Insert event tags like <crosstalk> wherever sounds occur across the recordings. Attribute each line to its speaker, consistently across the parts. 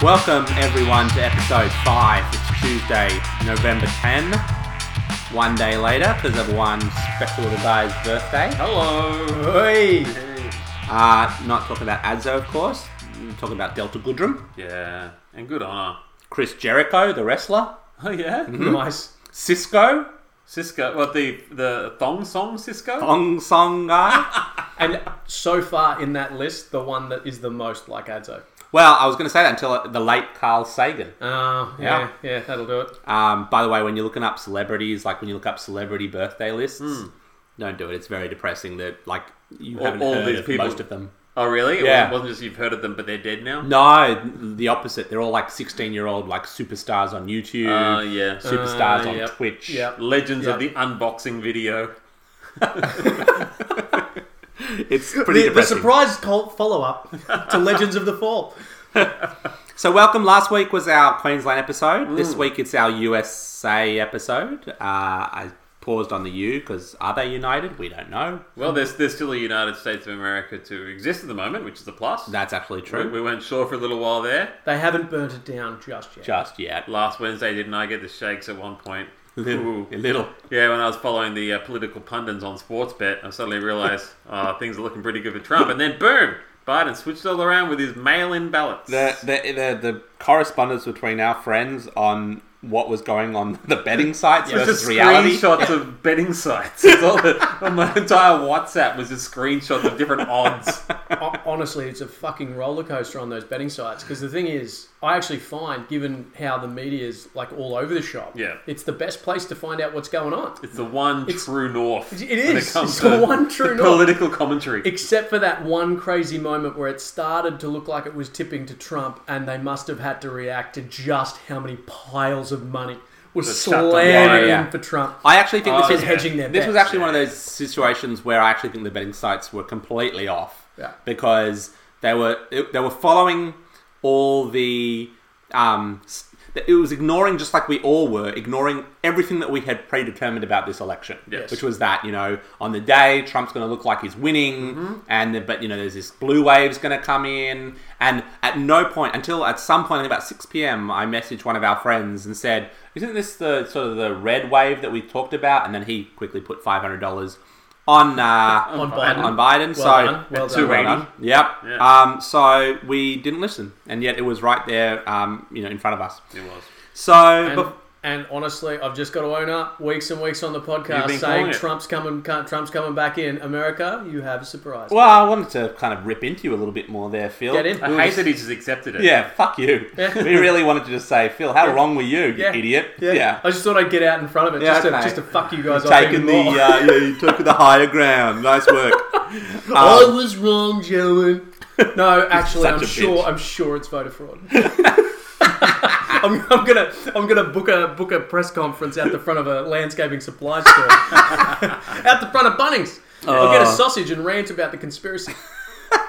Speaker 1: Welcome everyone to episode five. It's Tuesday, November 10. One day later, because of one special little guy's birthday.
Speaker 2: <laughs>
Speaker 3: Hello.
Speaker 1: Oi! Uh, not talking about Adzo, of course. We're talking about Delta Goodrum,
Speaker 3: Yeah, and good on her.
Speaker 1: Chris Jericho, the wrestler,
Speaker 3: Oh yeah, nice.
Speaker 1: Cisco,
Speaker 3: Cisco, what the the thong song Cisco?
Speaker 1: Ong Song
Speaker 3: <laughs>
Speaker 1: guy.
Speaker 2: And so far in that list, the one that is the most like Adzo.
Speaker 1: well, I was going to say that until the late Carl Sagan.
Speaker 2: Oh,
Speaker 1: Yeah.
Speaker 2: yeah, yeah, that'll do it.
Speaker 1: Um, by the way, when you're looking up celebrities, like when you look up celebrity birthday lists, don't do it. It's very depressing that like you
Speaker 3: Hmm. All-
Speaker 1: haven't
Speaker 3: all
Speaker 1: heard
Speaker 3: these
Speaker 1: of
Speaker 3: people-
Speaker 1: most of them.
Speaker 3: Oh really? It
Speaker 1: Yeah.
Speaker 3: wasn't just you've heard of them, but they're dead now.
Speaker 1: No, the opposite. They're all like 16 year old like superstars on YouTube,
Speaker 3: Uh, yeah.
Speaker 1: superstars
Speaker 2: Uh,
Speaker 1: on
Speaker 2: yep,
Speaker 1: Twitch.
Speaker 2: yep.
Speaker 3: Legends of the
Speaker 2: Yeah.
Speaker 3: unboxing video.
Speaker 1: <laughs> It's pretty
Speaker 2: The, the
Speaker 1: depressing.
Speaker 2: surprise follow up to Legends of the Fall.
Speaker 1: so welcome. Last week was our Queensland episode. This week it's our USA episode. Uh, I paused on the U because are they united? We don't know.
Speaker 3: Well, there's there's still a United States of America to exist at the moment, which is a plus.
Speaker 1: That's actually
Speaker 3: we,
Speaker 1: true.
Speaker 3: we weren't sure for a little while there.
Speaker 2: They haven't burnt it down just yet.
Speaker 1: Just yet.
Speaker 3: Last Wednesday, didn't I get the shakes at one point?
Speaker 1: Little,
Speaker 3: Ooh.
Speaker 1: little.
Speaker 3: Yeah, when I was following the uh, political pundits on Sportsbet, I suddenly realised <laughs> uh, things are looking pretty good for Trump, and then boom, Biden switched all around with his mail-in ballots.
Speaker 1: the, the, the, the correspondence between our friends on what was going on <laughs> the betting sites
Speaker 3: It was
Speaker 1: versus
Speaker 3: just
Speaker 1: reality.
Speaker 3: screenshots of betting sites. It's all the- <laughs> on my entire WhatsApp was just screenshots of different odds.
Speaker 2: Ho- Honestly, it's a fucking roller coaster on those betting sites. Because the thing is, I actually find, given how the media's like all over the shop,
Speaker 3: Yeah.
Speaker 2: it's the best place to find out what's going on.
Speaker 3: It's the one true north.
Speaker 2: It
Speaker 3: when
Speaker 2: is.
Speaker 3: comes
Speaker 2: It's the
Speaker 3: to
Speaker 2: one true north.
Speaker 3: Political commentary.
Speaker 2: Except for that one crazy moment where it started to look like it was tipping to Trump, and they must have had to react to just how many piles of money
Speaker 3: The
Speaker 2: was
Speaker 3: shutdown.
Speaker 2: slammed
Speaker 1: Yeah, yeah.
Speaker 2: in for Trump.
Speaker 1: I actually think
Speaker 2: Oh,
Speaker 1: this is
Speaker 2: yeah. hedging their
Speaker 1: This was
Speaker 2: bets.
Speaker 1: actually one of those situations where I actually think the betting sites were completely off.
Speaker 2: Yeah.
Speaker 1: Because they were it- they were following all the um s- it was ignoring just like we all were ignoring everything that we had predetermined about this election
Speaker 3: Yes.
Speaker 1: which was that you know on the day trump's going to look like he's winning
Speaker 3: Mm-hmm.
Speaker 1: and the, but you know there's this blue wave's going to come in and at no point until at some point at about 6 p.m i messaged one of our friends and said isn't this the sort of the red wave that we talked about and then he quickly put $500 on uh, on
Speaker 2: Biden.
Speaker 1: on Biden. so
Speaker 2: Well done. Well
Speaker 3: Two
Speaker 2: done.
Speaker 3: rounds.
Speaker 1: well done. Yep.
Speaker 3: Yeah.
Speaker 1: Um, so we didn't listen, and yet it was right there, um, you know, in front of us.
Speaker 3: It was.
Speaker 1: So,
Speaker 2: And,
Speaker 1: but,
Speaker 2: and honestly, I've just got to own up. Weeks and weeks on the
Speaker 3: You've
Speaker 2: podcast
Speaker 3: been calling
Speaker 2: saying
Speaker 3: it.
Speaker 2: Trump's coming, Trump's coming back in America. You have a surprise.
Speaker 1: well, I wanted to kind of rip into you a little bit more there, Phil.
Speaker 2: Get in.
Speaker 3: I
Speaker 1: We were
Speaker 3: hate
Speaker 1: just-
Speaker 3: that he just accepted
Speaker 1: <laughs>
Speaker 3: it.
Speaker 1: Yeah, fuck you.
Speaker 2: Yeah.
Speaker 1: we really wanted to just say, Phil, how wrong were you, you
Speaker 2: Yeah.
Speaker 1: idiot?
Speaker 2: Yeah. I just thought I'd get out in front of it
Speaker 1: Yeah,
Speaker 2: just,
Speaker 1: okay.
Speaker 2: to, just to fuck you guys off
Speaker 1: Taking
Speaker 2: even
Speaker 1: the
Speaker 2: more.
Speaker 1: uh, yeah, you took the higher ground. Nice
Speaker 2: <laughs>
Speaker 1: work.
Speaker 2: I
Speaker 1: Um,
Speaker 2: was wrong, Joan.
Speaker 1: <laughs>
Speaker 2: No, actually,
Speaker 1: such
Speaker 2: I'm
Speaker 1: a
Speaker 2: sure.
Speaker 1: bitch.
Speaker 2: I'm sure it's voter fraud. <laughs> I'm, I'm gonna I'm gonna book a book a press conference out the front of a landscaping supply store, <laughs> out the front of Bunnings. I'll get a
Speaker 1: Oh.
Speaker 2: sausage and rant about the conspiracy.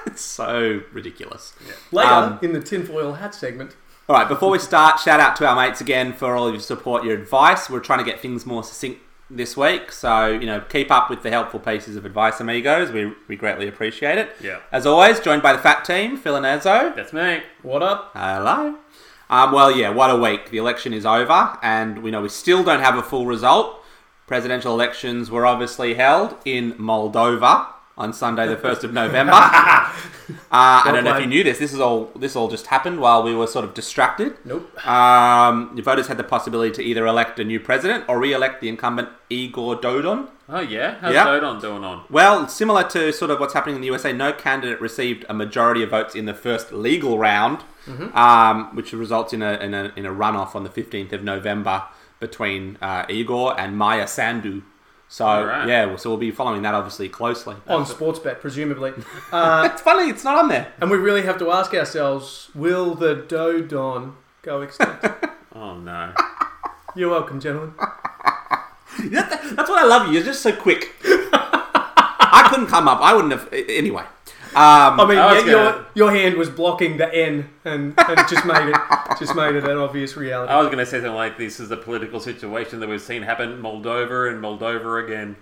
Speaker 1: it's so ridiculous.
Speaker 2: Later
Speaker 1: Um,
Speaker 2: in the tinfoil hat segment.
Speaker 1: All right, before we start, shout out to our mates again for all of your support, your advice. We're trying to get things more succinct this week, so you know, keep up with the helpful pieces of advice, amigos. We, we greatly appreciate it.
Speaker 3: Yeah.
Speaker 1: As always, joined by the fat team, Phil and Azzo.
Speaker 3: That's me.
Speaker 2: What up?
Speaker 1: Hello. Um, well, yeah, what a week. The election is over, and we know we still don't have a full result. Presidential elections were obviously held in Moldova on Sunday, the first of November. uh, I don't know if
Speaker 2: played.
Speaker 1: you knew this. This is all. This all just happened while we were sort of distracted.
Speaker 2: Nope.
Speaker 1: Um, the voters had the possibility to either elect a new president or re-elect the incumbent Igor Dodon.
Speaker 3: Oh yeah, how's
Speaker 1: Yeah.
Speaker 3: Dodon doing on?
Speaker 1: Well, similar to sort of what's happening in the USA, no candidate received a majority of votes in the first legal round, um, which results in a, in a in a runoff on the fifteenth of November between uh, Igor and Maya Sandu. So
Speaker 3: Alright.
Speaker 1: yeah, well, so we'll be following that obviously closely.
Speaker 2: On sports bet, presumably.
Speaker 1: It's funny, it's not on there. <laughs>
Speaker 2: And we really have to ask ourselves: Will the Dodon go extinct?
Speaker 3: Oh no.
Speaker 2: You're welcome, gentlemen.
Speaker 1: <laughs> That- that's what I love you. You're just so quick. I couldn't come up. I wouldn't have. a- Anyway, Um,
Speaker 2: I mean,
Speaker 3: I was
Speaker 2: yeah,
Speaker 3: gonna-
Speaker 2: your, your hand was blocking the N, and, and it just made it just made it an obvious
Speaker 1: Uh,
Speaker 2: reality.
Speaker 3: I was going to say something like, "This is the political situation that we've seen happen in Moldova and Moldova again."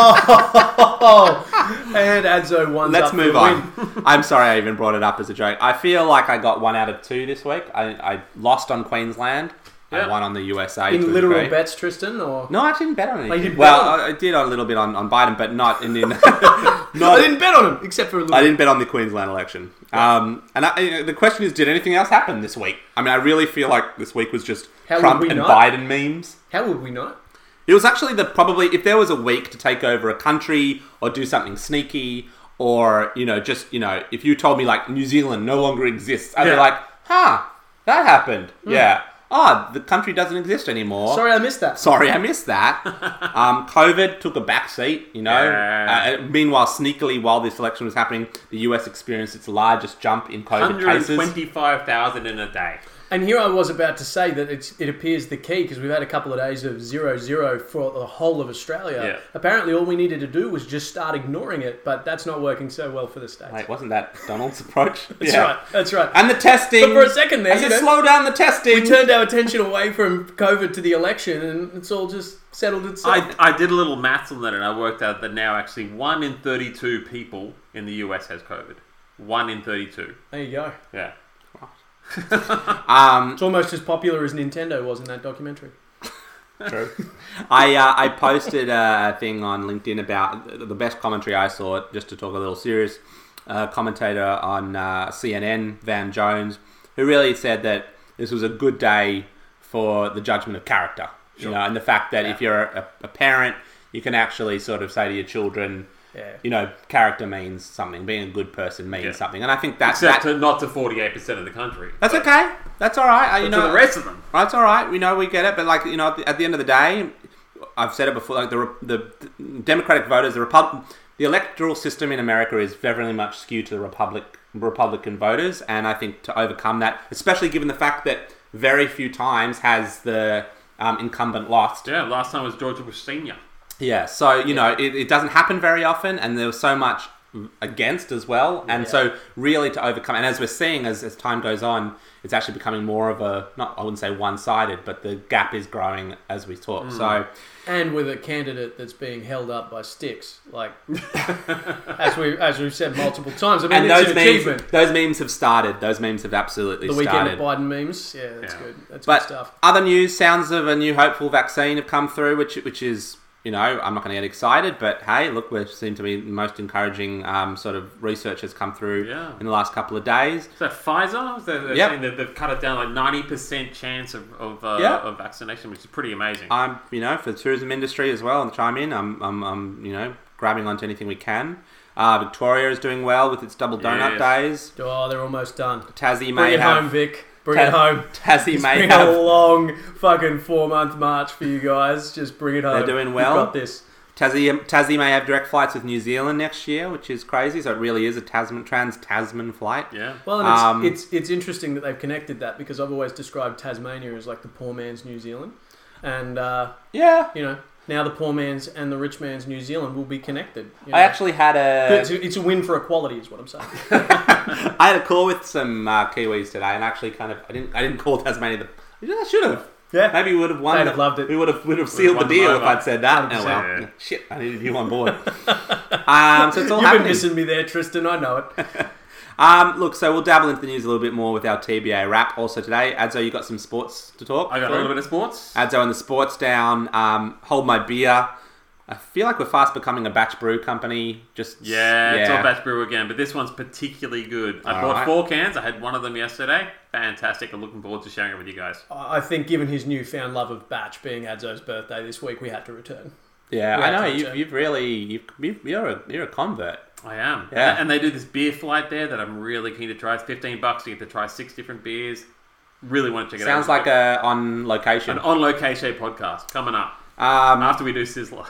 Speaker 2: Oh, <laughs> and Adzo one.
Speaker 1: Let's
Speaker 2: up
Speaker 1: move
Speaker 2: for the win.
Speaker 1: on. I'm sorry I even brought it up as a joke. I feel like I got one out of two this week. I, I lost on Queensland.
Speaker 3: Yeah.
Speaker 1: I won on the USA. to a
Speaker 2: In literal
Speaker 1: degree.
Speaker 2: bets, Tristan, or
Speaker 1: No, I didn't bet on anything.
Speaker 2: you didn't
Speaker 1: well,
Speaker 2: bet on
Speaker 1: I I did on a little bit on, on Biden, but not in. <laughs> in not,
Speaker 2: <laughs> I didn't bet on him except for a little.
Speaker 1: I didn't bet on the Queensland election. Um, and I, you know, the question is, did anything else happen this week? I mean, I really feel like this week was just
Speaker 2: How would
Speaker 1: Trump
Speaker 2: we
Speaker 1: and
Speaker 2: not?
Speaker 1: Biden memes.
Speaker 2: How would we not?
Speaker 1: It was actually the probably if there was a week to take over a country or do something sneaky or you know just you know if you told me like New Zealand no longer exists, I'd be
Speaker 3: Yeah.
Speaker 1: like, huh, that happened. Yeah. Ah, the country doesn't exist anymore.
Speaker 2: Hmm. Sorry, I missed that.
Speaker 1: Sorry, I missed
Speaker 2: <laughs>
Speaker 1: that. um, COVID took a back seat, you know.
Speaker 3: Yeah.
Speaker 1: Uh, meanwhile, sneakily, while this election was happening, the US experienced its largest jump in COVID cases.
Speaker 3: 125,000 in a day.
Speaker 2: And here I was about to say that it's, it appears the key because we've had a couple of days of zero zero for the whole of Australia.
Speaker 3: Yeah.
Speaker 2: Apparently, all we needed to do was just start ignoring it, but that's not working so well for the states.
Speaker 1: Like, wasn't that Donald's approach?
Speaker 2: That's right. That's right.
Speaker 1: And the testing.
Speaker 2: But for a second there,
Speaker 1: I said,
Speaker 2: you know-
Speaker 1: slow down the testing.
Speaker 2: we turned our attention away from COVID to the election, and it's all just settled itself.
Speaker 3: I, I did a little maths on that and I worked out that now actually 1 in 32 people in the US has COVID. 1 in 32.
Speaker 2: there you go.
Speaker 3: Yeah.
Speaker 1: um,
Speaker 2: It's almost as popular as Nintendo was in that documentary.
Speaker 1: True. I uh, I posted uh, a thing on LinkedIn about the best commentary I saw, just to talk a little serious. A commentator on uh, CNN, Van Jones, who really said that this was a good day for the judgment of character, you know, and the fact that if you're a, a parent, you can actually sort of say to your children,
Speaker 2: Yeah.
Speaker 1: you know, character means something, being a good person means
Speaker 3: Yeah.
Speaker 1: something, and I think that's
Speaker 3: Except
Speaker 1: that,
Speaker 3: to, not to 48% of the country.
Speaker 1: that's okay. That's all right. I, you
Speaker 3: But
Speaker 1: know,
Speaker 3: to the rest of them.
Speaker 1: that's all right. We know we get it, but like you know, at the, at the end of the day, I've said it before. Like the Re- the Democratic voters, the Repub- the electoral system in America is very much skewed to the Republic Republican voters, and I think to overcome that, especially given the fact that very few times has the um, incumbent lost.
Speaker 3: Yeah, last time was George Bush Sr.
Speaker 1: Yeah, so you know, it, it doesn't happen very often, and there was so much against as well, and
Speaker 2: Yeah.
Speaker 1: so really to overcome, and as we're seeing as, as time goes on, it's actually becoming more of a not I wouldn't say one sided, but the gap is growing as we talk. So
Speaker 2: Mm. and with a candidate that's being held up by sticks,
Speaker 1: <laughs>
Speaker 2: like as we as we've said multiple times. I mean,
Speaker 1: and
Speaker 2: it's
Speaker 1: those
Speaker 2: an
Speaker 1: memes,
Speaker 2: achievement.
Speaker 1: those memes have started. Those memes have absolutely
Speaker 2: The weekend of
Speaker 1: started.
Speaker 2: Biden memes, yeah, that's
Speaker 3: Yeah.
Speaker 2: good. That's good
Speaker 1: But
Speaker 2: stuff.
Speaker 1: other news, sounds of a new hopeful vaccine have come through, which which is you know I'm not going to get excited, but hey, look, we seem to be the most encouraging um, sort of research has come through
Speaker 3: Yeah.
Speaker 1: in the last couple of days.
Speaker 3: Is that Pfizer? Is that- They're
Speaker 1: Yep.
Speaker 3: saying that they've cut it down like 90% chance of, of, uh,
Speaker 1: Yeah.
Speaker 3: of vaccination, which is pretty amazing.
Speaker 1: I'm, you know, for the tourism industry as well, and chime in. I'm, I'm, I'm you know, grabbing onto anything we can. Uh, Victoria is doing well with its double donut
Speaker 3: Yes.
Speaker 1: days.
Speaker 2: Oh, they're almost done.
Speaker 1: Tassie
Speaker 2: Bring
Speaker 1: may
Speaker 2: it
Speaker 1: have
Speaker 2: home, Vic. <laughs> Bring
Speaker 1: Ta-
Speaker 2: it home.
Speaker 1: Tassie
Speaker 2: It's
Speaker 1: may
Speaker 2: been
Speaker 1: have
Speaker 2: a long fucking four month march for you guys. Just bring it home.
Speaker 1: doing
Speaker 2: You've
Speaker 1: well.
Speaker 2: got this.
Speaker 1: Tassie, um, Tassie may have direct flights with New Zealand next year, which is crazy. So it really is a Tasman trans Tasman flight.
Speaker 3: yeah.
Speaker 2: Well, and it's,
Speaker 1: Um,
Speaker 2: it's it's interesting that they've connected that because I've always described Tasmania as like the poor man's New Zealand, and uh,
Speaker 1: Yeah.
Speaker 2: you know now the poor man's and the rich man's New Zealand will be connected. you
Speaker 1: I
Speaker 2: know?
Speaker 1: actually had a
Speaker 2: It's a, it's a win for equality, is what
Speaker 1: <laughs>
Speaker 2: I'm saying.
Speaker 1: I had a call with some uh, Kiwis today, and actually kind of I didn't I didn't call Tasmania the yeah, I should have.
Speaker 2: Yeah. <laughs>
Speaker 1: Maybe we would have won.
Speaker 2: They'd
Speaker 1: the-
Speaker 2: have loved it.
Speaker 1: We would have would have sealed the
Speaker 3: won them
Speaker 1: deal if
Speaker 3: over.
Speaker 1: I'd said that. Oh
Speaker 2: 100%.
Speaker 1: well,
Speaker 3: Yeah.
Speaker 1: shit! I needed you on
Speaker 3: <laughs>
Speaker 1: board. um, so it's all
Speaker 2: You've been
Speaker 1: happening.
Speaker 2: missing me there, Tristan. I know it.
Speaker 1: Um, look, so we'll dabble into the news a little bit more with our TBA wrap. Also today, Adzo, you got some sports to talk.
Speaker 3: I got a little bit of sports.
Speaker 1: Adzo and the sports down. Um, hold my beer. I feel like we're fast becoming a batch brew company. Just
Speaker 3: Yeah, it's all batch brew again, but this one's particularly good. I
Speaker 1: All
Speaker 3: bought
Speaker 1: right.
Speaker 3: four cans. I had one of them yesterday. Fantastic. I'm looking forward to sharing it with you guys.
Speaker 2: I I think, given his newfound love of batch being Adzo's birthday this week, we had to return.
Speaker 1: Yeah,
Speaker 2: Yeah,
Speaker 1: I know
Speaker 2: culture.
Speaker 1: you've, you've really you've, you've, you're a you're a convert.
Speaker 3: I am.
Speaker 1: Yeah.
Speaker 3: And they do this beer flight there that I'm really keen to try. It's 15 bucks. You get to try six different beers. Really want to check it out.
Speaker 1: Sounds like a on
Speaker 3: an
Speaker 1: location.
Speaker 3: on location podcast coming up
Speaker 1: Um,
Speaker 3: after we do
Speaker 1: <laughs>
Speaker 3: Sizzler.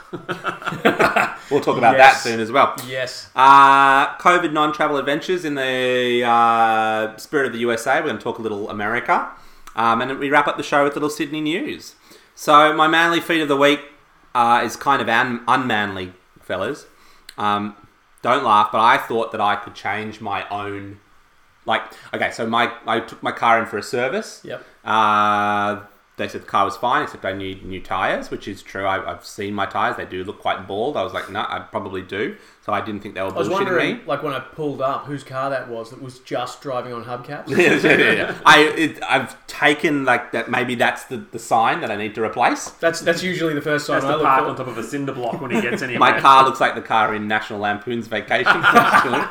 Speaker 1: we'll talk about
Speaker 2: Yes.
Speaker 1: that soon as well.
Speaker 2: Yes.
Speaker 1: Uh, COVID non-travel adventures in the uh, spirit of the USA. We're going to talk a little America, um, and we wrap up the show with a little Sydney news. So my manly feat of the week uh, is kind of un- unmanly, fellas. Um, don't laugh, but I thought that I could change my own. Like, okay, so my I took my car in for a service.
Speaker 2: Yep.
Speaker 1: Uh, they said the car was fine, except I need new tires, which is true. I, I've seen my tires; they do look quite bald. I was like, no, I probably do. So I didn't think they were
Speaker 2: I was
Speaker 1: bullshitting me.
Speaker 2: wondering, like when I pulled up, whose car that was that was just driving on
Speaker 1: <laughs> <laughs>
Speaker 2: hubcaps.
Speaker 1: yeah, yeah, yeah, yeah. I it, I've taken like that. Maybe that's the, the sign that I need to replace.
Speaker 2: That's that's usually the first time
Speaker 3: That's
Speaker 2: I
Speaker 3: the
Speaker 2: look
Speaker 3: park
Speaker 2: for.
Speaker 3: on top of a cinder block when he gets
Speaker 1: <laughs>
Speaker 3: anywhere.
Speaker 1: My car looks like the car in National Lampoon's Vacation. <laughs> actually.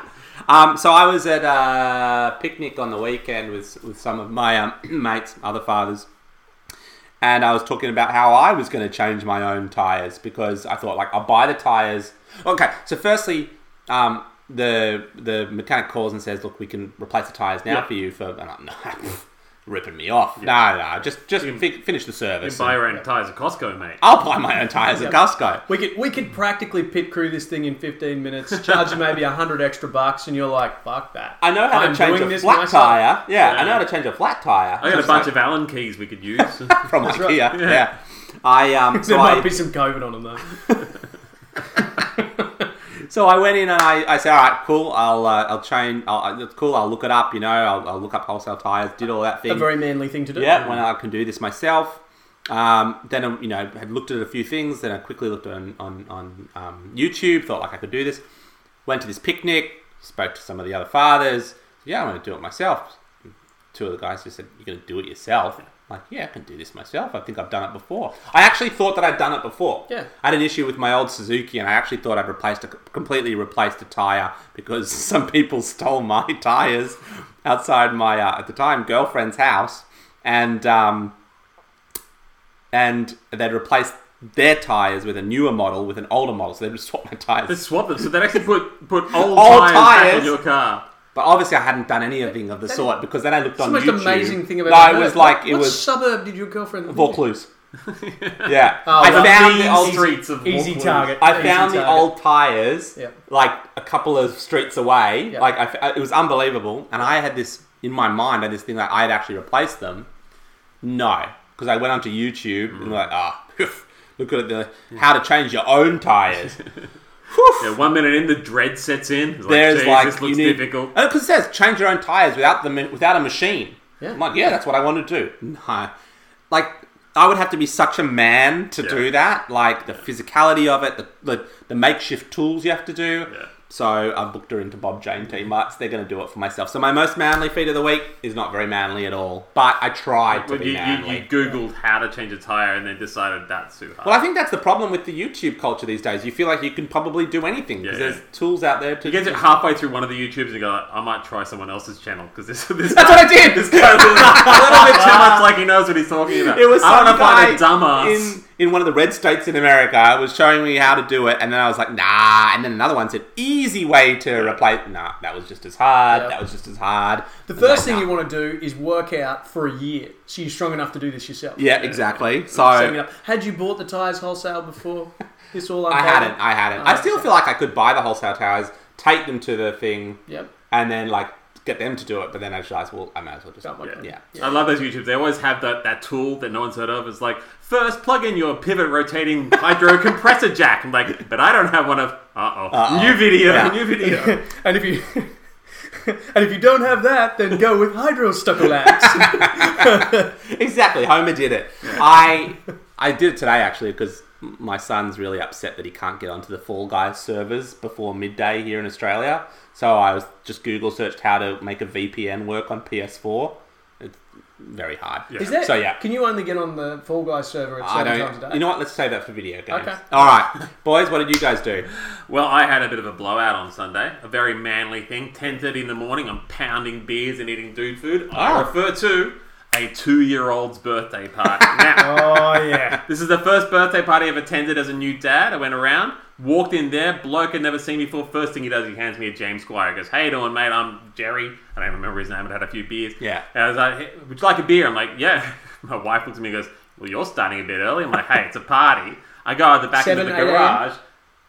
Speaker 1: um, so I was at a picnic on the weekend with with some of my um, <clears throat> mates, other fathers, and I was talking about how I was going to change my own tires because I thought like I'll buy the tires. Okay, so firstly, um, the the mechanic calls and says, "Look, we can replace the tires now
Speaker 3: Yeah.
Speaker 1: for you." For and I'm <laughs> ripping me off. No, no, just just fi- finish the
Speaker 3: You
Speaker 1: service.
Speaker 3: can buy your own tires at Costco, mate.
Speaker 1: I'll buy my own tires at
Speaker 2: Yeah.
Speaker 1: Costco.
Speaker 2: We could we could practically pit crew this thing in 15 minutes, charge you maybe 100 extra bucks, and you're like, fuck that.
Speaker 1: I know how
Speaker 2: I'm
Speaker 1: to change
Speaker 2: doing
Speaker 1: a
Speaker 2: this
Speaker 1: flat
Speaker 2: myself.
Speaker 1: tire. Yeah, I know
Speaker 3: Yeah.
Speaker 1: how to change a flat tire.
Speaker 3: I got a
Speaker 1: Just
Speaker 3: bunch
Speaker 1: like
Speaker 3: of Allen keys we could use.
Speaker 1: <laughs> from
Speaker 2: <laughs> That's
Speaker 1: IKEA.
Speaker 2: right.
Speaker 1: Yeah. I
Speaker 2: <laughs>
Speaker 1: um so
Speaker 2: There might be
Speaker 1: I,
Speaker 2: some COVID on them though.
Speaker 1: so I went in and I, I said, all right, cool. I'll uh, I'll change. I'll, it's cool. I'll look it up. You know, I'll, I'll look up wholesale tires. Did all that
Speaker 2: A
Speaker 1: thing.
Speaker 2: very manly thing to do.
Speaker 1: yeah, when I can do this myself. Um, then um, you know, had looked at a few things. Then I quickly looked on on, on um, YouTube. Thought like I could do this. Went to this picnic. Spoke to some of the other fathers. Yeah, I'm going to do it myself. Two of the guys just said, "You're going to do it yourself." Like, yeah, I can do this myself. I think I've done it before. I actually thought that I'd done it before.
Speaker 2: Yeah.
Speaker 1: I had an issue with my old Suzuki, and I actually thought I'd replaced a, completely replaced a tire because <laughs> some people stole my <laughs> tires outside my uh, at the time girlfriend's house, and um, and they'd replaced their tires with a newer model with an older model, so they would swap my
Speaker 3: they
Speaker 1: tires.
Speaker 3: swap them, so they actually put put old,
Speaker 1: Old
Speaker 3: tires, back
Speaker 1: tires?
Speaker 3: on your car.
Speaker 1: But obviously, I hadn't done anything of the sort because then I looked
Speaker 2: It's
Speaker 1: on
Speaker 2: the most
Speaker 1: YouTube.
Speaker 2: amazing thing about
Speaker 1: no, it was like it
Speaker 2: what
Speaker 1: was
Speaker 2: suburb did your girlfound live in?
Speaker 1: Vaucluse.
Speaker 3: <laughs>
Speaker 1: yeah,
Speaker 2: Oh,
Speaker 1: I
Speaker 2: well,
Speaker 1: found
Speaker 3: these
Speaker 1: the old
Speaker 3: easy- streets of
Speaker 2: easy
Speaker 3: Auckland.
Speaker 2: target.
Speaker 1: I
Speaker 2: Easy
Speaker 1: found the
Speaker 2: target.
Speaker 1: old tires
Speaker 2: Yep.
Speaker 1: like a couple of streets away.
Speaker 2: Yep.
Speaker 1: Like I f uh, it was unbelievable, and I had this in my mind. I had this thing that I had actually replaced them. No, because I went onto YouTube and like ah, <laughs> look at the how to change your own tires. Whew.
Speaker 3: Yeah, one minute in, the dread sets in. It's like,
Speaker 1: There's
Speaker 3: "Geez,
Speaker 1: like
Speaker 3: this
Speaker 1: you
Speaker 3: looks
Speaker 1: need
Speaker 3: difficult.
Speaker 1: because it says change your own tires without the ma- without a machine.
Speaker 2: Yeah.
Speaker 1: I'm like, yeah, that's what I want to do. No, like I would have to be such a man to
Speaker 3: Yeah.
Speaker 1: do that. Like the physicality of it, the, the the makeshift tools you have to do.
Speaker 3: Yeah.
Speaker 1: So I've booked her into Bob Jane T Marts. They're going to do it for myself. So my most manly feat of the week is not very manly at all, but I tried to
Speaker 3: Well,
Speaker 1: be
Speaker 3: you, you,
Speaker 1: manly.
Speaker 3: you googled how to change a tire and then decided that's too hard.
Speaker 1: well, I think that's the problem with the YouTube culture these days. You feel like you can probably do anything because
Speaker 3: Yeah, yeah.
Speaker 1: there's tools out there to.
Speaker 3: you get to halfway through one of the YouTubes and go, like, I might try someone else's channel because this <laughs> this
Speaker 1: That's what I did.
Speaker 3: This guy looks a little
Speaker 1: <laughs>
Speaker 3: bit too much like he knows what he's talking about.
Speaker 1: It
Speaker 2: <laughs>
Speaker 1: was
Speaker 3: I
Speaker 1: some
Speaker 3: want to find a
Speaker 1: guy
Speaker 3: dumbass.
Speaker 1: in in one of the red states in America was showing me how to do it, and then I was like, nah. And then another one said, easy way to replace. Nah, that was just as hard.
Speaker 2: Yeah.
Speaker 1: That was just as hard.
Speaker 2: The first thing you want to do is work out for a year, so you're strong enough to do this yourself.
Speaker 1: Yeah, exactly. So
Speaker 2: Setting it
Speaker 1: I
Speaker 2: up. Had you bought the tires wholesale <laughs> before? This all
Speaker 1: hadn't.
Speaker 2: unfolded?
Speaker 1: I hadn't. I still feel like I could buy the wholesale towers, take them to the thing,
Speaker 2: Yep. <laughs>
Speaker 1: and then like get them to do it. But then I just realized, well, I might as well just.
Speaker 2: Got one.
Speaker 1: Yeah.
Speaker 3: I love those YouTubes. They always have that, that tool that no one's heard of. It's like, first plug in your pivot rotating hydro compressor jack. I'm like, but I don't have one of. Uh oh. New video.
Speaker 1: Yeah. <laughs>
Speaker 3: New video.
Speaker 2: and if you <laughs> and if you don't have that, then go with hydro stucco labs. <laughs>
Speaker 1: Exactly, Homer did it. I <laughs> I did it today actually because my son's really upset that he can't get onto the Fall Guys servers before midday here in Australia. So I was just Google searched how to make a VPN work on PS4. It's very hard.
Speaker 3: Yeah.
Speaker 2: Is that
Speaker 1: So, yeah.
Speaker 2: Can you only get on the Fall Guys server at
Speaker 1: I
Speaker 2: certain times a
Speaker 1: don't.
Speaker 2: day?
Speaker 1: You know what? Let's save that for video games.
Speaker 2: Okay.
Speaker 1: All <laughs> right, boys. What did you guys do?
Speaker 3: Well, I had a bit of a blowout on Sunday. A very manly thing. 10.30 in the morning, I'm pounding beers and eating dude food. I
Speaker 1: Ah.
Speaker 3: refer to a two-year-old's
Speaker 1: <laughs>
Speaker 3: birthday party.
Speaker 2: <laughs>
Speaker 3: Now,
Speaker 2: oh yeah.
Speaker 3: This is the first birthday party I've attended as a new dad. I went around, walked in there, bloke had never seen me before. First thing he does, he hands me a James Squire. He goes, "Hey, doing, mate? I'm Jerry. I don't remember his name, but I had a few beers."
Speaker 1: Yeah.
Speaker 3: And I was like, "Hey, "Would you like a beer?" I'm like, "Yeah." <laughs> My wife looks at me and goes, "Well, you're starting a bit early." I'm like, "Hey, it's a party." I go out the back
Speaker 2: Seven,
Speaker 3: into
Speaker 2: eight
Speaker 3: the
Speaker 2: a.m.?
Speaker 3: garage.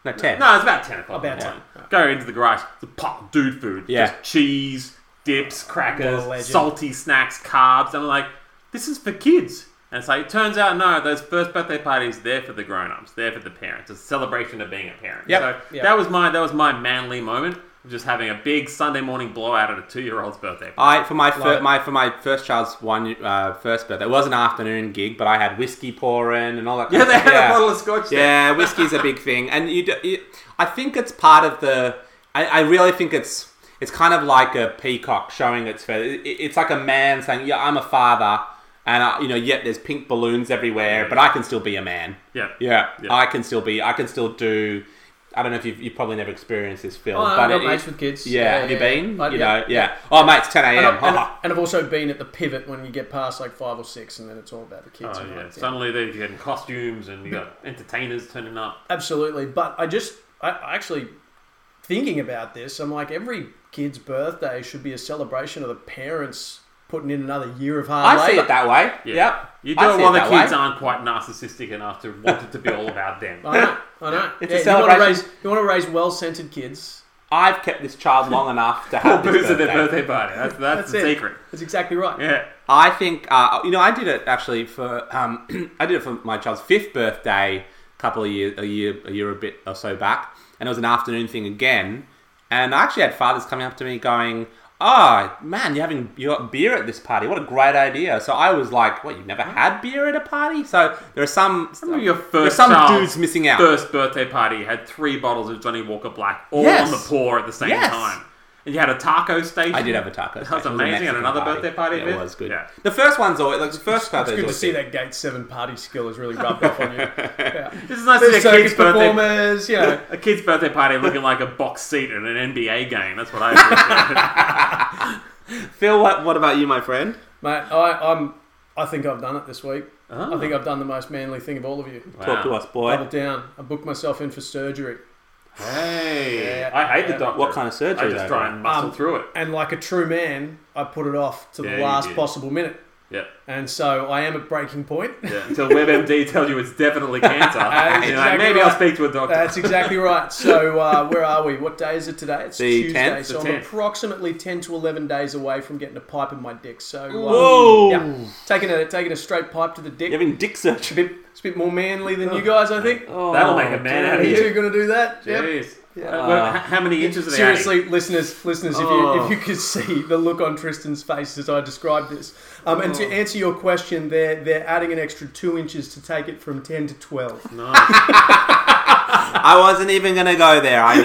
Speaker 1: No ten.
Speaker 3: No, it's about 10 o'clock.
Speaker 2: About
Speaker 3: Yeah.
Speaker 2: 10.
Speaker 3: Go into the garage. It's a pot of dude food.
Speaker 1: Yeah.
Speaker 3: Just cheese, dips,
Speaker 2: What a
Speaker 3: crackers,
Speaker 2: legend.
Speaker 3: salty snacks, carbs. I'm like, this is for kids. And it's like, it turns out, no, those first birthday parties, they're for the grown-ups. They're for the parents. It's a celebration of being a parent.
Speaker 1: Yep.
Speaker 3: So
Speaker 2: Yep.
Speaker 3: that was my that was my manly moment of just having a big Sunday morning blowout at a two-year-old's birthday party.
Speaker 1: I for my fir-
Speaker 2: Like-
Speaker 1: my for my first child's one uh, first birthday. It was an afternoon gig, but I had whiskey pouring and all that.
Speaker 3: <laughs> yeah,
Speaker 1: kind
Speaker 3: they
Speaker 1: of
Speaker 3: had
Speaker 1: stuff.
Speaker 3: a bottle of scotch there.
Speaker 1: Yeah, whiskey's a big thing, and you, do, you. I think it's part of the. I, I really think it's it's kind of like a peacock showing its feather. It, it's like a man saying, "Yeah, I'm a father," and I, you know, yet there's pink balloons everywhere, but I can still be a man.
Speaker 3: Yeah.
Speaker 1: Yeah,
Speaker 3: Yeah.
Speaker 1: I can still be. I can still do. I don't know if you've, you've probably never experienced this, Phil.
Speaker 2: Oh,
Speaker 1: but
Speaker 2: I've got
Speaker 1: it-
Speaker 2: mates with kids.
Speaker 1: Yeah, have you been?
Speaker 2: I-
Speaker 1: you
Speaker 2: yeah.
Speaker 1: know, yeah. Oh, mate, it's 10
Speaker 2: And,
Speaker 1: a.m.
Speaker 2: I've, and,
Speaker 1: haha.
Speaker 2: and I've also been at the pivot when you get past like five or six, and then it's all about the kids.
Speaker 3: Oh,
Speaker 2: and
Speaker 3: yeah.
Speaker 2: like, yeah.
Speaker 3: Suddenly they're getting costumes and you got entertainers turning up.
Speaker 2: Absolutely, but I just I I actually thinking about this, I'm like every kid's birthday should be a celebration of the parents putting in another year of hard
Speaker 1: I see
Speaker 2: labor.
Speaker 1: it that way. Yep.
Speaker 3: You do
Speaker 1: I
Speaker 3: it
Speaker 1: see
Speaker 3: while the
Speaker 1: that way.
Speaker 3: kids aren't quite narcissistic enough to want it to be all
Speaker 1: <laughs>
Speaker 3: about them.
Speaker 2: I know, I know.
Speaker 1: It's a
Speaker 2: Yeah, You want to raise,
Speaker 1: celebration.
Speaker 2: you want to raise well-centered kids.
Speaker 1: I've kept this child long
Speaker 2: <laughs>
Speaker 1: enough to
Speaker 3: Or
Speaker 1: have this
Speaker 3: booze at their
Speaker 1: birthday.
Speaker 3: birthday party. That's, that's,
Speaker 2: That's
Speaker 3: the
Speaker 2: it.
Speaker 3: secret.
Speaker 2: That's exactly right.
Speaker 3: Yeah.
Speaker 1: I think uh, you know I did it actually for um, <clears throat> I did it for my child's fifth birthday a couple of years a year a year a bit or so back, and it was an afternoon thing again. And I actually had fathers coming up to me going, "Oh man, you're having you got beer at this party. What a great idea!" So I was like, "What? You've never had beer at a party?" So there are some
Speaker 3: Remember your
Speaker 1: there's
Speaker 3: first
Speaker 1: some
Speaker 3: child's
Speaker 1: dudes missing out.
Speaker 3: First birthday party had three bottles of Johnny Walker Black all
Speaker 1: Yes.
Speaker 3: on the pour at the same
Speaker 1: Yes.
Speaker 3: time. And you had a taco station.
Speaker 1: I did have a taco.
Speaker 3: That was
Speaker 1: session. It a
Speaker 3: amazing.
Speaker 1: Mexican
Speaker 3: And another birthday party
Speaker 1: Yeah,
Speaker 3: bit?
Speaker 1: it was good.
Speaker 3: Yeah.
Speaker 1: The first one's always like the
Speaker 3: <laughs>
Speaker 1: first
Speaker 2: It's
Speaker 1: birthday.
Speaker 2: good to see that Gate Seven party skill has really rubbed off on you. Yeah.
Speaker 3: This is nice to see
Speaker 2: There's
Speaker 3: a kid's
Speaker 2: circus
Speaker 3: birthday.
Speaker 2: performers, you know.
Speaker 3: <laughs> A kid's birthday party looking like a box seat at an NBA game. That's what I
Speaker 1: <laughs>
Speaker 3: appreciate.
Speaker 1: Phil, what, what about you, my friend?
Speaker 2: Mate, I, I'm. I think I've done it this week.
Speaker 3: Oh.
Speaker 2: I think I've done the most manly thing of all of you.
Speaker 1: Talk to
Speaker 3: Wow.
Speaker 1: us, boy.
Speaker 2: Double down. I booked myself in for surgery,
Speaker 3: Hey,
Speaker 2: Yeah.
Speaker 3: I hate the
Speaker 2: Yeah.
Speaker 3: doctor.
Speaker 1: What kind of surgery,
Speaker 3: I just
Speaker 1: though?
Speaker 3: try and muscle
Speaker 2: Um,
Speaker 3: through it.
Speaker 2: and like a true man, I put it off to
Speaker 3: Yeah,
Speaker 2: the
Speaker 3: you
Speaker 2: last
Speaker 3: did.
Speaker 2: possible minute.
Speaker 3: Yeah.
Speaker 2: And so I am at breaking point. <laughs>
Speaker 3: yeah. Until WebMD tells you it's definitely cancer.
Speaker 2: That's
Speaker 3: You know,
Speaker 2: exactly
Speaker 3: maybe I'll
Speaker 2: right.
Speaker 3: speak to a doctor.
Speaker 2: That's exactly right. So uh, where are we? What day is it today? It's
Speaker 1: The
Speaker 2: Tuesday.
Speaker 1: 10th,
Speaker 2: so
Speaker 3: the
Speaker 2: I'm
Speaker 3: 10th.
Speaker 2: approximately ten to eleven days away from getting a pipe in my dick. So uh,
Speaker 1: Whoa.
Speaker 2: yeah, taking a taking a straight pipe to the dick.
Speaker 1: You're having dick
Speaker 2: It's a
Speaker 1: surgery.
Speaker 2: bit, it's a bit more manly than you guys, I think.
Speaker 1: Oh,
Speaker 3: <laughs> That'll make a man out
Speaker 2: Are
Speaker 3: of
Speaker 2: you
Speaker 3: you.
Speaker 2: two going to do that? <laughs> Yep.
Speaker 3: Jeez.
Speaker 2: Yeah.
Speaker 3: Uh, well, h- how many inches are they adding?
Speaker 2: Seriously, listeners, listeners,
Speaker 1: Oh.
Speaker 2: if you if you could see the look on Tristan's face as I described this, um, and to answer your question, they're they're adding an extra two inches to take it from ten to twelve.
Speaker 1: <laughs>
Speaker 3: Nice.
Speaker 1: I wasn't even gonna go there. I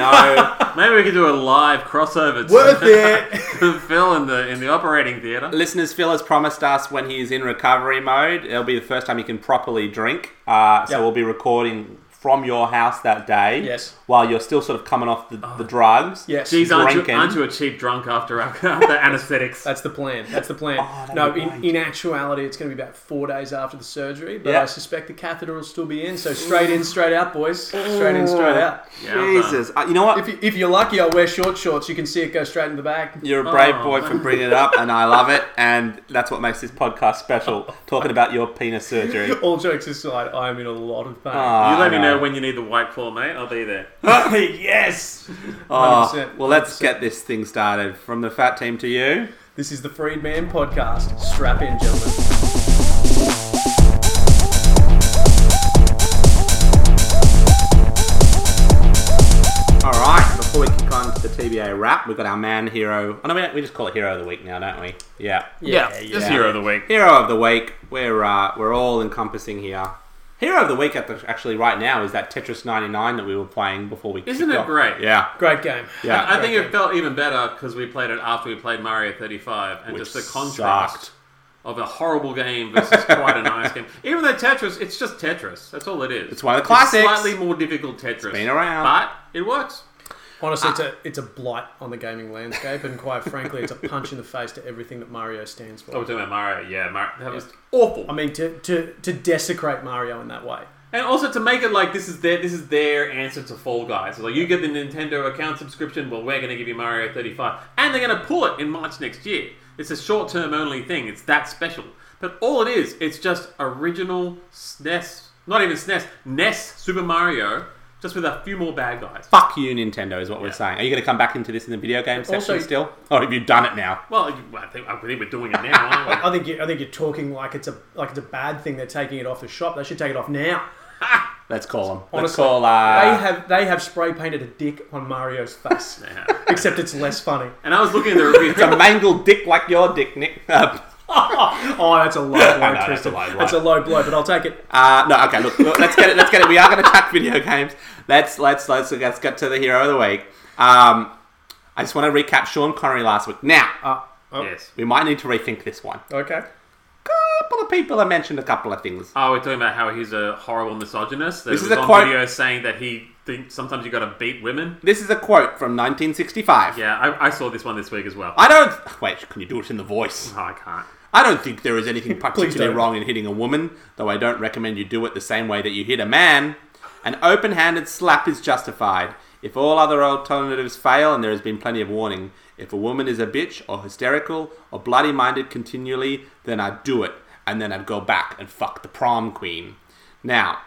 Speaker 1: <laughs> know.
Speaker 3: Maybe we could do a live crossover. to-
Speaker 2: Worth <laughs> it.
Speaker 3: <laughs> Phil in the in the operating theatre.
Speaker 1: Listeners, Phil has promised us when he is in recovery mode, it'll be the first time he can properly drink. Uh, so
Speaker 2: Yeah.
Speaker 1: we'll be recording from your house that day.
Speaker 2: Yes.
Speaker 1: While you're still sort of coming off the, the drugs.
Speaker 2: Yes.
Speaker 3: Jeez, aren't you,
Speaker 1: Drinking.
Speaker 3: aren't you a cheap drunk after, <laughs> after anaesthetics?
Speaker 2: That's the plan. That's
Speaker 1: <laughs>
Speaker 2: the plan.
Speaker 1: Oh, that'd
Speaker 2: no,
Speaker 1: be
Speaker 2: in,
Speaker 1: great.
Speaker 2: in actuality, it's going to be about four days after the surgery, but
Speaker 1: Yeah.
Speaker 2: I suspect the catheter will still be in. So straight in, straight out, boys. Straight in, straight out.
Speaker 3: Yeah, I'm
Speaker 1: Jesus. Uh, you know what?
Speaker 2: If, you, if you're lucky, I'll wear short shorts. You can see it go straight in the back.
Speaker 1: You're a brave
Speaker 3: Oh.
Speaker 1: boy for bringing it up, and I love
Speaker 2: <laughs>
Speaker 1: it. And that's what makes this podcast special. Talking about your penis surgery.
Speaker 2: <laughs> All jokes aside, I'm in a lot of pain.
Speaker 1: Ah,
Speaker 3: You let me
Speaker 1: I
Speaker 3: know when you need the white claw, mate. I'll be there.
Speaker 1: yes. Oh,
Speaker 2: 100%,
Speaker 1: well, let's get this thing started. From the fat team to you.
Speaker 2: This is the Freedman Podcast. Strap in, gentlemen.
Speaker 1: All right, before we kick on to the TBA wrap, we've got our man hero. Oh, no, we, we just call it hero of the week now, don't we? Yeah.
Speaker 3: Just hero of the week.
Speaker 1: Hero of the week. We're uh, we're all encompassing here. Hero of the week at the, actually right now is that Tetris 99 that we were playing before we.
Speaker 3: Isn't
Speaker 1: kicked
Speaker 3: it
Speaker 1: off.
Speaker 3: great?
Speaker 1: Yeah.
Speaker 2: Great game.
Speaker 1: Yeah.
Speaker 3: I think it felt even better because we played it after we played Mario 35, and
Speaker 1: Which
Speaker 3: just the contrast
Speaker 1: sucked.
Speaker 3: of a horrible game versus quite a nice <laughs> game. Even though Tetris, it's just Tetris. That's all it is.
Speaker 1: It's one of the classics.
Speaker 3: slightly more difficult Tetris.
Speaker 1: been around.
Speaker 3: but it works.
Speaker 2: Honestly,
Speaker 1: Ah.
Speaker 2: it's a, it's a blight on the gaming landscape, and quite frankly, it's a punch in the face to everything that Mario stands
Speaker 3: Oh, we're
Speaker 2: for.
Speaker 3: talking about Mario. Yeah, Mario. That was awful.
Speaker 2: I mean, to, to, to desecrate Mario in that way.
Speaker 3: And also to make it like this is their this is their answer to Fall Guys. Like you get the Nintendo account subscription, well we're going to give you Mario 35, and they're going to pull it in March next year. It's a short term only thing. It's that special. But all it E is, it's just original SNES, not even SNES, NES E Super Mario just with a few more bad guys.
Speaker 1: Fuck you, Nintendo, is what we're saying. Are you going to come back into this in the video game section
Speaker 2: also-
Speaker 1: still? Or have you done it now?
Speaker 3: Well, you- I think, I think we're doing it now, aren't we?
Speaker 2: I think you, I think you're talking like it's a like it's a bad thing. They're taking it off the shop. They should take it off now.
Speaker 1: Let's call them. Let's
Speaker 2: Honestly,
Speaker 1: call. Uh,
Speaker 2: they have they have spray painted a dick on Mario's face.
Speaker 1: <laughs>
Speaker 2: <laughs>
Speaker 3: Yeah.
Speaker 2: Except it's less funny. <laughs>
Speaker 3: And I was looking at the reviews.
Speaker 1: it's a mangled dick like your dick, Nick. <laughs> Uh,
Speaker 2: Oh, that's a low
Speaker 1: <laughs> I
Speaker 2: blow,
Speaker 1: know, that's a
Speaker 2: Tristan.
Speaker 1: low blow.
Speaker 2: That's a low blow, but I'll take it.
Speaker 1: Uh, no, okay. Look, look, let's get it. Let's get it. We are going to attack video games. Let's let's let's let's get to the hero of the week. Um, I just want to recap Sean Connery last week. Now
Speaker 2: Uh, oh,
Speaker 3: yes.
Speaker 1: we might need to rethink this one.
Speaker 2: Okay.
Speaker 1: A couple of people have mentioned a couple of things.
Speaker 3: Oh, we're talking about how he's a horrible misogynist. That
Speaker 1: This
Speaker 3: it
Speaker 1: is
Speaker 3: was
Speaker 1: a
Speaker 3: on
Speaker 1: quote-
Speaker 3: video saying that he thinks sometimes you got to beat women.
Speaker 1: This is a quote from 1965.
Speaker 3: Yeah, I, I saw this one this week as well.
Speaker 1: I don't. Wait, can you do it in the voice?
Speaker 3: oh, I can't.
Speaker 1: I don't think there is anything particularly
Speaker 2: don't.
Speaker 1: wrong in hitting a woman, though I don't recommend you do it the same way that you hit a man. An open handed slap is justified. If all other alternatives fail, and there has been plenty of warning, if a woman is a bitch or hysterical or bloody minded continually, then I'd do it, and then I'd go back and fuck the prom queen. Now,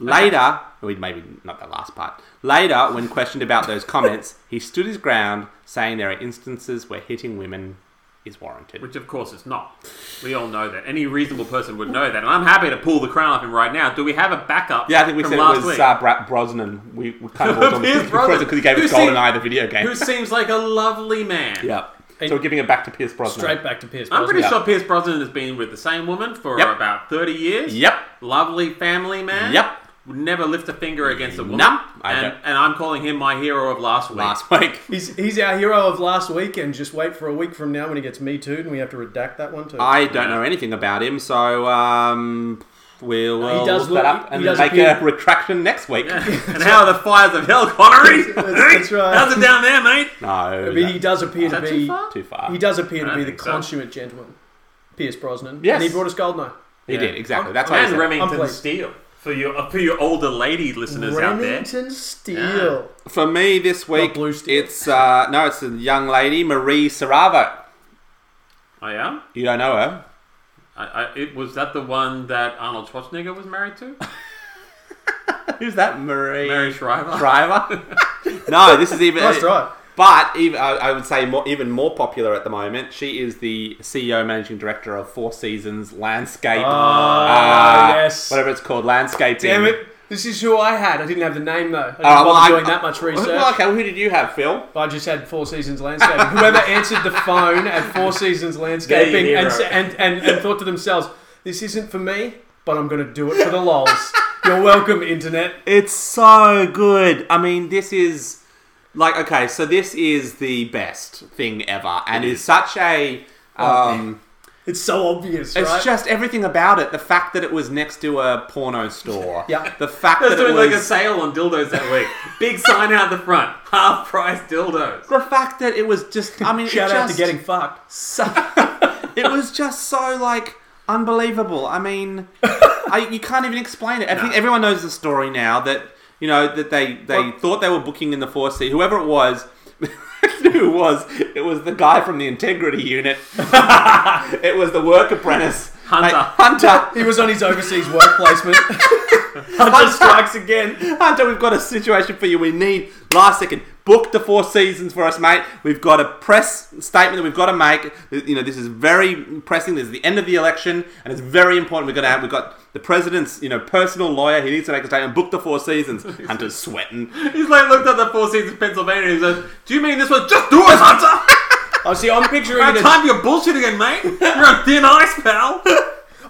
Speaker 1: later, we maybe not that last part. Later, when questioned about those comments, he stood his ground, saying there are instances where hitting women is warranted.
Speaker 3: Which, of course, it's not. We all know that. Any reasonable person would know that. And I'm happy to pull the crown off him right now. Do we have a backup?
Speaker 1: Yeah, I think we
Speaker 3: from
Speaker 1: said it
Speaker 3: last
Speaker 1: was
Speaker 3: week?
Speaker 1: uh, Bra- Brosnan. We, we
Speaker 2: <laughs>
Speaker 1: kind of worked on
Speaker 3: Pierce
Speaker 1: Pierce Brosnan because he gave
Speaker 3: Who
Speaker 1: us
Speaker 3: seemed-
Speaker 1: GoldenEye, the video game.
Speaker 3: Who seems like a lovely man.
Speaker 1: <laughs> Yeah. So
Speaker 2: And-
Speaker 1: we're giving it back to Pierce Brosnan.
Speaker 2: Straight back to Pierce.
Speaker 3: I'm pretty
Speaker 1: Yeah.
Speaker 3: sure Pierce Brosnan has been with the same woman for
Speaker 1: Yep.
Speaker 3: about 30 years.
Speaker 1: Yep.
Speaker 3: Lovely family man.
Speaker 1: Yep.
Speaker 3: Would never lift a finger against a woman.
Speaker 1: Nope. I
Speaker 3: and,
Speaker 1: don't.
Speaker 3: and I'm calling him my hero of last week.
Speaker 1: Last week.
Speaker 2: He's, he's our hero of last week, and just wait for a week from now when he gets Me Too, and we have to redact that one too.
Speaker 1: I don't know anything about him, so um, we'll uh,
Speaker 2: He does
Speaker 1: look that
Speaker 2: look-
Speaker 1: up
Speaker 2: he
Speaker 1: and
Speaker 2: does
Speaker 1: make
Speaker 2: appear-
Speaker 1: a retraction next week.
Speaker 3: <laughs> and how are the fires of hell, Connery?
Speaker 2: That's- that's right.
Speaker 3: How's it down there, mate?
Speaker 1: <laughs> No.
Speaker 2: I mean, he does appear to
Speaker 3: that
Speaker 2: be
Speaker 3: too far?
Speaker 1: Too far.
Speaker 2: he does appear to
Speaker 3: I
Speaker 2: be the
Speaker 3: think so.
Speaker 2: consummate gentleman, Pierce Brosnan.
Speaker 1: Yes.
Speaker 2: and he brought us Goldeneye.
Speaker 1: He
Speaker 3: Yeah.
Speaker 1: did, exactly.
Speaker 2: I'm-
Speaker 1: That's why I
Speaker 3: And
Speaker 1: said.
Speaker 2: I'm
Speaker 3: Remington
Speaker 2: pleased.
Speaker 3: Steele. For your, for your older lady listeners out there.
Speaker 2: Remington Steele.
Speaker 1: For me this week,
Speaker 2: Blue Steel.
Speaker 1: it's uh, no, it's a young lady, Marie Saravo.
Speaker 3: I am.
Speaker 1: You don't know her. <laughs>
Speaker 3: I, I, it, was that the one that Arnold Schwarzenegger was
Speaker 1: <laughs>
Speaker 3: married to?
Speaker 1: Who's that, Marie?
Speaker 3: Mary Shriver.
Speaker 1: Driver? <laughs> no, this is even.
Speaker 2: Nice try.
Speaker 1: But even, I I would say more, even more popular at the moment, she is the CEO, managing director of Four Seasons Landscape. Uh,
Speaker 2: Ah, Oh, yes.
Speaker 1: Whatever it's called, landscaping.
Speaker 2: Damn it! This is who I had. I didn't have the name though. I didn't
Speaker 1: Uh,
Speaker 2: bother
Speaker 1: well, I-
Speaker 2: doing that much research.
Speaker 1: <laughs> Well, okay, well, who did you have, Phil?
Speaker 2: I just had Four Seasons Landscaping. Whoever answered the phone at Four Seasons Landscaping
Speaker 3: They're your
Speaker 2: and,
Speaker 3: hero.
Speaker 2: and, and, and thought to themselves, this isn't for me, but I'm going to do it for the lols. You're welcome, internet.
Speaker 1: It's so good. I mean, this is like okay, so this is the best thing ever, and is such a. Um,
Speaker 2: It's so obvious,
Speaker 1: it's
Speaker 2: Oh, right?
Speaker 1: just everything about it. The fact that it was next to a porno store.
Speaker 2: Yeah.
Speaker 1: The fact
Speaker 3: <laughs> I was
Speaker 1: that it
Speaker 3: doing
Speaker 1: was
Speaker 3: like a sale on dildos that week. Big sign out the front, half price dildos.
Speaker 1: the fact that it was just. I mean, it
Speaker 2: Shout out
Speaker 1: just-
Speaker 2: to getting fucked.
Speaker 1: so <laughs> it was just so like unbelievable. I mean, I, you can't even explain it. I think everyone knows the story now that you know that they they
Speaker 2: Well-
Speaker 1: thought they were booking in the four seat. Whoever it was. <laughs> Who it was it? Was the guy from the integrity unit? <laughs> it was the work apprentice
Speaker 3: Hunter.
Speaker 1: Hunter.
Speaker 2: <laughs> He was on his overseas
Speaker 1: <laughs>
Speaker 2: work placement. <laughs> Hunter strikes again.
Speaker 1: Hunter, we've got a situation for you. We need last second. Book the four seasons for us, mate. We've got a press statement that we've got to make. You know, this is very pressing. This is the end of the election, and it's very important. We're gonna have. We've got the president's, you know, personal lawyer. He needs to make a statement. Book the four seasons. Hunter's sweating.
Speaker 3: He's like looked at the Four Seasons Pennsylvania and he says, Do you mean this one? Just do
Speaker 1: <laughs>
Speaker 3: it, Hunter!
Speaker 2: I Oh, see. I'm picturing
Speaker 3: About
Speaker 2: it. As, I,
Speaker 3: time for your bullshit again, mate! You're on thin ice,
Speaker 1: <laughs>
Speaker 3: pal!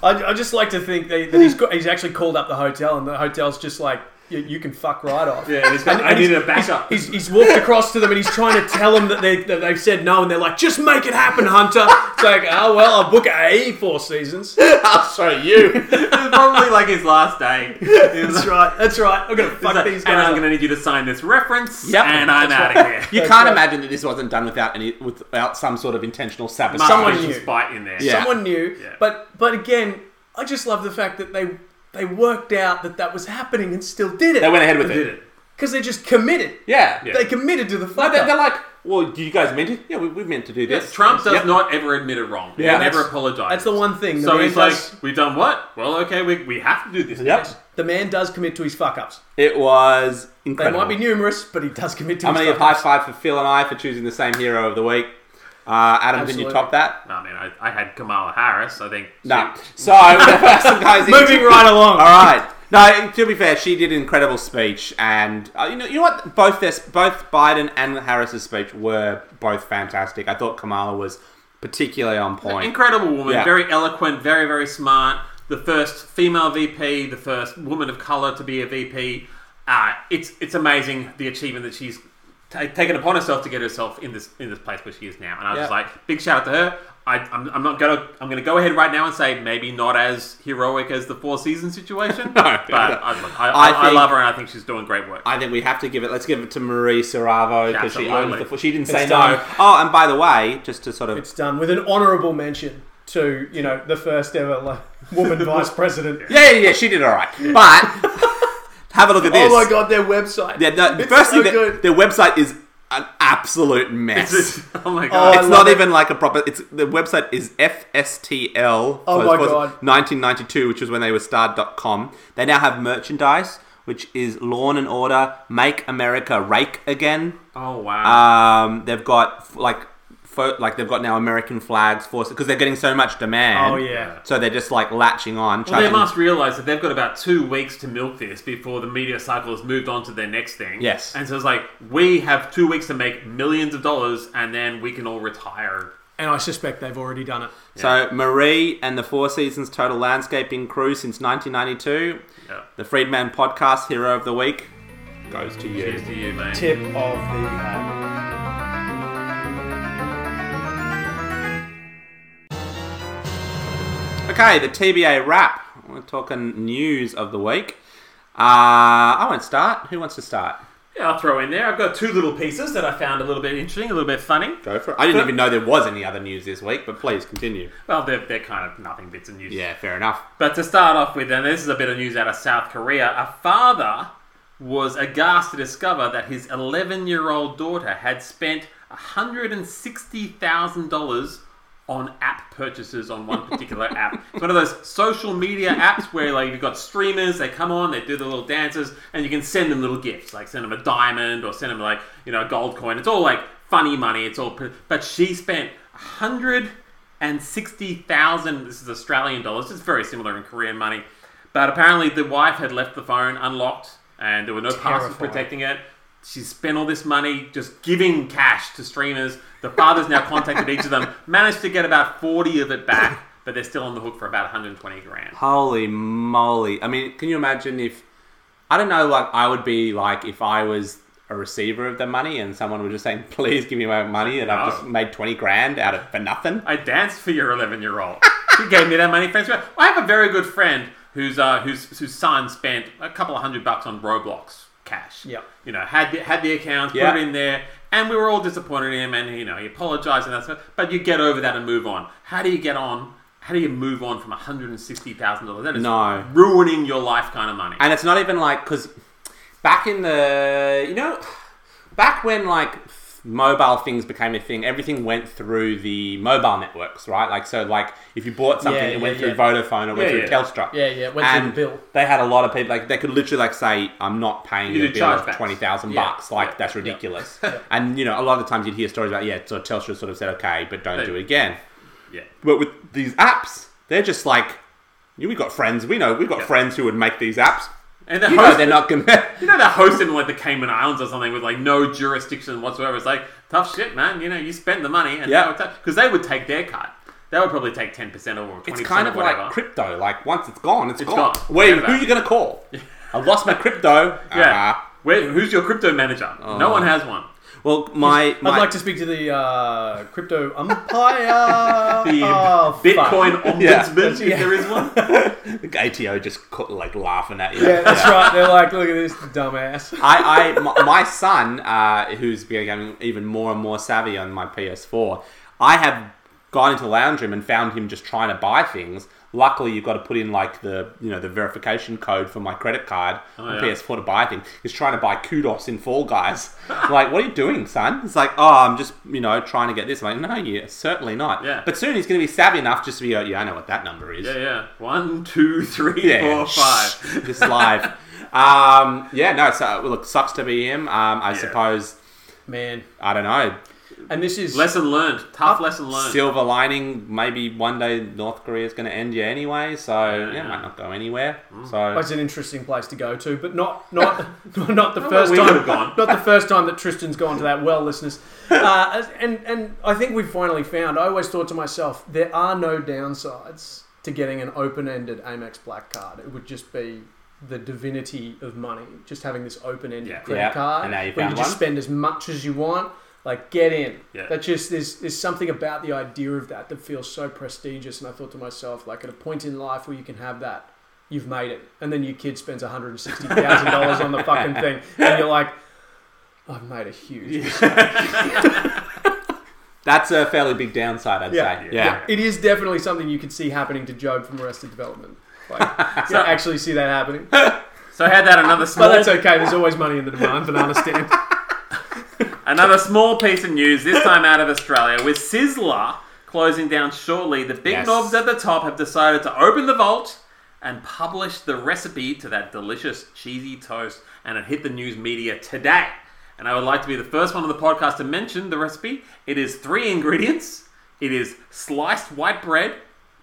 Speaker 2: I just like to think that, that he's, got, he's actually called up the hotel, and the hotel's just like, you, you can fuck right off.
Speaker 3: Yeah, he's got,
Speaker 2: And-
Speaker 3: I
Speaker 2: and he's-
Speaker 3: needed a backup.
Speaker 2: He's, he's walked across to them and he's trying to tell them that, they, that they've said no, and they're like, just make it happen, Hunter. It's like, oh, well, I'll book a four seasons.
Speaker 1: I'll show you.
Speaker 3: It was probably like his last day.
Speaker 1: <laughs>
Speaker 3: He was
Speaker 2: That's
Speaker 3: like,
Speaker 2: right, that's right. I'm going to fuck these
Speaker 3: and I'm
Speaker 2: guys.
Speaker 3: going to need you to sign this reference,
Speaker 1: Yep.
Speaker 3: and I'm out of here.
Speaker 1: <laughs>
Speaker 3: <laughs>
Speaker 1: You
Speaker 2: That's
Speaker 1: can't
Speaker 2: right.
Speaker 1: imagine that this wasn't done without any without some sort of intentional sabotage.
Speaker 2: Someone
Speaker 3: Martian
Speaker 2: knew.
Speaker 3: spite in there.
Speaker 1: Yeah.
Speaker 2: Someone knew,
Speaker 3: Yeah.
Speaker 2: but but again, I just love the fact that they they worked out that that was happening and still did it.
Speaker 1: They went ahead with
Speaker 3: Did
Speaker 1: it.
Speaker 3: it.
Speaker 2: because they're just committed.
Speaker 1: Yeah.
Speaker 3: Yeah.
Speaker 2: They committed to the
Speaker 1: No,
Speaker 2: fuck
Speaker 1: they're,
Speaker 2: up.
Speaker 1: they're like, well, do you guys meant it? Yeah, we, we meant to do this.
Speaker 3: Trump does
Speaker 1: Yep.
Speaker 3: not ever admit a wrong.
Speaker 1: Yeah,
Speaker 3: he never
Speaker 1: that's-
Speaker 3: apologizes.
Speaker 2: That's the one thing. The
Speaker 3: So
Speaker 2: man
Speaker 3: he's like,
Speaker 2: does,
Speaker 3: we've done what? Well, okay, we, we have to do this.
Speaker 1: Yep.
Speaker 3: next."
Speaker 2: the man does commit to his fuck ups.
Speaker 1: It was
Speaker 2: They
Speaker 1: incredible.
Speaker 2: might be numerous, but he does commit to
Speaker 1: I'm
Speaker 2: his
Speaker 1: going to give
Speaker 2: fuck
Speaker 1: high
Speaker 2: ups.
Speaker 1: five for Phil and I for choosing the same hero of the week. Uh, Adam, can you
Speaker 2: Absolutely.
Speaker 1: top that?
Speaker 3: No, I mean, I, I had Kamala Harris. I think.
Speaker 1: No.
Speaker 3: she-
Speaker 1: So, <laughs> the person goes
Speaker 2: <laughs> Moving
Speaker 1: into-
Speaker 2: right
Speaker 1: All
Speaker 2: along.
Speaker 1: right. No, to be fair, she did an incredible speech, and uh, you know, you know what? Both their, both Biden and Harris's speech were both fantastic. I thought Kamala was particularly on point.
Speaker 3: Incredible woman,
Speaker 1: Yeah.
Speaker 3: very eloquent, very very smart. The first female VP, the first woman of color to be a VP. Uh, it's it's amazing the achievement that she's ta taken upon herself to get herself in this in this place where she is now. And I was just
Speaker 2: Yeah.
Speaker 3: like, big shout out to her. I, I'm, I'm not gonna I'm gonna go ahead right now and say maybe not as heroic as the four seasons situation. but I, look, I,
Speaker 1: I
Speaker 3: I, I
Speaker 1: think-
Speaker 3: love her and I think she's doing great work.
Speaker 1: I think we have to give it. Let's give it to Marie Saravo because she owns
Speaker 3: Absolutely.
Speaker 1: the. She didn't
Speaker 2: It's
Speaker 1: say no.
Speaker 2: done.
Speaker 1: Oh, and by the way, just to sort of
Speaker 2: It's done with an honourable mention to you know the first ever like, woman vice president.
Speaker 1: Yeah, yeah, yeah, she did all right. But <laughs> have a look at
Speaker 2: Oh
Speaker 1: this.
Speaker 2: my god, their website.
Speaker 1: Yeah, no,
Speaker 2: It's
Speaker 1: firstly,
Speaker 2: so
Speaker 1: the-
Speaker 2: good.
Speaker 1: their website is an absolute mess. It's,
Speaker 3: <laughs> oh my god!
Speaker 2: I love
Speaker 1: not
Speaker 2: it.
Speaker 1: even like a proper. It's the website is FSTL.
Speaker 2: Oh
Speaker 1: close
Speaker 2: my
Speaker 1: quotes,
Speaker 2: God.
Speaker 1: 1992, which was when they were starred.com. They now have merchandise, which is Lawn and Order, Make America Rake Again.
Speaker 3: oh wow!
Speaker 1: Um, they've got f- like. Fo- like they've got now American flags for because they're getting so much demand.
Speaker 2: Oh, yeah.
Speaker 1: So they're just like latching on.
Speaker 3: Well, they
Speaker 1: charging-
Speaker 3: must realise that they've got about two weeks to milk this before the media cycle has moved on to their next thing.
Speaker 1: Yes.
Speaker 3: And so it's like, we have two weeks to make millions of dollars and then we can all retire.
Speaker 2: And I suspect they've already done it.
Speaker 1: So Marie and the Four Seasons Total Landscaping Crew since 1992.
Speaker 3: Yeah.
Speaker 1: The Freedman Podcast Hero of the Week goes to you.
Speaker 3: Cheers to you, mate.
Speaker 2: Tip of the uh, hat.
Speaker 1: Okay, the TBA wrap. We're talking news of the week. Uh, I won't start. Who wants to start?
Speaker 3: Yeah, I'll throw in there. I've got two little pieces that I found a little bit interesting, a little bit funny.
Speaker 1: Go for it. I didn't even know there was any other news this week, but please continue.
Speaker 3: Well, they're, they're kind of nothing bits of news.
Speaker 1: Yeah, fair enough.
Speaker 3: But to start off with, and this is a bit of news out of South Korea, a father was aghast to discover that his 11 year old daughter had spent $160,000 on app purchases on one particular app. It's one of those social media apps where like you've got streamers, they come on, they do the little dances, and you can send them little gifts, like send them a diamond or send them like, you know, a gold coin. It's all like funny money, it's all pretty, but she spent 100 and sixty thousand. This is Australian dollars. It's very similar in Korean money, but apparently the wife had left the phone unlocked, and there were no passwords
Speaker 2: Terrifying.
Speaker 3: protecting it. She spent all this money just giving cash to streamers. The father's now contacted each of them, managed to get about forty of it back, but they're still on the hook for about one hundred and twenty grand.
Speaker 1: Holy moly. I mean, can you imagine if. I don't know, like, I would be like, if I was a receiver of the money and someone was just saying, please give me my money, and I've
Speaker 3: No.
Speaker 1: just made 20 grand out of for nothing.
Speaker 3: I danced for your 11 year old. She gave me that money. Thanks for I have a very good friend whose uh, whose whose son spent a couple of hundred bucks on Roblox cash.
Speaker 2: Yeah.
Speaker 3: you know, had the, had the accounts,
Speaker 1: Yeah.
Speaker 3: put it in there, and we were all disappointed in him, and you know, he apologized and that stuff. But you get over that and move on. How do you get on? How do you move on from one hundred and sixty thousand dollars? That is
Speaker 1: No.
Speaker 3: ruining your life kind of money.
Speaker 1: And it's not even like because back in the you know back when like f- mobile things became a thing, everything went through the mobile networks, right? Like so, like if you bought something,
Speaker 2: Yeah,
Speaker 1: it went
Speaker 2: yeah,
Speaker 1: through Vodafone, it went
Speaker 3: Yeah,
Speaker 1: through
Speaker 3: yeah.
Speaker 1: Telstra.
Speaker 2: Yeah, yeah, it went through the bill.
Speaker 1: They had a lot of people like they could literally like say, "I'm not paying
Speaker 3: You
Speaker 1: you a
Speaker 3: do
Speaker 1: bill of
Speaker 3: chargebacks.
Speaker 1: twenty thousand
Speaker 3: Yeah,
Speaker 1: bucks." Like
Speaker 3: yeah,
Speaker 1: that's ridiculous. and you know, a lot of the times you'd hear stories about, "Yeah, so Telstra sort of said, okay, but don't
Speaker 3: They-
Speaker 1: do it again."
Speaker 3: yeah.
Speaker 1: But with these apps, they're just like, "We got friends. We know we've got
Speaker 3: Yeah.
Speaker 1: friends who would make these apps."
Speaker 3: And the
Speaker 1: You know
Speaker 3: host,
Speaker 1: they're not gonna. <laughs>
Speaker 3: you know, they're hosting like the Cayman Islands or something with like no jurisdiction whatsoever. It's like tough shit, man. You know, you spend the money, and
Speaker 1: Yeah.
Speaker 3: because they would take their cut. They would probably take ten percent or twenty
Speaker 1: It's
Speaker 3: percent
Speaker 1: kind
Speaker 3: or
Speaker 1: of
Speaker 3: whatever.
Speaker 1: like crypto. Like once it's gone, it's gone.
Speaker 3: gone.
Speaker 1: Wait,
Speaker 3: Forget
Speaker 1: who are
Speaker 3: about
Speaker 1: you gonna call? I lost my crypto.
Speaker 3: yeah.
Speaker 1: Uh,
Speaker 3: Where, who's your crypto manager?
Speaker 1: Oh.
Speaker 3: No one has one.
Speaker 1: well, my, my
Speaker 2: I'd like to speak to the uh, crypto <laughs> umpire.
Speaker 3: The
Speaker 2: oh, fuck.
Speaker 1: <laughs>
Speaker 3: Bitcoin
Speaker 1: Yeah.
Speaker 3: ombudsman, if there is one.
Speaker 1: <laughs> the ATO just caught, like laughing at you.
Speaker 2: Yeah, that's right. They're like, look at this dumbass.
Speaker 1: I, I my, my son, uh, who's becoming even more and more savvy on my PS4, I have gone into the lounge room and found him just trying to buy things. Luckily, you've got to put in like the you know the verification code for my credit card on
Speaker 3: Oh, yeah.
Speaker 1: PS4 to buy things. He's trying to buy kudos in Fall Guys. <laughs> I'm like, what are you doing, son? It's like, oh, I'm just you know trying to get this. I'm like, no, you certainly not.
Speaker 3: Yeah.
Speaker 1: But soon he's going to be savvy enough just to be, oh, yeah, I know what that number is.
Speaker 3: Yeah, yeah. One, two, three,
Speaker 1: Yeah.
Speaker 3: four, five.
Speaker 1: <laughs> this is live. um, yeah, no. So well, look, sucks to be him. Um, I suppose
Speaker 2: man.
Speaker 1: I don't know.
Speaker 2: And this is
Speaker 3: Lesson learned. Tough lesson learned.
Speaker 1: Silver lining. Maybe one day North Korea's going to end you anyway, so yeah, it
Speaker 3: yeah. Mm.
Speaker 1: might not go anywhere.
Speaker 2: Well,
Speaker 1: So
Speaker 2: it's an interesting place to go to, but not not <laughs> not the
Speaker 3: where
Speaker 2: first
Speaker 3: we
Speaker 2: time.
Speaker 3: would've gone.
Speaker 2: Not the first time that Tristan's gone to that well, listeners. Uh, and and I think we've finally found. I always thought to myself, there are no downsides to getting an open-ended Amex Black Card. It would just be the divinity of money, just having this open-ended
Speaker 3: Yeah.
Speaker 2: credit
Speaker 1: Yeah.
Speaker 2: card
Speaker 1: And now you
Speaker 2: where you
Speaker 1: found
Speaker 2: just
Speaker 1: one.
Speaker 2: spend as much as you want. Like get in.
Speaker 3: Yeah.
Speaker 2: That just there's there's something about the idea of that that feels so prestigious. And I thought to myself, like at a point in life where you can have that, you've made it. And then your kid spends $160,000 on the fucking thing. And you're like, I've made a huge.
Speaker 1: that's a fairly big downside, I'd
Speaker 2: Yeah.
Speaker 1: say.
Speaker 3: Yeah.
Speaker 1: Yeah.
Speaker 2: It is definitely something you could see happening to Job from Arrested Development. Like, you don't actually see that happening. But
Speaker 3: So I had that another small
Speaker 2: that's okay. There's always money in the demand banana stand.
Speaker 3: another small piece of news. This time out of Australia, with Sizzler closing down shortly. The big
Speaker 1: Yes.
Speaker 3: knobs at the top have decided to open the vault and publish the recipe to that delicious cheesy toast, and it hit the news media today. And I would like to be the first one on the podcast to mention the recipe. It is three ingredients. It is sliced white bread,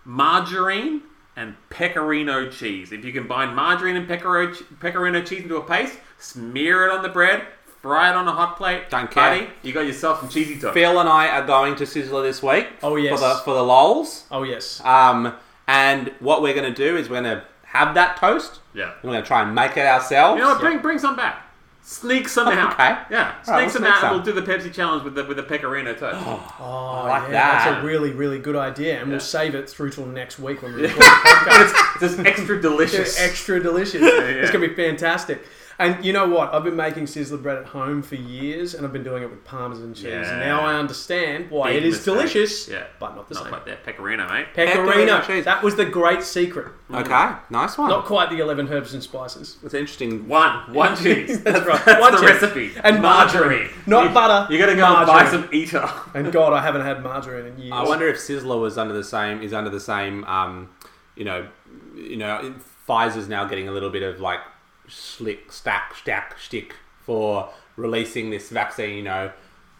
Speaker 3: margarine, and pecorino cheese. If you combine margarine and pecorino, pecorino cheese into a paste, smear it on the bread, fry it on a hot plate.
Speaker 1: Don't care.
Speaker 3: Buddy, you got yourself some cheesy toast.
Speaker 1: Phil and I are going to Sizzler this week.
Speaker 2: Oh, yes.
Speaker 1: For the for the lols.
Speaker 2: Oh, yes.
Speaker 1: Um, and what we're going to do is we're going to have that toast.
Speaker 3: Yeah.
Speaker 1: We're going to try and make it ourselves.
Speaker 3: You know what? Bring bring some back. Sneak some out.
Speaker 1: okay.
Speaker 3: Yeah. Sneak
Speaker 1: All right, we'll
Speaker 3: some
Speaker 1: sneak
Speaker 3: out.
Speaker 1: some.
Speaker 3: And we'll do the Pepsi challenge with the with the pecorino toast.
Speaker 2: Oh,
Speaker 1: like
Speaker 2: yeah,
Speaker 1: that.
Speaker 2: That's a really, really good idea. And we'll save it through till next week when we
Speaker 3: <laughs>
Speaker 2: record
Speaker 3: <laughs> it's just extra delicious.
Speaker 2: They're extra
Speaker 3: <laughs>
Speaker 2: delicious. It's gonna be fantastic. And you know what? I've been making sizzler bread at home for years, and I've been doing it with parmesan cheese.
Speaker 3: Yeah.
Speaker 2: And now I understand why
Speaker 3: Big
Speaker 2: it is
Speaker 3: mistake.
Speaker 2: delicious,
Speaker 3: Yeah.
Speaker 2: but not the
Speaker 3: Not
Speaker 2: same.
Speaker 3: quite that pecorino, mate.
Speaker 2: Pecorino.
Speaker 1: Pecorino cheese.
Speaker 2: That was the great secret.
Speaker 1: Okay. Nice one.
Speaker 2: Not quite the eleven herbs and spices.
Speaker 1: It's interesting.
Speaker 3: One. One cheese.
Speaker 2: That's right.
Speaker 3: That's
Speaker 2: One
Speaker 3: the
Speaker 2: cheese.
Speaker 3: recipe.
Speaker 2: And margarine. Not
Speaker 3: You-
Speaker 2: butter,
Speaker 3: You gotta go and buy
Speaker 2: margarine.
Speaker 3: some eater.
Speaker 2: And God, I haven't had margarine in years.
Speaker 1: I wonder if Sizzler was under the same is under the same um, you know you know Pfizer's now getting a little bit of like slick stack stack stick for releasing this vaccine you know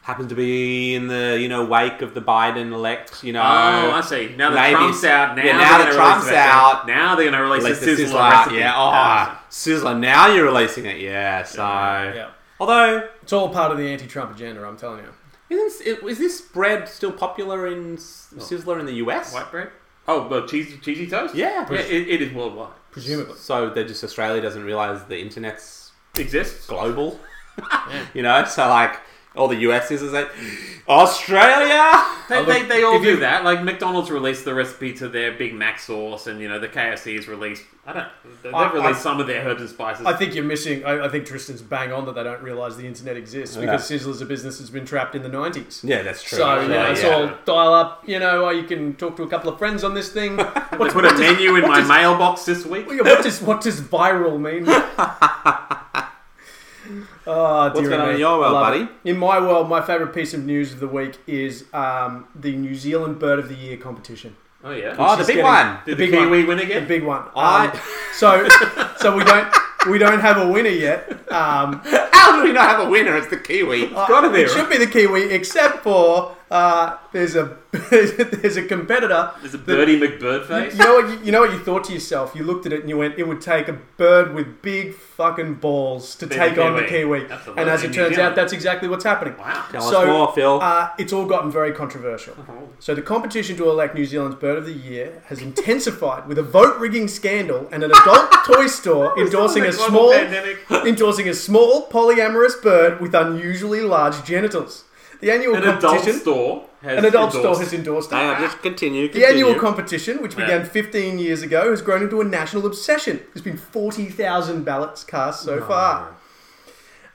Speaker 1: happens to be in the you know wake of the Biden elect you know
Speaker 3: Oh, <laughs> I see. Now that
Speaker 1: Maybe.
Speaker 3: Trump's out, now,
Speaker 1: Yeah, now
Speaker 3: they're
Speaker 1: that
Speaker 3: gonna
Speaker 1: Trump's
Speaker 3: release that.
Speaker 1: out,
Speaker 3: now they're gonna release,
Speaker 1: release
Speaker 3: the
Speaker 1: the
Speaker 3: sizzler,
Speaker 1: Sizzler
Speaker 3: recipe.
Speaker 1: yeah oh Sizzler now you're releasing it yeah so
Speaker 2: yeah.
Speaker 1: although
Speaker 2: It's all part of the anti-Trump agenda. I'm telling you.
Speaker 1: isn't is this bread still popular in S-
Speaker 3: Oh.
Speaker 1: Sizzler in the US
Speaker 3: White bread. Oh, well, cheesy cheesy toast.
Speaker 1: Yeah.
Speaker 3: yeah it, it is worldwide.
Speaker 2: Presumably.
Speaker 1: so they just Australia doesn't realize the internet's
Speaker 3: Exists.
Speaker 1: global. <laughs> you know, so like all the US is is like Australia.
Speaker 3: They,
Speaker 2: look,
Speaker 3: they, they all
Speaker 2: if
Speaker 3: do
Speaker 2: you-
Speaker 3: that. Like McDonald's released the recipe to their Big Mac sauce, and you know the KFC has released. I don't. They've
Speaker 2: I-
Speaker 3: released
Speaker 2: I-
Speaker 3: some of their herbs and spices.
Speaker 2: I think you're missing. I, I think Tristan's bang on that they don't realise the internet exists because Sizzler's a business that's been trapped in the 90s.
Speaker 1: Yeah, that's true.
Speaker 2: So you
Speaker 1: actually,
Speaker 2: know,
Speaker 3: Yeah,
Speaker 2: it's
Speaker 1: yeah.
Speaker 2: all dial up. You know, or you can talk to a couple of friends on this
Speaker 1: <laughs>
Speaker 2: thing.
Speaker 3: they
Speaker 2: What's,
Speaker 3: put a menu in my mailbox this week.
Speaker 2: what does what does viral
Speaker 1: <laughs>
Speaker 2: mean? Oh, What's
Speaker 1: going on in your world, buddy?
Speaker 2: In my world, my favourite piece of news of the week is um, the New Zealand Bird of the Year competition.
Speaker 3: Oh yeah.
Speaker 1: Oh, the
Speaker 2: She's
Speaker 1: big
Speaker 2: getting-
Speaker 1: one.
Speaker 3: Did
Speaker 2: the
Speaker 3: the,
Speaker 2: big
Speaker 3: Kiwi
Speaker 2: one.
Speaker 3: win
Speaker 2: the
Speaker 3: again?
Speaker 2: big one.
Speaker 1: I-
Speaker 2: Um, so <laughs> so we don't we don't have a winner yet. Um,
Speaker 1: <laughs> How do we not have a winner? It's the
Speaker 2: Uh,
Speaker 1: Kiwi. It's gotta be.
Speaker 2: It should be the kiwi, except for uh, there's a <laughs> there's a competitor.
Speaker 3: There's a Birdie McBird
Speaker 2: You
Speaker 3: face.
Speaker 2: know what? You, you know what you thought to yourself. You looked at it and you went, "It would take a bird with big fucking balls to
Speaker 3: Be the
Speaker 2: take on the
Speaker 3: kiwi.
Speaker 2: kiwi."
Speaker 3: Absolutely.
Speaker 2: And as
Speaker 3: In
Speaker 2: it
Speaker 3: New
Speaker 2: turns
Speaker 3: Zealand.
Speaker 2: out, that's exactly what's happening.
Speaker 3: Wow.
Speaker 1: Tell us more, Phil.
Speaker 2: Uh, it's all gotten very controversial.
Speaker 3: Uh-huh.
Speaker 2: So the competition to elect New Zealand's Bird of the Year has intensified with a vote rigging scandal and an
Speaker 3: <laughs>
Speaker 2: adult toy store endorsing a
Speaker 3: global
Speaker 2: small <laughs>
Speaker 3: pandemic.
Speaker 2: endorsing a small polyamorous bird with unusually large genitals. The annual
Speaker 3: An adult
Speaker 2: competition
Speaker 3: store has
Speaker 2: an adult
Speaker 3: endorsed-
Speaker 2: store has endorsed it.
Speaker 1: Hang on, just continue.
Speaker 2: The
Speaker 1: continue.
Speaker 2: annual competition, which began
Speaker 3: Yeah.
Speaker 2: 15 years ago, has grown into a national obsession. There's been 40,000 ballots cast so far.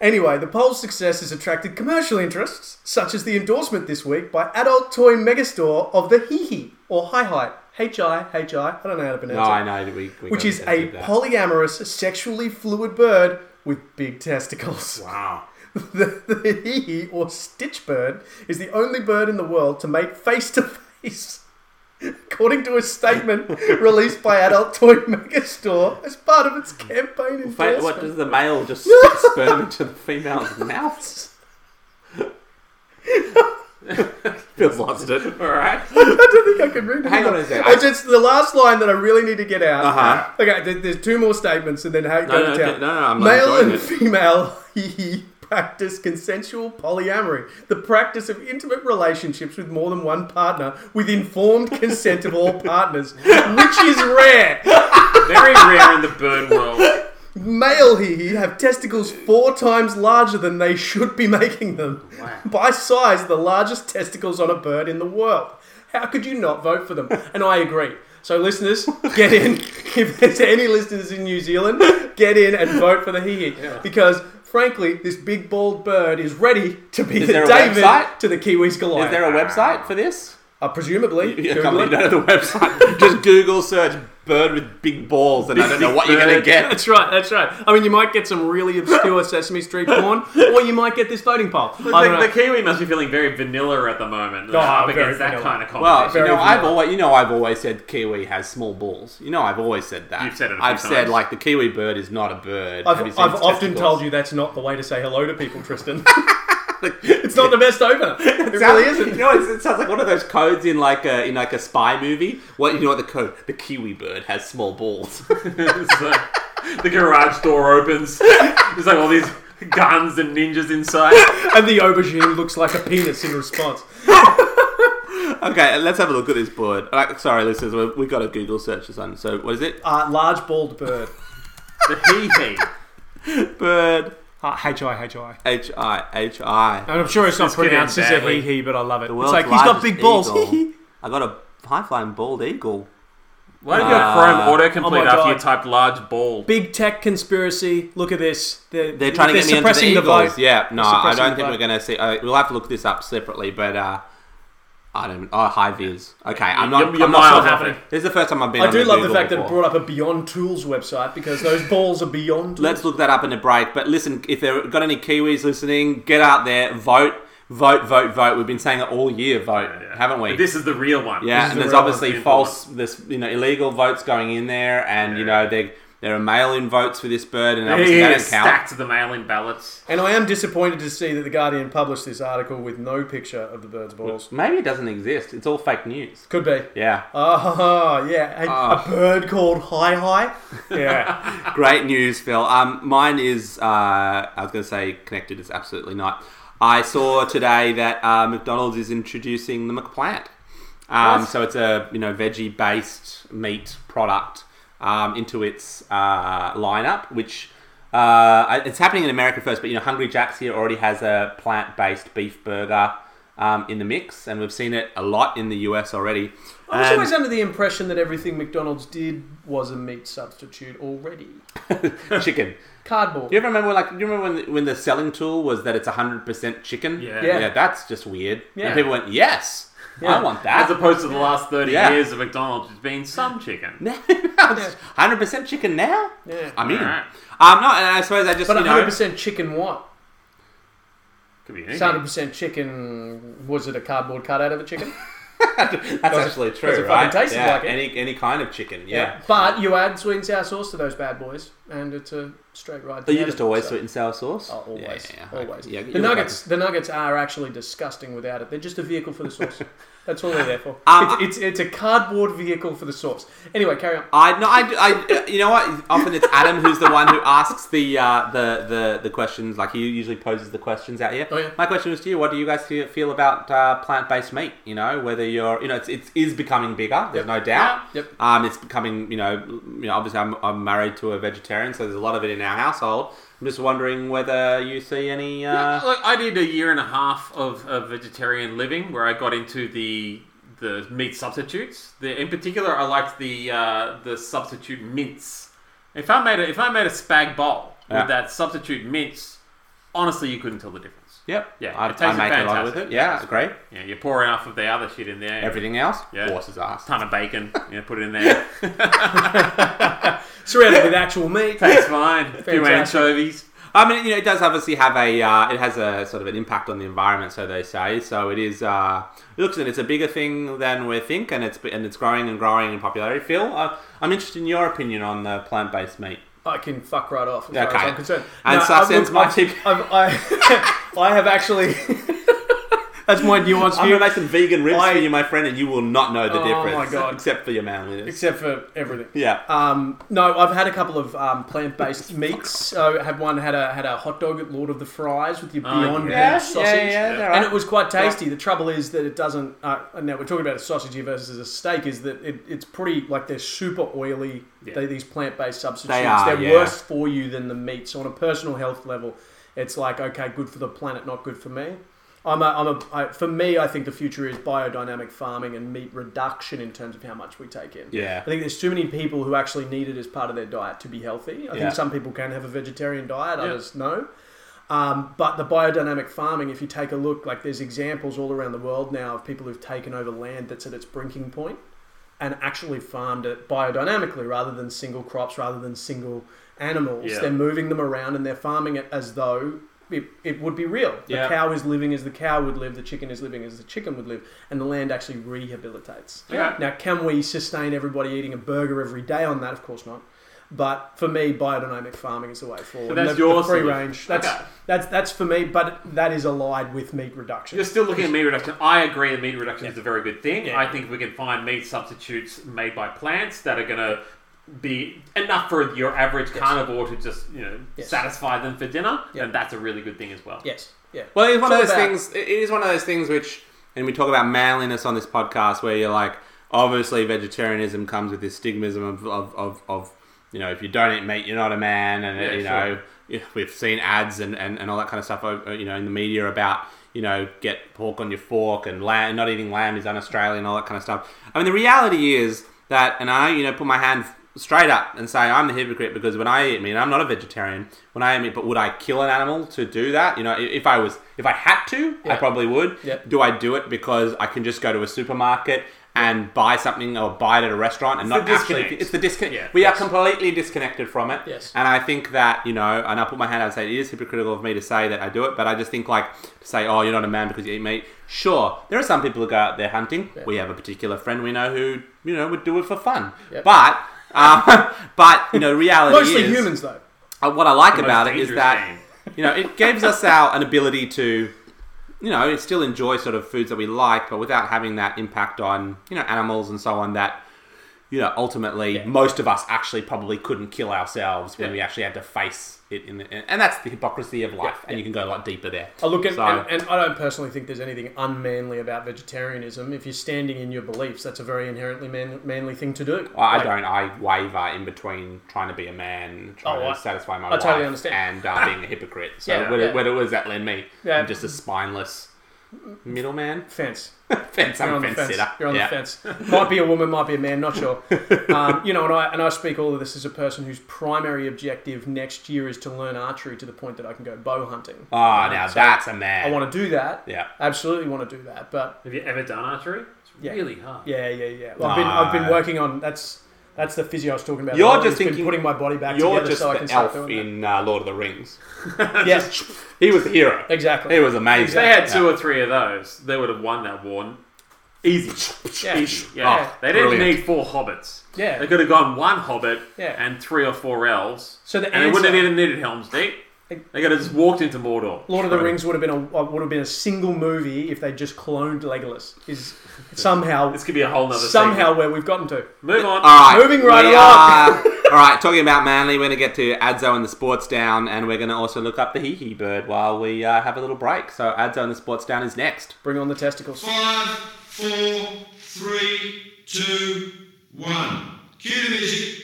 Speaker 2: Anyway, the poll's success has attracted commercial interests, such as the endorsement this week by adult toy megastore of the Hee Hee, or Hi Hi, HI, HI, I don't know how to pronounce
Speaker 1: No,
Speaker 2: it.
Speaker 1: I know that we, we
Speaker 2: which
Speaker 1: go
Speaker 2: is
Speaker 1: and
Speaker 2: a
Speaker 1: did that.
Speaker 2: polyamorous, sexually fluid bird with big testicles.
Speaker 3: Wow.
Speaker 2: <laughs> The, the hee or stitch bird is the only bird in the world to mate face to face, according to
Speaker 1: <laughs>
Speaker 2: a statement released by Adult Toy Megastore as part of its campaign
Speaker 1: Fa- what
Speaker 2: endorsement.
Speaker 1: does the male just
Speaker 2: <laughs>
Speaker 1: spit sperm into the female's mouth? Feels lost it.
Speaker 3: All right.
Speaker 2: <laughs> I don't think I can read it.
Speaker 1: Hang on
Speaker 2: either.
Speaker 1: a sec.
Speaker 2: I just the last line that I really need to get out.
Speaker 1: Uh-huh.
Speaker 2: Okay, there- there's two more statements, and then how
Speaker 1: No,
Speaker 2: go
Speaker 1: no,
Speaker 2: to
Speaker 1: no,
Speaker 2: town.
Speaker 1: no, no, I'm not
Speaker 2: Male
Speaker 1: enjoying
Speaker 2: and
Speaker 1: it.
Speaker 2: female <laughs> he practice consensual polyamory, the practice of intimate relationships with more than one partner with informed consent
Speaker 1: <laughs>
Speaker 2: of all partners, which is rare.
Speaker 3: Very rare in the bird world.
Speaker 2: Male he have testicles four times larger than they should be making them. By size, the largest testicles on a bird in the world. How could you not vote for them? And I agree. So, listeners, get in. <laughs> if there's any listeners in New Zealand, get in and vote for the hee hee. Because, frankly, this big bald bird is ready to be
Speaker 1: Is
Speaker 2: the
Speaker 1: there a
Speaker 2: David
Speaker 1: website?
Speaker 2: to the Kiwis
Speaker 1: Is
Speaker 2: Goliath.
Speaker 1: there a website for this?
Speaker 2: uh, presumably.
Speaker 1: <laughs> Yeah,
Speaker 2: Google
Speaker 1: come on, you
Speaker 2: it.
Speaker 1: don't know the website. <laughs> Just Google search bird with big balls, and I don't know what you're going to
Speaker 2: <laughs>
Speaker 3: Bird.
Speaker 1: get.
Speaker 2: That's right, that's right. I mean, you might get some really obscure Sesame Street porn, or you might get this voting poll. <laughs> I don't know.
Speaker 3: The, the Kiwi must be feeling very vanilla at the moment.
Speaker 2: Oh,
Speaker 3: up
Speaker 2: very
Speaker 3: against that
Speaker 2: vanilla.
Speaker 3: kind of competition.
Speaker 1: Well, you
Speaker 2: Very
Speaker 1: know, I've
Speaker 2: vanilla.
Speaker 1: always, you know, I've always said kiwi has small balls. You know, I've always said that.
Speaker 3: You've said it a few
Speaker 1: I've said
Speaker 3: times.
Speaker 1: like the kiwi bird is not a bird.
Speaker 2: I've, I've often told you that's not the way to say hello to people, Tristan. <laughs> it's not the best <laughs> opener. It really
Speaker 1: <laughs> You
Speaker 2: isn't.
Speaker 1: know, it's- it sounds like one of those codes in like a in like a spy movie. What you know what the code? The kiwi bird has small balls.
Speaker 2: <laughs>
Speaker 3: So, the garage door opens. There's like all these guns and ninjas inside.
Speaker 2: And the aubergine looks like a penis in response.
Speaker 1: okay, uh, let's have a look at this bird. All right, sorry, listeners, we- we've got a Google search this one. So what is it?
Speaker 2: Uh, large bald bird.
Speaker 3: The hee hee.
Speaker 1: Bird
Speaker 2: Uh, H-I-H-I.
Speaker 1: H I H I.
Speaker 2: And I'm sure it's not
Speaker 3: getting
Speaker 2: pronounced as a
Speaker 3: badly.
Speaker 2: he-he, but I love it. It's
Speaker 1: world's
Speaker 2: like, he's got
Speaker 1: largest
Speaker 2: big balls.
Speaker 1: eagle.
Speaker 2: Hee-hee.
Speaker 1: I got a high flying bald eagle.
Speaker 3: Why did
Speaker 1: Uh,
Speaker 3: your Chrome
Speaker 2: oh my
Speaker 3: autocomplete after you
Speaker 2: God.
Speaker 3: typed large ball?
Speaker 2: <laughs> big tech conspiracy. Look at this. They're,
Speaker 1: They're trying to get me into the
Speaker 2: suppressing
Speaker 1: Eagles.
Speaker 2: vote.
Speaker 1: yeah, no, I
Speaker 2: suppressing
Speaker 1: don't
Speaker 2: the
Speaker 1: think
Speaker 2: vote.
Speaker 1: we're gonna see. Uh, we'll have to look this up separately, but uh, I don't. Oh, high viz. Okay, I'm not.
Speaker 3: You're- you're
Speaker 1: I'm not sure
Speaker 3: miles off
Speaker 1: what-
Speaker 3: it.
Speaker 1: This is the first time I've been.
Speaker 2: I
Speaker 1: on
Speaker 2: do
Speaker 1: the
Speaker 2: love the
Speaker 1: Google
Speaker 2: fact that it
Speaker 1: before.
Speaker 2: brought up a Beyond Tools website because those balls are beyond.
Speaker 1: Let's look that up in a break. But listen, if there got any Kiwis listening, get out there, vote, vote, vote, vote. We've been saying it all year, vote,
Speaker 3: Yeah.
Speaker 1: haven't we?
Speaker 3: But this is the real one.
Speaker 1: yeah,
Speaker 2: is
Speaker 1: and
Speaker 2: the
Speaker 1: there's
Speaker 2: real
Speaker 1: obviously
Speaker 3: one.
Speaker 1: false, this you know, illegal votes going in there, and you know they there are mail-in votes for this bird, and obviously
Speaker 3: It
Speaker 1: that
Speaker 3: is
Speaker 1: don't count.
Speaker 3: stacked to the mail-in ballots.
Speaker 2: And I am disappointed to see that the Guardian published this article with no picture of the bird's balls.
Speaker 1: Maybe it doesn't exist. It's all fake news.
Speaker 2: Could be.
Speaker 1: Yeah.
Speaker 2: Oh, yeah. A,
Speaker 1: Ah.
Speaker 2: a bird called
Speaker 1: <laughs>
Speaker 2: Hi Hi. Yeah.
Speaker 1: <laughs> Great news, Phil. Um, mine is, uh, I was going to say connected, it's absolutely not. I saw today that uh, McDonald's is introducing the McPlant. Um, so it's a you know veggie based meat product um, into its uh, lineup, which uh, it's happening in America first. But you know, Hungry Jack's here already has a plant based beef burger um, in the mix, and we've seen it a lot in the US already.
Speaker 2: I was
Speaker 1: And-
Speaker 2: always under the impression that everything McDonald's did was a meat substitute already.
Speaker 1: <laughs> chicken.
Speaker 2: Cardboard.
Speaker 1: Do you ever remember like do you remember when when the selling tool was that it's hundred percent chicken?
Speaker 3: Yeah.
Speaker 1: yeah,
Speaker 2: Yeah.
Speaker 1: that's just weird.
Speaker 2: Yeah.
Speaker 1: And people went, yes, I want <laughs>
Speaker 3: As
Speaker 1: that.
Speaker 3: opposed to the last 30
Speaker 1: Yeah.
Speaker 3: years of McDonald's, it's been some chicken.
Speaker 1: Hundred percent chicken now.
Speaker 2: Yeah.
Speaker 1: I mean,
Speaker 3: Alright.
Speaker 1: um, no, and I suppose I just
Speaker 2: But
Speaker 1: you know,
Speaker 2: 100% chicken what?
Speaker 3: Could be
Speaker 2: It's
Speaker 3: anything.
Speaker 2: 100% chicken. Was it a cardboard cutout of a chicken?
Speaker 1: <laughs> that's actually true,
Speaker 2: it fucking
Speaker 1: right?
Speaker 2: tasted
Speaker 1: yeah,
Speaker 2: like it.
Speaker 1: any any kind of chicken, yeah.
Speaker 2: But you add sweet and sour sauce to those bad boys, and it's a straight ride.
Speaker 1: But
Speaker 2: to
Speaker 1: you
Speaker 2: heaven,
Speaker 1: just always
Speaker 2: so-
Speaker 1: sweet and sour sauce.
Speaker 2: Oh, always,
Speaker 1: yeah, yeah,
Speaker 2: always.
Speaker 1: okay. Yeah,
Speaker 2: the
Speaker 1: you're right.
Speaker 2: nuggets, the nuggets are actually disgusting without it. They're just a vehicle for
Speaker 1: <laughs>
Speaker 2: the sauce. That's all they're there for.
Speaker 1: Um,
Speaker 2: it's, it's it's a cardboard vehicle for the sauce. Anyway, carry on.
Speaker 1: I no, I, I you know what? Often it's Adam who's the one who asks the uh, the the the questions. Like he usually poses the questions out here.
Speaker 2: Oh, yeah.
Speaker 1: My question was to you: What do you guys feel, feel about uh, plant based meat? You know, whether you're you know it's it is becoming bigger. There's no doubt.
Speaker 2: Yep.
Speaker 1: Um, it's becoming you know you know obviously I'm, I'm married to a vegetarian, so there's a lot of it in our household. I'm just wondering whether you see any.
Speaker 3: Yeah,
Speaker 1: Uh,
Speaker 3: Look, I did a year and a half of, of vegetarian living where I got into the the meat substitutes. The, in particular, I liked the uh, the substitute mince. If I made a, if I made a spag bowl
Speaker 1: Yeah.
Speaker 3: with that substitute mince, honestly, you couldn't tell the difference.
Speaker 1: Yep.
Speaker 3: Yeah,
Speaker 1: I,
Speaker 3: it tasted
Speaker 1: I make a lot
Speaker 3: fantastic.
Speaker 1: with it. Yeah, great.
Speaker 3: Yeah, you pour enough of the other shit in there.
Speaker 1: Everything else,
Speaker 3: Yeah.
Speaker 1: horse's ass.
Speaker 3: ton of bacon. You know, put it
Speaker 1: <laughs>
Speaker 3: in there.
Speaker 2: Surrounded with actual meat.
Speaker 3: Tastes fine. A few
Speaker 2: Fantastic.
Speaker 3: anchovies.
Speaker 1: I mean, you know, it does obviously have a uh, it has a sort of an impact on the environment, so they say. So it is. Uh, it looks and it's a bigger thing than we think, and it's and it's growing and growing in popularity. Phil, uh, I'm interested in your opinion on the plant based meat.
Speaker 2: I can fuck right off as far
Speaker 1: Okay.
Speaker 2: as I'm concerned.
Speaker 1: And so
Speaker 2: I-
Speaker 1: sends
Speaker 2: look,
Speaker 1: my
Speaker 2: I've-
Speaker 1: tip.
Speaker 2: I've- I, <laughs> I have actually. that's my <laughs> nuanced
Speaker 1: I'm
Speaker 2: view.
Speaker 1: gonna make some vegan ribs
Speaker 2: I-
Speaker 1: for you, my friend, and you will not know the
Speaker 2: Oh
Speaker 1: difference.
Speaker 2: my God.
Speaker 1: Except for your manliness.
Speaker 2: Except for everything.
Speaker 1: Yeah.
Speaker 2: Um, no, I've had a couple of um, plant-based meats. So I had one had a had a hot dog at Lord of the Fries with your
Speaker 3: Oh,
Speaker 2: Beyond
Speaker 3: yeah.
Speaker 2: Meat sausage,
Speaker 3: yeah.
Speaker 1: they're
Speaker 3: right.
Speaker 2: and it was quite tasty. The trouble is that it doesn't. Uh, now we're talking about a sausage here versus a steak. Is that it, it's pretty like they're super oily.
Speaker 3: Yeah.
Speaker 2: They, these plant-based substitutes.
Speaker 1: They are,
Speaker 2: they're
Speaker 1: yeah.
Speaker 2: worse for you than the meat. So on a personal health level, it's like okay, good for the planet, not good for me. I'm a, I'm a, I, for me, I think the future is biodynamic farming and meat reduction in terms of how much we take in.
Speaker 1: Yeah.
Speaker 2: I think there's too many people who actually need it as part of their diet to be healthy. I
Speaker 1: Yeah.
Speaker 2: think some people can have a vegetarian diet,
Speaker 3: Yeah.
Speaker 2: others no. Um, but the biodynamic farming, if you take a look, like there's examples all around the world now of people who've taken over land that's at its brinking point and actually farmed it biodynamically rather than single crops, rather than single animals.
Speaker 3: Yeah.
Speaker 2: They're moving them around and they're farming it as though it, it would be real. The
Speaker 1: Yeah.
Speaker 2: cow is living as the cow would live, the chicken is living as the chicken would live, and the land actually rehabilitates.
Speaker 3: Yeah.
Speaker 2: Now, can we sustain everybody eating a burger every day on that? Of course not. But for me, biodynamic farming is the way forward.
Speaker 3: So that's
Speaker 2: And the,
Speaker 3: your
Speaker 2: the free
Speaker 3: sort of-
Speaker 2: range. That's,
Speaker 3: Okay.
Speaker 2: that's that's for me, but that is allied with meat reduction.
Speaker 3: You're still looking at meat reduction. I agree that meat reduction is a very good thing.
Speaker 2: Yeah.
Speaker 3: I think we can find meat substitutes made by plants that are going to be enough for your average carnivore to just, you know,
Speaker 2: Yes.
Speaker 3: satisfy them for dinner.
Speaker 2: Yeah.
Speaker 3: And that's a really good thing as well.
Speaker 2: yes. Yeah.
Speaker 1: Well, it's one of
Speaker 2: It's
Speaker 1: those
Speaker 2: all
Speaker 1: things. It is one of those things which, and we talk about manliness on this podcast, where you're like, obviously, vegetarianism comes with this stigmatism of, of, of, of you know, if you don't eat meat, you're not a man, and
Speaker 3: Yeah,
Speaker 1: you know, yeah, we've seen ads and, and, and all that kind of stuff, uh, you know, in the media about you know, get pork on your fork and lamb, not eating lamb is un-Australian, all that kind of stuff. I mean, the reality is that, and I, you know, put my hand straight up and say I'm the hypocrite because when I eat meat, and I'm not a vegetarian. When I eat meat, but would I kill an animal to do that? You know, i- if I was, if I had to, I
Speaker 2: Yeah.
Speaker 1: probably would.
Speaker 2: Yeah.
Speaker 1: Do I do it because I can just go to a supermarket and buy something or buy it at a restaurant and
Speaker 3: It's
Speaker 1: not
Speaker 3: the
Speaker 1: actually?
Speaker 3: disconnect.
Speaker 1: It's the disconnect.
Speaker 3: Yeah.
Speaker 1: we
Speaker 3: Yes.
Speaker 1: are completely disconnected from it.
Speaker 2: Yes.
Speaker 1: And I think that you know, and I put my hand out and say it is hypocritical of me to say that I do it, but I just think like to say, oh, you're not a man because you eat meat. Sure, there are some people who go out there hunting.
Speaker 2: Yeah.
Speaker 1: We have a particular friend we know who you know would do it for fun,
Speaker 2: Yep.
Speaker 1: but. <laughs> Um, but you know, reality
Speaker 2: Mostly
Speaker 1: is,
Speaker 2: humans, though.
Speaker 1: uh, what I like
Speaker 3: The most
Speaker 1: about it is
Speaker 3: dangerous
Speaker 1: that you know it gives us our an ability to you know still enjoy sort of foods that we like, but without having that impact on you know animals and so on that. You know, ultimately, most of us actually probably couldn't kill ourselves when
Speaker 3: Yeah.
Speaker 1: we actually had to face it. In the, and that's the hypocrisy of life, and you can go a lot deeper there.
Speaker 2: I look at,
Speaker 1: So-
Speaker 2: and, and I don't personally think there's anything unmanly about vegetarianism. If you're standing in your beliefs, that's a very inherently man, manly thing to do.
Speaker 1: Well, I
Speaker 2: Like,
Speaker 1: don't. I waver in between trying to be a man, trying
Speaker 2: Oh,
Speaker 1: to
Speaker 2: I-
Speaker 1: satisfy my
Speaker 2: I
Speaker 1: wife,
Speaker 2: totally understand.
Speaker 1: and
Speaker 2: <laughs>
Speaker 1: uh, being a hypocrite. So
Speaker 2: Yeah,
Speaker 1: where,
Speaker 2: yeah.
Speaker 1: where, where does that land me?
Speaker 2: Yeah.
Speaker 1: I'm just a spineless middleman. <laughs>
Speaker 2: Fence.
Speaker 1: fence.
Speaker 2: You're
Speaker 1: I'm
Speaker 2: on
Speaker 1: a
Speaker 2: the
Speaker 1: fence,
Speaker 2: fence.
Speaker 1: sitter.
Speaker 2: You're on
Speaker 1: yeah.
Speaker 2: the fence. Might be a woman, might be a man,
Speaker 1: <laughs>
Speaker 2: not sure. Um, you know, and I and I speak all of this as a person whose primary objective next year is to learn archery to the point that I can go bow hunting.
Speaker 1: Oh, now
Speaker 2: Uh, So
Speaker 1: that's a man.
Speaker 2: I want to do that.
Speaker 1: Yeah.
Speaker 2: Absolutely want to do that, but
Speaker 3: Have you ever done archery? It's
Speaker 2: Yeah.
Speaker 3: really hard.
Speaker 2: yeah, yeah, yeah. Well, I've been I've been working on that's that's the physio I was talking about.
Speaker 1: Ah. You're
Speaker 2: earlier.
Speaker 1: just
Speaker 2: It's been
Speaker 1: thinking-
Speaker 2: putting my body back
Speaker 1: You're
Speaker 2: together
Speaker 1: just
Speaker 2: so I can
Speaker 1: the
Speaker 2: start
Speaker 1: elf
Speaker 2: doing
Speaker 1: in uh, Lord of the
Speaker 2: <laughs>
Speaker 1: Rings. <laughs>
Speaker 2: that. Yeah,
Speaker 1: He was the hero. He
Speaker 2: exactly.
Speaker 1: was amazing.
Speaker 3: If they had two
Speaker 1: Yeah.
Speaker 3: or three of those, they would have won that war easy.
Speaker 2: Yeah.
Speaker 3: Easy.
Speaker 1: Oh,
Speaker 3: Yeah. they didn't
Speaker 1: brilliant.
Speaker 3: need four hobbits.
Speaker 2: Yeah.
Speaker 3: They could have gone one hobbit
Speaker 2: Yeah.
Speaker 3: and three or four elves.
Speaker 2: So the
Speaker 3: and they wouldn't
Speaker 2: answer-
Speaker 3: have even needed Helm's Deep. They could have just walked into Mordor.
Speaker 2: Lord of the Rings would have been a would have been a single movie if they just cloned Legolas. Is
Speaker 1: <laughs>
Speaker 2: somehow
Speaker 3: This could be a whole nother
Speaker 2: somehow
Speaker 3: segment.
Speaker 2: where we've gotten to.
Speaker 3: Move
Speaker 1: All
Speaker 3: on.
Speaker 1: right,
Speaker 2: Moving right
Speaker 1: we
Speaker 2: along.
Speaker 1: Are, <laughs> all right, talking about Manly, we're going to get to Adzo and the Sports Down, and we're going to also look up the Hee Hee Bird while we uh, have a little break. So Adzo and the Sports Down is next.
Speaker 2: Bring on the testicles.
Speaker 4: Five, four, three, two, one. Cue the music.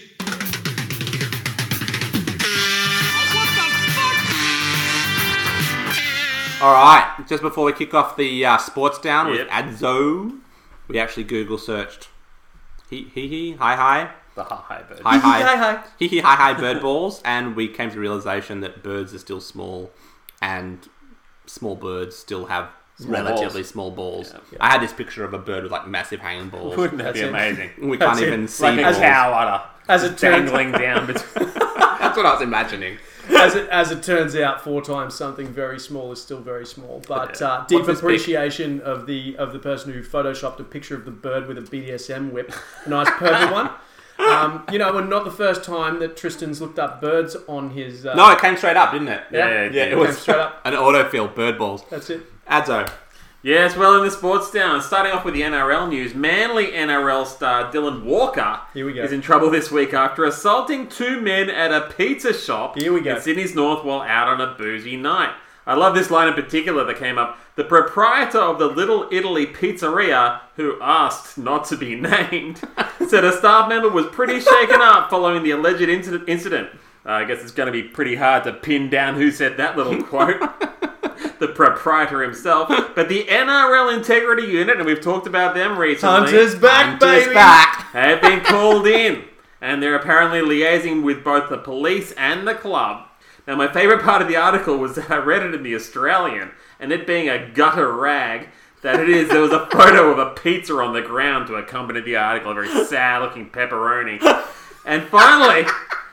Speaker 1: All right, just before we kick off the uh, Sports Down with
Speaker 3: Yep.
Speaker 1: Adzo, we actually Google searched Hee Hee Hee, Hi Hi,
Speaker 3: The high bird.
Speaker 1: Hi <laughs> Hi.
Speaker 2: <laughs> Hi hi.
Speaker 1: hee hee hi hi bird balls, and we came to the realization that birds are still small and small birds still have
Speaker 3: balls.
Speaker 1: relatively small balls.
Speaker 3: Yeah.
Speaker 1: I had this picture of a bird with like massive hanging
Speaker 3: <laughs>
Speaker 1: balls.
Speaker 3: Wouldn't that
Speaker 2: That's
Speaker 3: be
Speaker 2: it.
Speaker 3: amazing?
Speaker 1: We
Speaker 2: That's
Speaker 1: can't
Speaker 2: it.
Speaker 1: even see
Speaker 3: Like a
Speaker 1: balls.
Speaker 3: cow udder.
Speaker 2: As it
Speaker 3: just
Speaker 2: turns-
Speaker 3: dangling
Speaker 2: <laughs>
Speaker 3: down between.
Speaker 1: <laughs> That's what I was imagining.
Speaker 2: as it as it turns out, four times something very small is still very small. But
Speaker 3: Yeah.
Speaker 2: uh, deep
Speaker 1: What's this big?
Speaker 2: appreciation of the of the person who photoshopped a picture of the bird with a BDSM whip, a nice purple one. Um, you know, and not the first time that Tristan's looked up birds on his. Uh,
Speaker 1: No, it came straight up, didn't it?
Speaker 2: Yeah.
Speaker 1: Yeah, it was
Speaker 2: straight up.
Speaker 1: an autofill, bird balls.
Speaker 2: that's it.
Speaker 1: Adzo.
Speaker 3: Yes, well, in the sports down, starting off with the NRL news, Manly NRL star Dylan Walker
Speaker 2: Here we go.
Speaker 3: is in trouble this week after assaulting two men at a pizza shop
Speaker 2: Here we go.
Speaker 3: in Sydney's North while out on a boozy night. I love this line in particular that came up. The proprietor of the Little Italy pizzeria, who asked not to be <laughs> named, said a staff member was pretty shaken up following the alleged incident. incident. Uh, I guess it's going to be pretty hard to pin down who said that little
Speaker 2: <laughs>
Speaker 3: quote. the proprietor himself, but the NRL Integrity Unit, and we've talked about them recently,
Speaker 2: Hunter's back,
Speaker 1: Hunter's
Speaker 2: baby.
Speaker 1: back.
Speaker 3: have been called in, and they're apparently liaising with both the police and the club. Now, my favourite part of the article was that I read it in the Australian, and it being a gutter rag. That it is. There was a photo of a pizza on the ground to accompany the article, a very sad-looking pepperoni. And finally,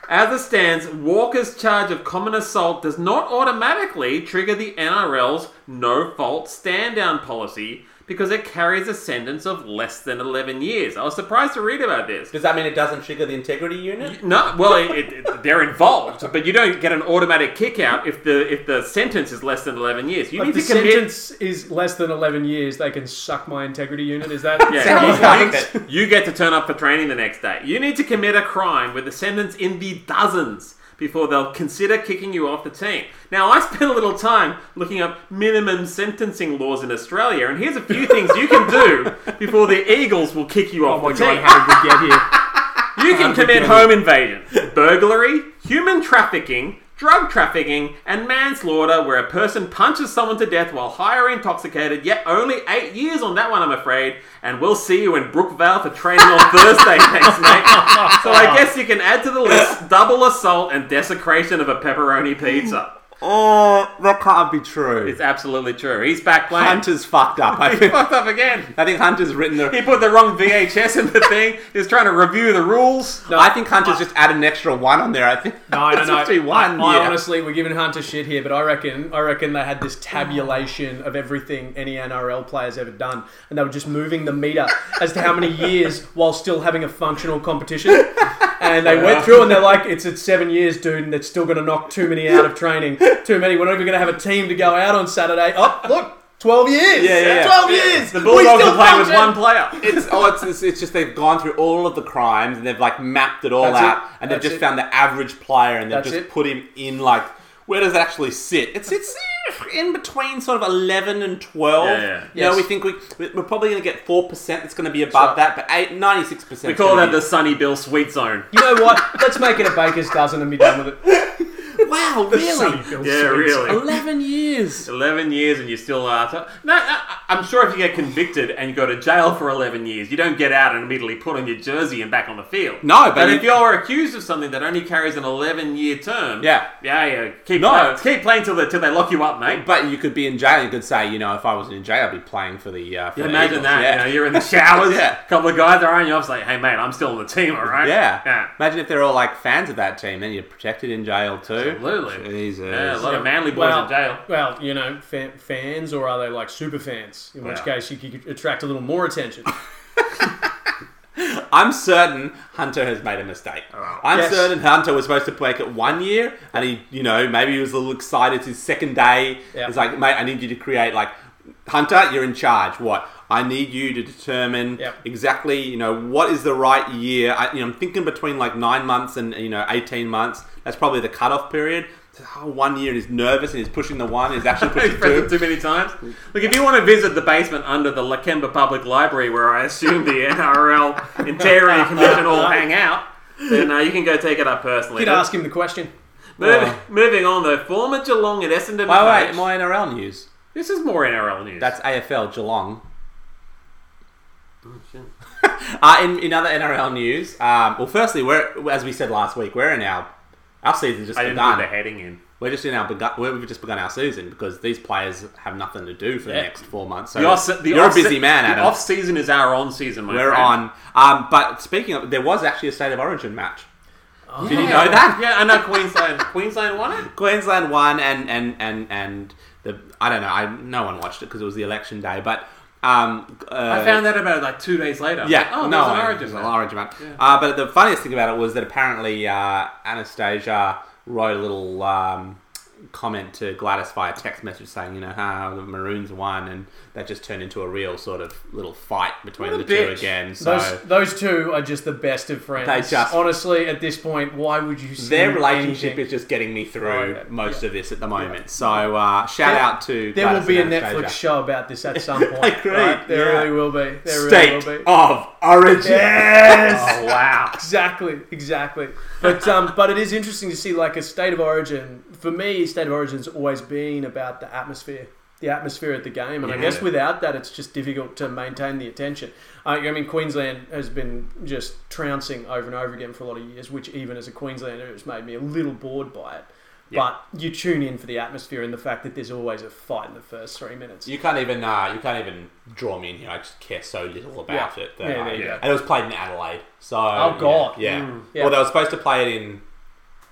Speaker 3: as it stands, Walker's charge of common assault does not automatically trigger the NRL's no fault stand down policy because it carries a sentence of less than 11 years. I was surprised to read about this.
Speaker 1: Does that mean it doesn't trigger the integrity unit?
Speaker 3: No, well, it, it, it- they're involved, but you don't get an automatic kick out if the if the sentence is less than 11 years. You
Speaker 2: If
Speaker 3: need
Speaker 2: the
Speaker 3: to commit.
Speaker 2: sentence is less than eleven years, they can suck my integrity unit. Is that
Speaker 3: Yeah,
Speaker 1: Sounds
Speaker 3: you,
Speaker 1: like
Speaker 3: you- you get to turn up for training the next day. You need to commit a crime with a sentence in the dozens before they'll consider kicking you off the team. Now, I spent a little time looking up minimum sentencing laws in Australia, and here's a few things you can do before the Eagles will kick you off
Speaker 2: Oh my
Speaker 3: the
Speaker 2: god!
Speaker 3: team.
Speaker 2: How did we get here?
Speaker 3: You can commit home invasion, burglary, human trafficking, drug trafficking, and manslaughter, where a person punches someone to death while high or intoxicated. Yet only eight years on that one, I'm afraid. And we'll see you in Brookvale for training on Thursday, thanks, mate. So I guess you can add to the list double assault and desecration of a pepperoni pizza.
Speaker 1: Oh, that can't be true.
Speaker 3: It's absolutely true. He's back playing. <laughs>
Speaker 1: Hunter's fucked up. I
Speaker 3: He
Speaker 1: think,
Speaker 3: fucked up again.
Speaker 1: I think Hunter's written the.
Speaker 3: He put the wrong VHS in the thing. He's trying to review the rules.
Speaker 1: I think Hunter's just added an extra one on there. I think. <laughs>
Speaker 2: No, no,
Speaker 1: It's supposed to
Speaker 2: no.
Speaker 1: be one.
Speaker 2: I, I
Speaker 1: yeah.
Speaker 2: honestly, we're giving Hunter shit here, but I reckon, I reckon they had this tabulation of everything any NRL player's ever done, and they were just moving the meter as to how many years while still having a functional competition. And they went through, and they're like, "It's at seven years, dude, and it's still going to knock too many out of training. Too many. We're not even going to have a team to go out on Saturday. Oh, look." 12 years!
Speaker 1: Yeah, yeah, yeah.
Speaker 2: 12 years!
Speaker 3: The Bulldogs
Speaker 2: still
Speaker 3: are playing with
Speaker 2: function!
Speaker 3: one player.
Speaker 1: It's oh, it's, it's it's just they've gone through all of the crimes and they've like mapped it all
Speaker 2: That's
Speaker 1: out
Speaker 2: it.
Speaker 1: and they've
Speaker 2: That's
Speaker 1: just
Speaker 2: it.
Speaker 1: found the average player and they've
Speaker 2: That's
Speaker 1: just
Speaker 2: it.
Speaker 1: put him in like where does it actually sit? It's it's in between sort of eleven and twelve.
Speaker 3: Yeah, yeah.
Speaker 1: You know,
Speaker 2: Yes.
Speaker 1: we think we we're probably going to get four percent. That's going to be above that, but eight, 96 percent.
Speaker 3: We call that the Sunny Bill Sweet Zone.
Speaker 2: You know what? Let's make it a baker's dozen and be done with it.
Speaker 1: wow,
Speaker 2: Sonny
Speaker 1: really
Speaker 2: Bill
Speaker 3: Yeah,
Speaker 2: Simmons.
Speaker 3: really.
Speaker 1: eleven years.
Speaker 3: 11 years and you still are. So, no, I, I- I'm sure if you get convicted and you go to jail for 11 years, you don't get out and immediately put on your jersey and back on the field.
Speaker 1: No, but you-
Speaker 3: if you're accused of something that only carries an 11 year term,
Speaker 1: Yeah.
Speaker 3: yeah, yeah, keep
Speaker 1: No.
Speaker 3: playing, keep playing till they, till they lock you up, mate.
Speaker 1: But you could be in jail. You could say, you know, if I was in jail, I'd be playing for the. Uh, for the
Speaker 3: Imagine
Speaker 1: Eagles.
Speaker 3: that.
Speaker 1: Yeah.
Speaker 3: You know, you're in the showers.
Speaker 1: <laughs> Yeah.
Speaker 3: A couple of guys are on you. I was like, hey, mate, I'm still on the team, all right?
Speaker 1: Yeah.
Speaker 3: Yeah.
Speaker 1: Imagine if they're all like fans of that team, then you're protected in jail too.
Speaker 3: Absolutely.
Speaker 1: Jesus.
Speaker 3: Yeah, a lot of manly boys
Speaker 2: Well-
Speaker 3: in jail.
Speaker 2: Well, you know, fan, fans, or are they like super fans? In which
Speaker 3: Yeah.
Speaker 2: case, you could attract a little more
Speaker 1: <laughs>
Speaker 2: attention.
Speaker 1: I'm certain Hunter has made a mistake.
Speaker 3: Oh.
Speaker 1: I'm
Speaker 2: Yes.
Speaker 1: certain Hunter was supposed to make it one year, and he, you know, maybe he was a little excited. It's his second day.
Speaker 2: Yeah.
Speaker 1: It's like, mate, I need you to create like, Hunter, you're in charge. What? I need you to determine
Speaker 2: Yep.
Speaker 1: exactly, you know, what is the right year. I, you know, I'm thinking between like nine months and you know, 18 months. That's probably the cutoff period. So, oh, one year, and he's nervous, and he's pushing the one, and he's actually
Speaker 2: <laughs>
Speaker 3: He's
Speaker 1: pushing
Speaker 3: pressed it
Speaker 1: two.
Speaker 3: too many times. Look, if you want to visit the basement under the Lakemba Public Library, where I assume the <laughs>
Speaker 1: <laughs>
Speaker 3: NRL Integrity Commission all hang out, then uh, you can go take it up personally.
Speaker 2: You'd ask him the question.
Speaker 3: Mov- Moving on, though, former Geelong and Essendon.
Speaker 1: By the way,
Speaker 3: coach-
Speaker 1: more NRL news.
Speaker 3: this is more NRL news.
Speaker 1: That's AFL Geelong.
Speaker 3: shit.
Speaker 1: uh, in, in other NRL news, um, well, firstly, we're as we said last week, we're in our Our season's just
Speaker 3: I didn't put the
Speaker 1: begun.
Speaker 3: heading in.
Speaker 1: We're just in our begun, we've just begun our season because these players have nothing to do for the next four months. So
Speaker 3: The off, the
Speaker 1: you're
Speaker 3: off-
Speaker 1: a busy man,
Speaker 3: The
Speaker 1: Adam.
Speaker 3: off season is our on season, my
Speaker 1: We're
Speaker 3: friend.
Speaker 1: on. Um, but speaking of, there was actually a state of origin match. Did you know that?
Speaker 3: Yeah, I know Queensland. Queensland won
Speaker 1: <laughs>
Speaker 3: it.
Speaker 1: Queensland won, and and and and the I don't know. I no one watched it because it was the election day, but um, uh,
Speaker 3: I found that about like two days later.
Speaker 1: Yeah,
Speaker 2: <laughs>
Speaker 3: Like, oh,
Speaker 1: no,
Speaker 3: there's an
Speaker 1: I-
Speaker 3: origin.
Speaker 1: there's an
Speaker 3: there.
Speaker 1: origin map. Uh, but the funniest thing about it was that apparently uh, Anastasia wrote a little um, comment to Gladys via text message saying, you know, ah, the Maroons won, and that just turned into a real sort of little fight between
Speaker 3: What
Speaker 1: the
Speaker 3: a
Speaker 1: two
Speaker 3: bitch.
Speaker 1: again. So.
Speaker 2: Those, those two are just the best of friends.
Speaker 1: They just-
Speaker 2: Honestly, at this point, why would you? see
Speaker 1: their relationship
Speaker 2: anything?
Speaker 1: is just getting me through
Speaker 2: Right.
Speaker 1: most of this at the moment. So uh, shout out to
Speaker 2: There will
Speaker 1: Gladys
Speaker 2: be a
Speaker 1: and
Speaker 2: Netflix
Speaker 1: Anastasia.
Speaker 2: show about
Speaker 1: <laughs>
Speaker 2: this at some point.
Speaker 1: Like, great,
Speaker 2: right? There
Speaker 1: yeah.
Speaker 2: really will be. There
Speaker 1: State
Speaker 2: really will be.
Speaker 1: of Origin. <laughs>
Speaker 3: Oh wow!
Speaker 2: Exactly, exactly. But um, but it is interesting to see like a state of origin. For me, state of origin's always been about the atmosphere, the atmosphere at the game, and I
Speaker 1: Yeah.
Speaker 2: guess without that, it's just difficult to maintain the attention. Uh, I mean, Queensland has been just trouncing over and over again for a lot of years, which even as a Queenslander, it's made me a little bored by it.
Speaker 3: Yeah.
Speaker 2: But you tune in for the atmosphere and the fact that there's always a fight in the first three minutes.
Speaker 1: You can't even uh, you can't even draw me in here. I just care so little about
Speaker 2: Yeah.
Speaker 1: it. That
Speaker 2: Yeah,
Speaker 1: I-
Speaker 2: there you
Speaker 3: go.
Speaker 1: And it was played in Adelaide, so
Speaker 2: Oh, God.
Speaker 1: yeah. yeah.
Speaker 3: Mm.
Speaker 2: Yeah.
Speaker 1: Well, they were supposed to play it in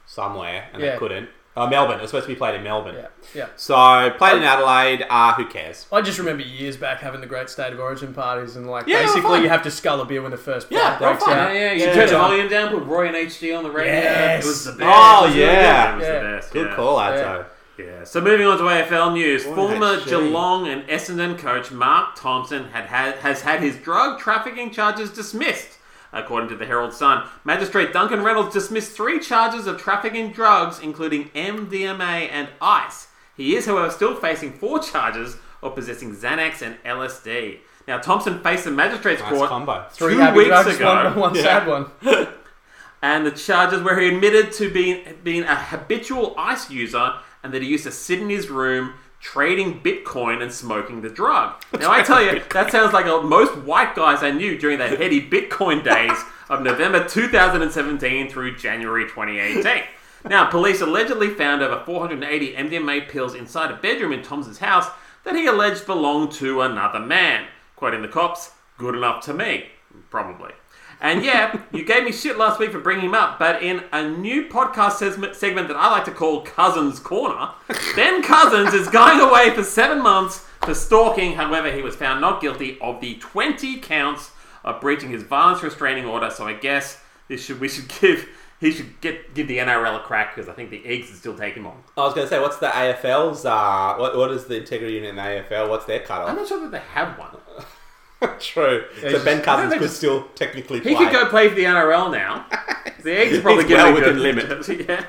Speaker 1: somewhere, and
Speaker 2: Yeah.
Speaker 1: they couldn't. Oh, Melbourne. It was supposed to be played in Melbourne.
Speaker 2: Yeah, yeah.
Speaker 1: So played in Adelaide. Uh, who cares?
Speaker 2: I just remember years back having the great state of origin parties and like
Speaker 1: Yeah, they were
Speaker 2: basically
Speaker 1: fun.
Speaker 2: you have to scull a beer when the first
Speaker 1: Yeah,
Speaker 2: fight
Speaker 1: they were
Speaker 2: breaks
Speaker 1: fun.
Speaker 2: out.
Speaker 3: Yeah, yeah. You
Speaker 1: Yeah.
Speaker 3: turn the
Speaker 1: Yeah.
Speaker 3: volume down, put Roy and HD on the radio.
Speaker 2: Yes.
Speaker 3: It was the best.
Speaker 1: Oh,
Speaker 3: It was really
Speaker 1: yeah.
Speaker 3: good. It was
Speaker 2: Yeah.
Speaker 3: the best.
Speaker 1: Good
Speaker 3: yeah.
Speaker 1: call, Adzo.
Speaker 2: Yeah.
Speaker 3: Yeah. So moving on to AFL news, former
Speaker 1: shame.
Speaker 3: Geelong and Essendon coach Mark Thompson had, had has had his drug trafficking charges dismissed. According to the Herald Sun, Magistrate Duncan Reynolds dismissed three charges of trafficking drugs, including MDMA and ice. He is, however, still facing four charges of possessing Xanax and LSD. Now, Thompson faced the Magistrates
Speaker 1: Nice
Speaker 3: Court
Speaker 1: combo.
Speaker 2: Three
Speaker 3: two
Speaker 2: happy
Speaker 3: weeks
Speaker 2: drugs,
Speaker 3: ago
Speaker 2: one, one sad one.
Speaker 3: and the charges where he admitted to being being a habitual ice user and that he used to sit in his room trading Bitcoin and smoking the drug. Now I tell you, that sounds like a, most white guys I knew during the heady Bitcoin days of November 2017 through January 2018. Now, police allegedly found over 480 MDMA pills inside a bedroom in Thompson's house that he alleged belonged to another man. Quoting the cops, good enough to me, probably. And yeah, you gave me shit last week for bringing him up, but in a new podcast segment, segment that I like to call Cousins Corner, Ben Cousins is going away for seven months for stalking. However, he was found not guilty of the 20 counts of breaching his violence restraining order. So I guess this should we should give he should get give the NRL a crack because I think the eggs is still taking him on.
Speaker 1: I was going to say, what's the AFL's? Uh, what, what is the integrity unit in the AFL? What's their
Speaker 3: I'm
Speaker 1: cutoff?
Speaker 3: not sure that they have one.
Speaker 1: <laughs> True. So
Speaker 2: just-
Speaker 1: Ben Cousins
Speaker 3: they
Speaker 1: could
Speaker 3: just-
Speaker 1: still technically play.
Speaker 3: He could go play for the NRL <laughs> now. The eggs are probably
Speaker 1: He's well
Speaker 3: getting a
Speaker 1: within
Speaker 3: good- <laughs> yeah.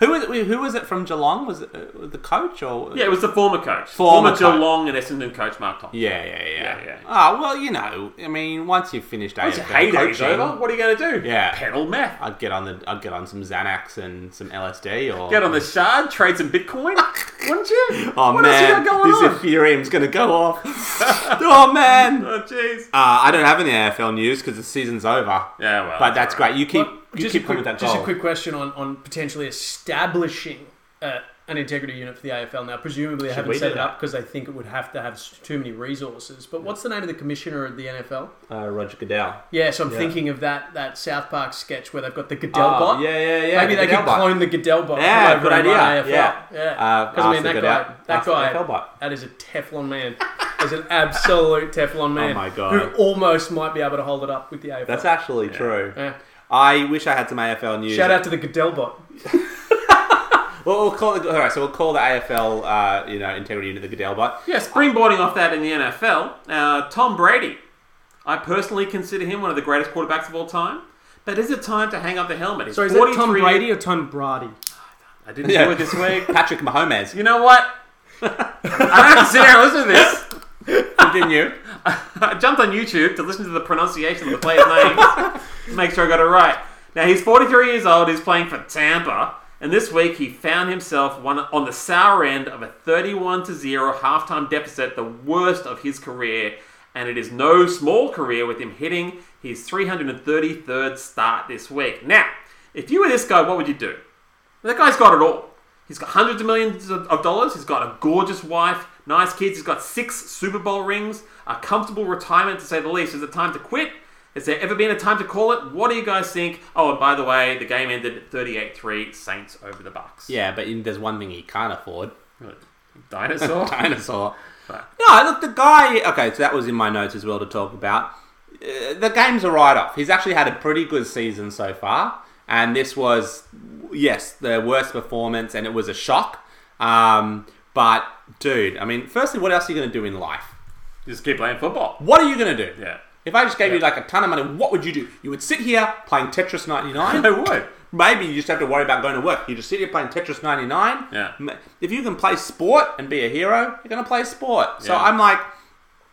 Speaker 1: Who was it, who was it from Geelong? Was it uh, the coach or
Speaker 3: Yeah, it was the former coach.
Speaker 1: Former
Speaker 3: Former,
Speaker 1: coach.
Speaker 3: Geelong and Essendon coach Mark Thompson.
Speaker 1: Yeah, yeah, yeah.
Speaker 3: Yeah, yeah.
Speaker 1: Ah, well, you know, I mean, once you've finished
Speaker 3: Once
Speaker 1: AFL
Speaker 3: your heyday's
Speaker 1: coaching,
Speaker 3: over, what are you going to do?
Speaker 1: Yeah.
Speaker 3: Pedal meth.
Speaker 1: I'd get on the, I'd get on some Xanax and some LSD, or
Speaker 3: Get on the shard, trade
Speaker 1: <laughs>
Speaker 3: some Bitcoin, wouldn't you?
Speaker 1: Oh
Speaker 3: what
Speaker 1: man,
Speaker 3: else you got going on?
Speaker 1: this Ethereum's gonna go
Speaker 3: <laughs>
Speaker 1: off. oh man. Uh,
Speaker 3: Oh, jeez.
Speaker 1: I don't have any AFL news because the season's over.
Speaker 3: Yeah, well.
Speaker 1: But that's
Speaker 3: all right.
Speaker 1: great. You keep, you
Speaker 2: just
Speaker 1: keep coming
Speaker 2: a quick,
Speaker 1: with that goal.
Speaker 2: just a quick question on, on potentially establishing uh, an integrity unit for the AFL now. Presumably they haven't
Speaker 1: we
Speaker 2: set
Speaker 1: do
Speaker 2: it
Speaker 1: that?
Speaker 2: up because they think it would have to have s- too many resources. But what's the name of the commissioner of the NFL?
Speaker 1: Uh, Roger Goodell.
Speaker 2: Yeah, so I'm
Speaker 1: Yeah.
Speaker 2: thinking of that that South Park sketch where they've got the Goodell
Speaker 1: Oh,
Speaker 2: bot.
Speaker 1: yeah, yeah, yeah,
Speaker 2: Maybe
Speaker 1: the
Speaker 2: they
Speaker 1: Goodell
Speaker 2: could
Speaker 1: bot.
Speaker 2: clone the Goodell bot.
Speaker 1: Yeah,
Speaker 2: and
Speaker 1: good
Speaker 2: run
Speaker 1: idea.
Speaker 2: the AFL.
Speaker 1: Yeah. Uh,
Speaker 2: yeah. Because I
Speaker 1: ask
Speaker 2: mean
Speaker 1: the
Speaker 2: that
Speaker 1: Goodell-
Speaker 2: guy,
Speaker 1: ask
Speaker 2: that
Speaker 1: the
Speaker 2: guy,
Speaker 1: AFL bot.
Speaker 2: that is a Teflon man. is an absolute Teflon man.
Speaker 1: Oh my God.
Speaker 2: Who almost might be able to hold it up with the AFL.
Speaker 1: That's actually true.
Speaker 2: Yeah.
Speaker 1: I wish I had some AFL news.
Speaker 2: Shout out to the Goodell bot.
Speaker 1: Well, we'll call the, all right. So we'll call the AFL, uh, you know, integrity unit the Goodell bot.
Speaker 3: Yeah, springboarding off that in the NFL, uh, Tom Brady. I personally consider him one of the greatest quarterbacks of all time. But is it time to hang up the helmet? He's
Speaker 2: So is it Tom
Speaker 3: 43
Speaker 2: Brady or Tom <laughs> Brady?
Speaker 3: I didn't
Speaker 1: Yeah.
Speaker 3: do it
Speaker 1: <laughs>
Speaker 3: this week.
Speaker 1: Patrick Mahomes.
Speaker 3: You
Speaker 1: <laughs>
Speaker 3: know what? I don't have to sit here and listen to this.
Speaker 1: Continue.
Speaker 3: <laughs> I jumped on YouTube to listen to the pronunciation of the players' names, make sure I got it right. Now he's 43 years old. He's playing for Tampa, and this week he found himself one on the sour end of a 31 to zero halftime deficit, the worst of his career, and it is no small career with him hitting his 333rd start this week. Now, if you were this guy, what would you do? That guy's got it all. He's got hundreds of millions of of dollars. He's got a gorgeous wife, nice kids. He's got six Super Bowl rings, a comfortable retirement to say the least. Is it time to quit? Has there ever been a time to call it? What do you guys think? Oh, and by the way, the game ended 38-3, Saints over the Bucks.
Speaker 1: Yeah, but there's one thing he can't afford. <laughs>
Speaker 3: Dinosaur.
Speaker 1: dinosaur. No, look, the guy. Okay, so that was in my notes as well to talk about. Uh, the game's a write off. He's actually had a pretty good season so far, and this was, yes, the worst performance, and it was a shock. Um, but, dude, I mean, firstly, what else are you going to do in life?
Speaker 3: Just keep playing football.
Speaker 1: What are you going to do?
Speaker 3: Yeah. <laughs>
Speaker 1: If I just gave you
Speaker 3: Yeah.
Speaker 1: like a ton of money, what would you do? You would sit here playing Tetris 99.
Speaker 3: <laughs> I would.
Speaker 1: Maybe you just have to worry about going to work. You just sit here playing Tetris 99.
Speaker 3: Yeah.
Speaker 1: M- If you can play sport and be a hero, you're going to play sport. So
Speaker 3: Yeah.
Speaker 1: I'm like,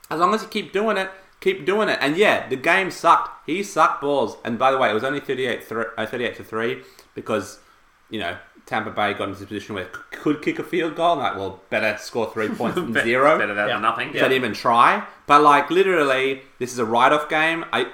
Speaker 1: as long as you keep doing it, keep doing it. And yeah, the game sucked. He sucked balls. And by the way, it was only 38, thr uh, 38 to 3 because, you know, Tampa Bay got into a position where it c- could kick a field goal. Like, well, better score
Speaker 3: <laughs>
Speaker 1: three points than
Speaker 3: Be-
Speaker 1: zero.
Speaker 3: Better that
Speaker 2: Yeah.
Speaker 3: than nothing.
Speaker 1: Don't even try. But like literally, this is a write-off game. I.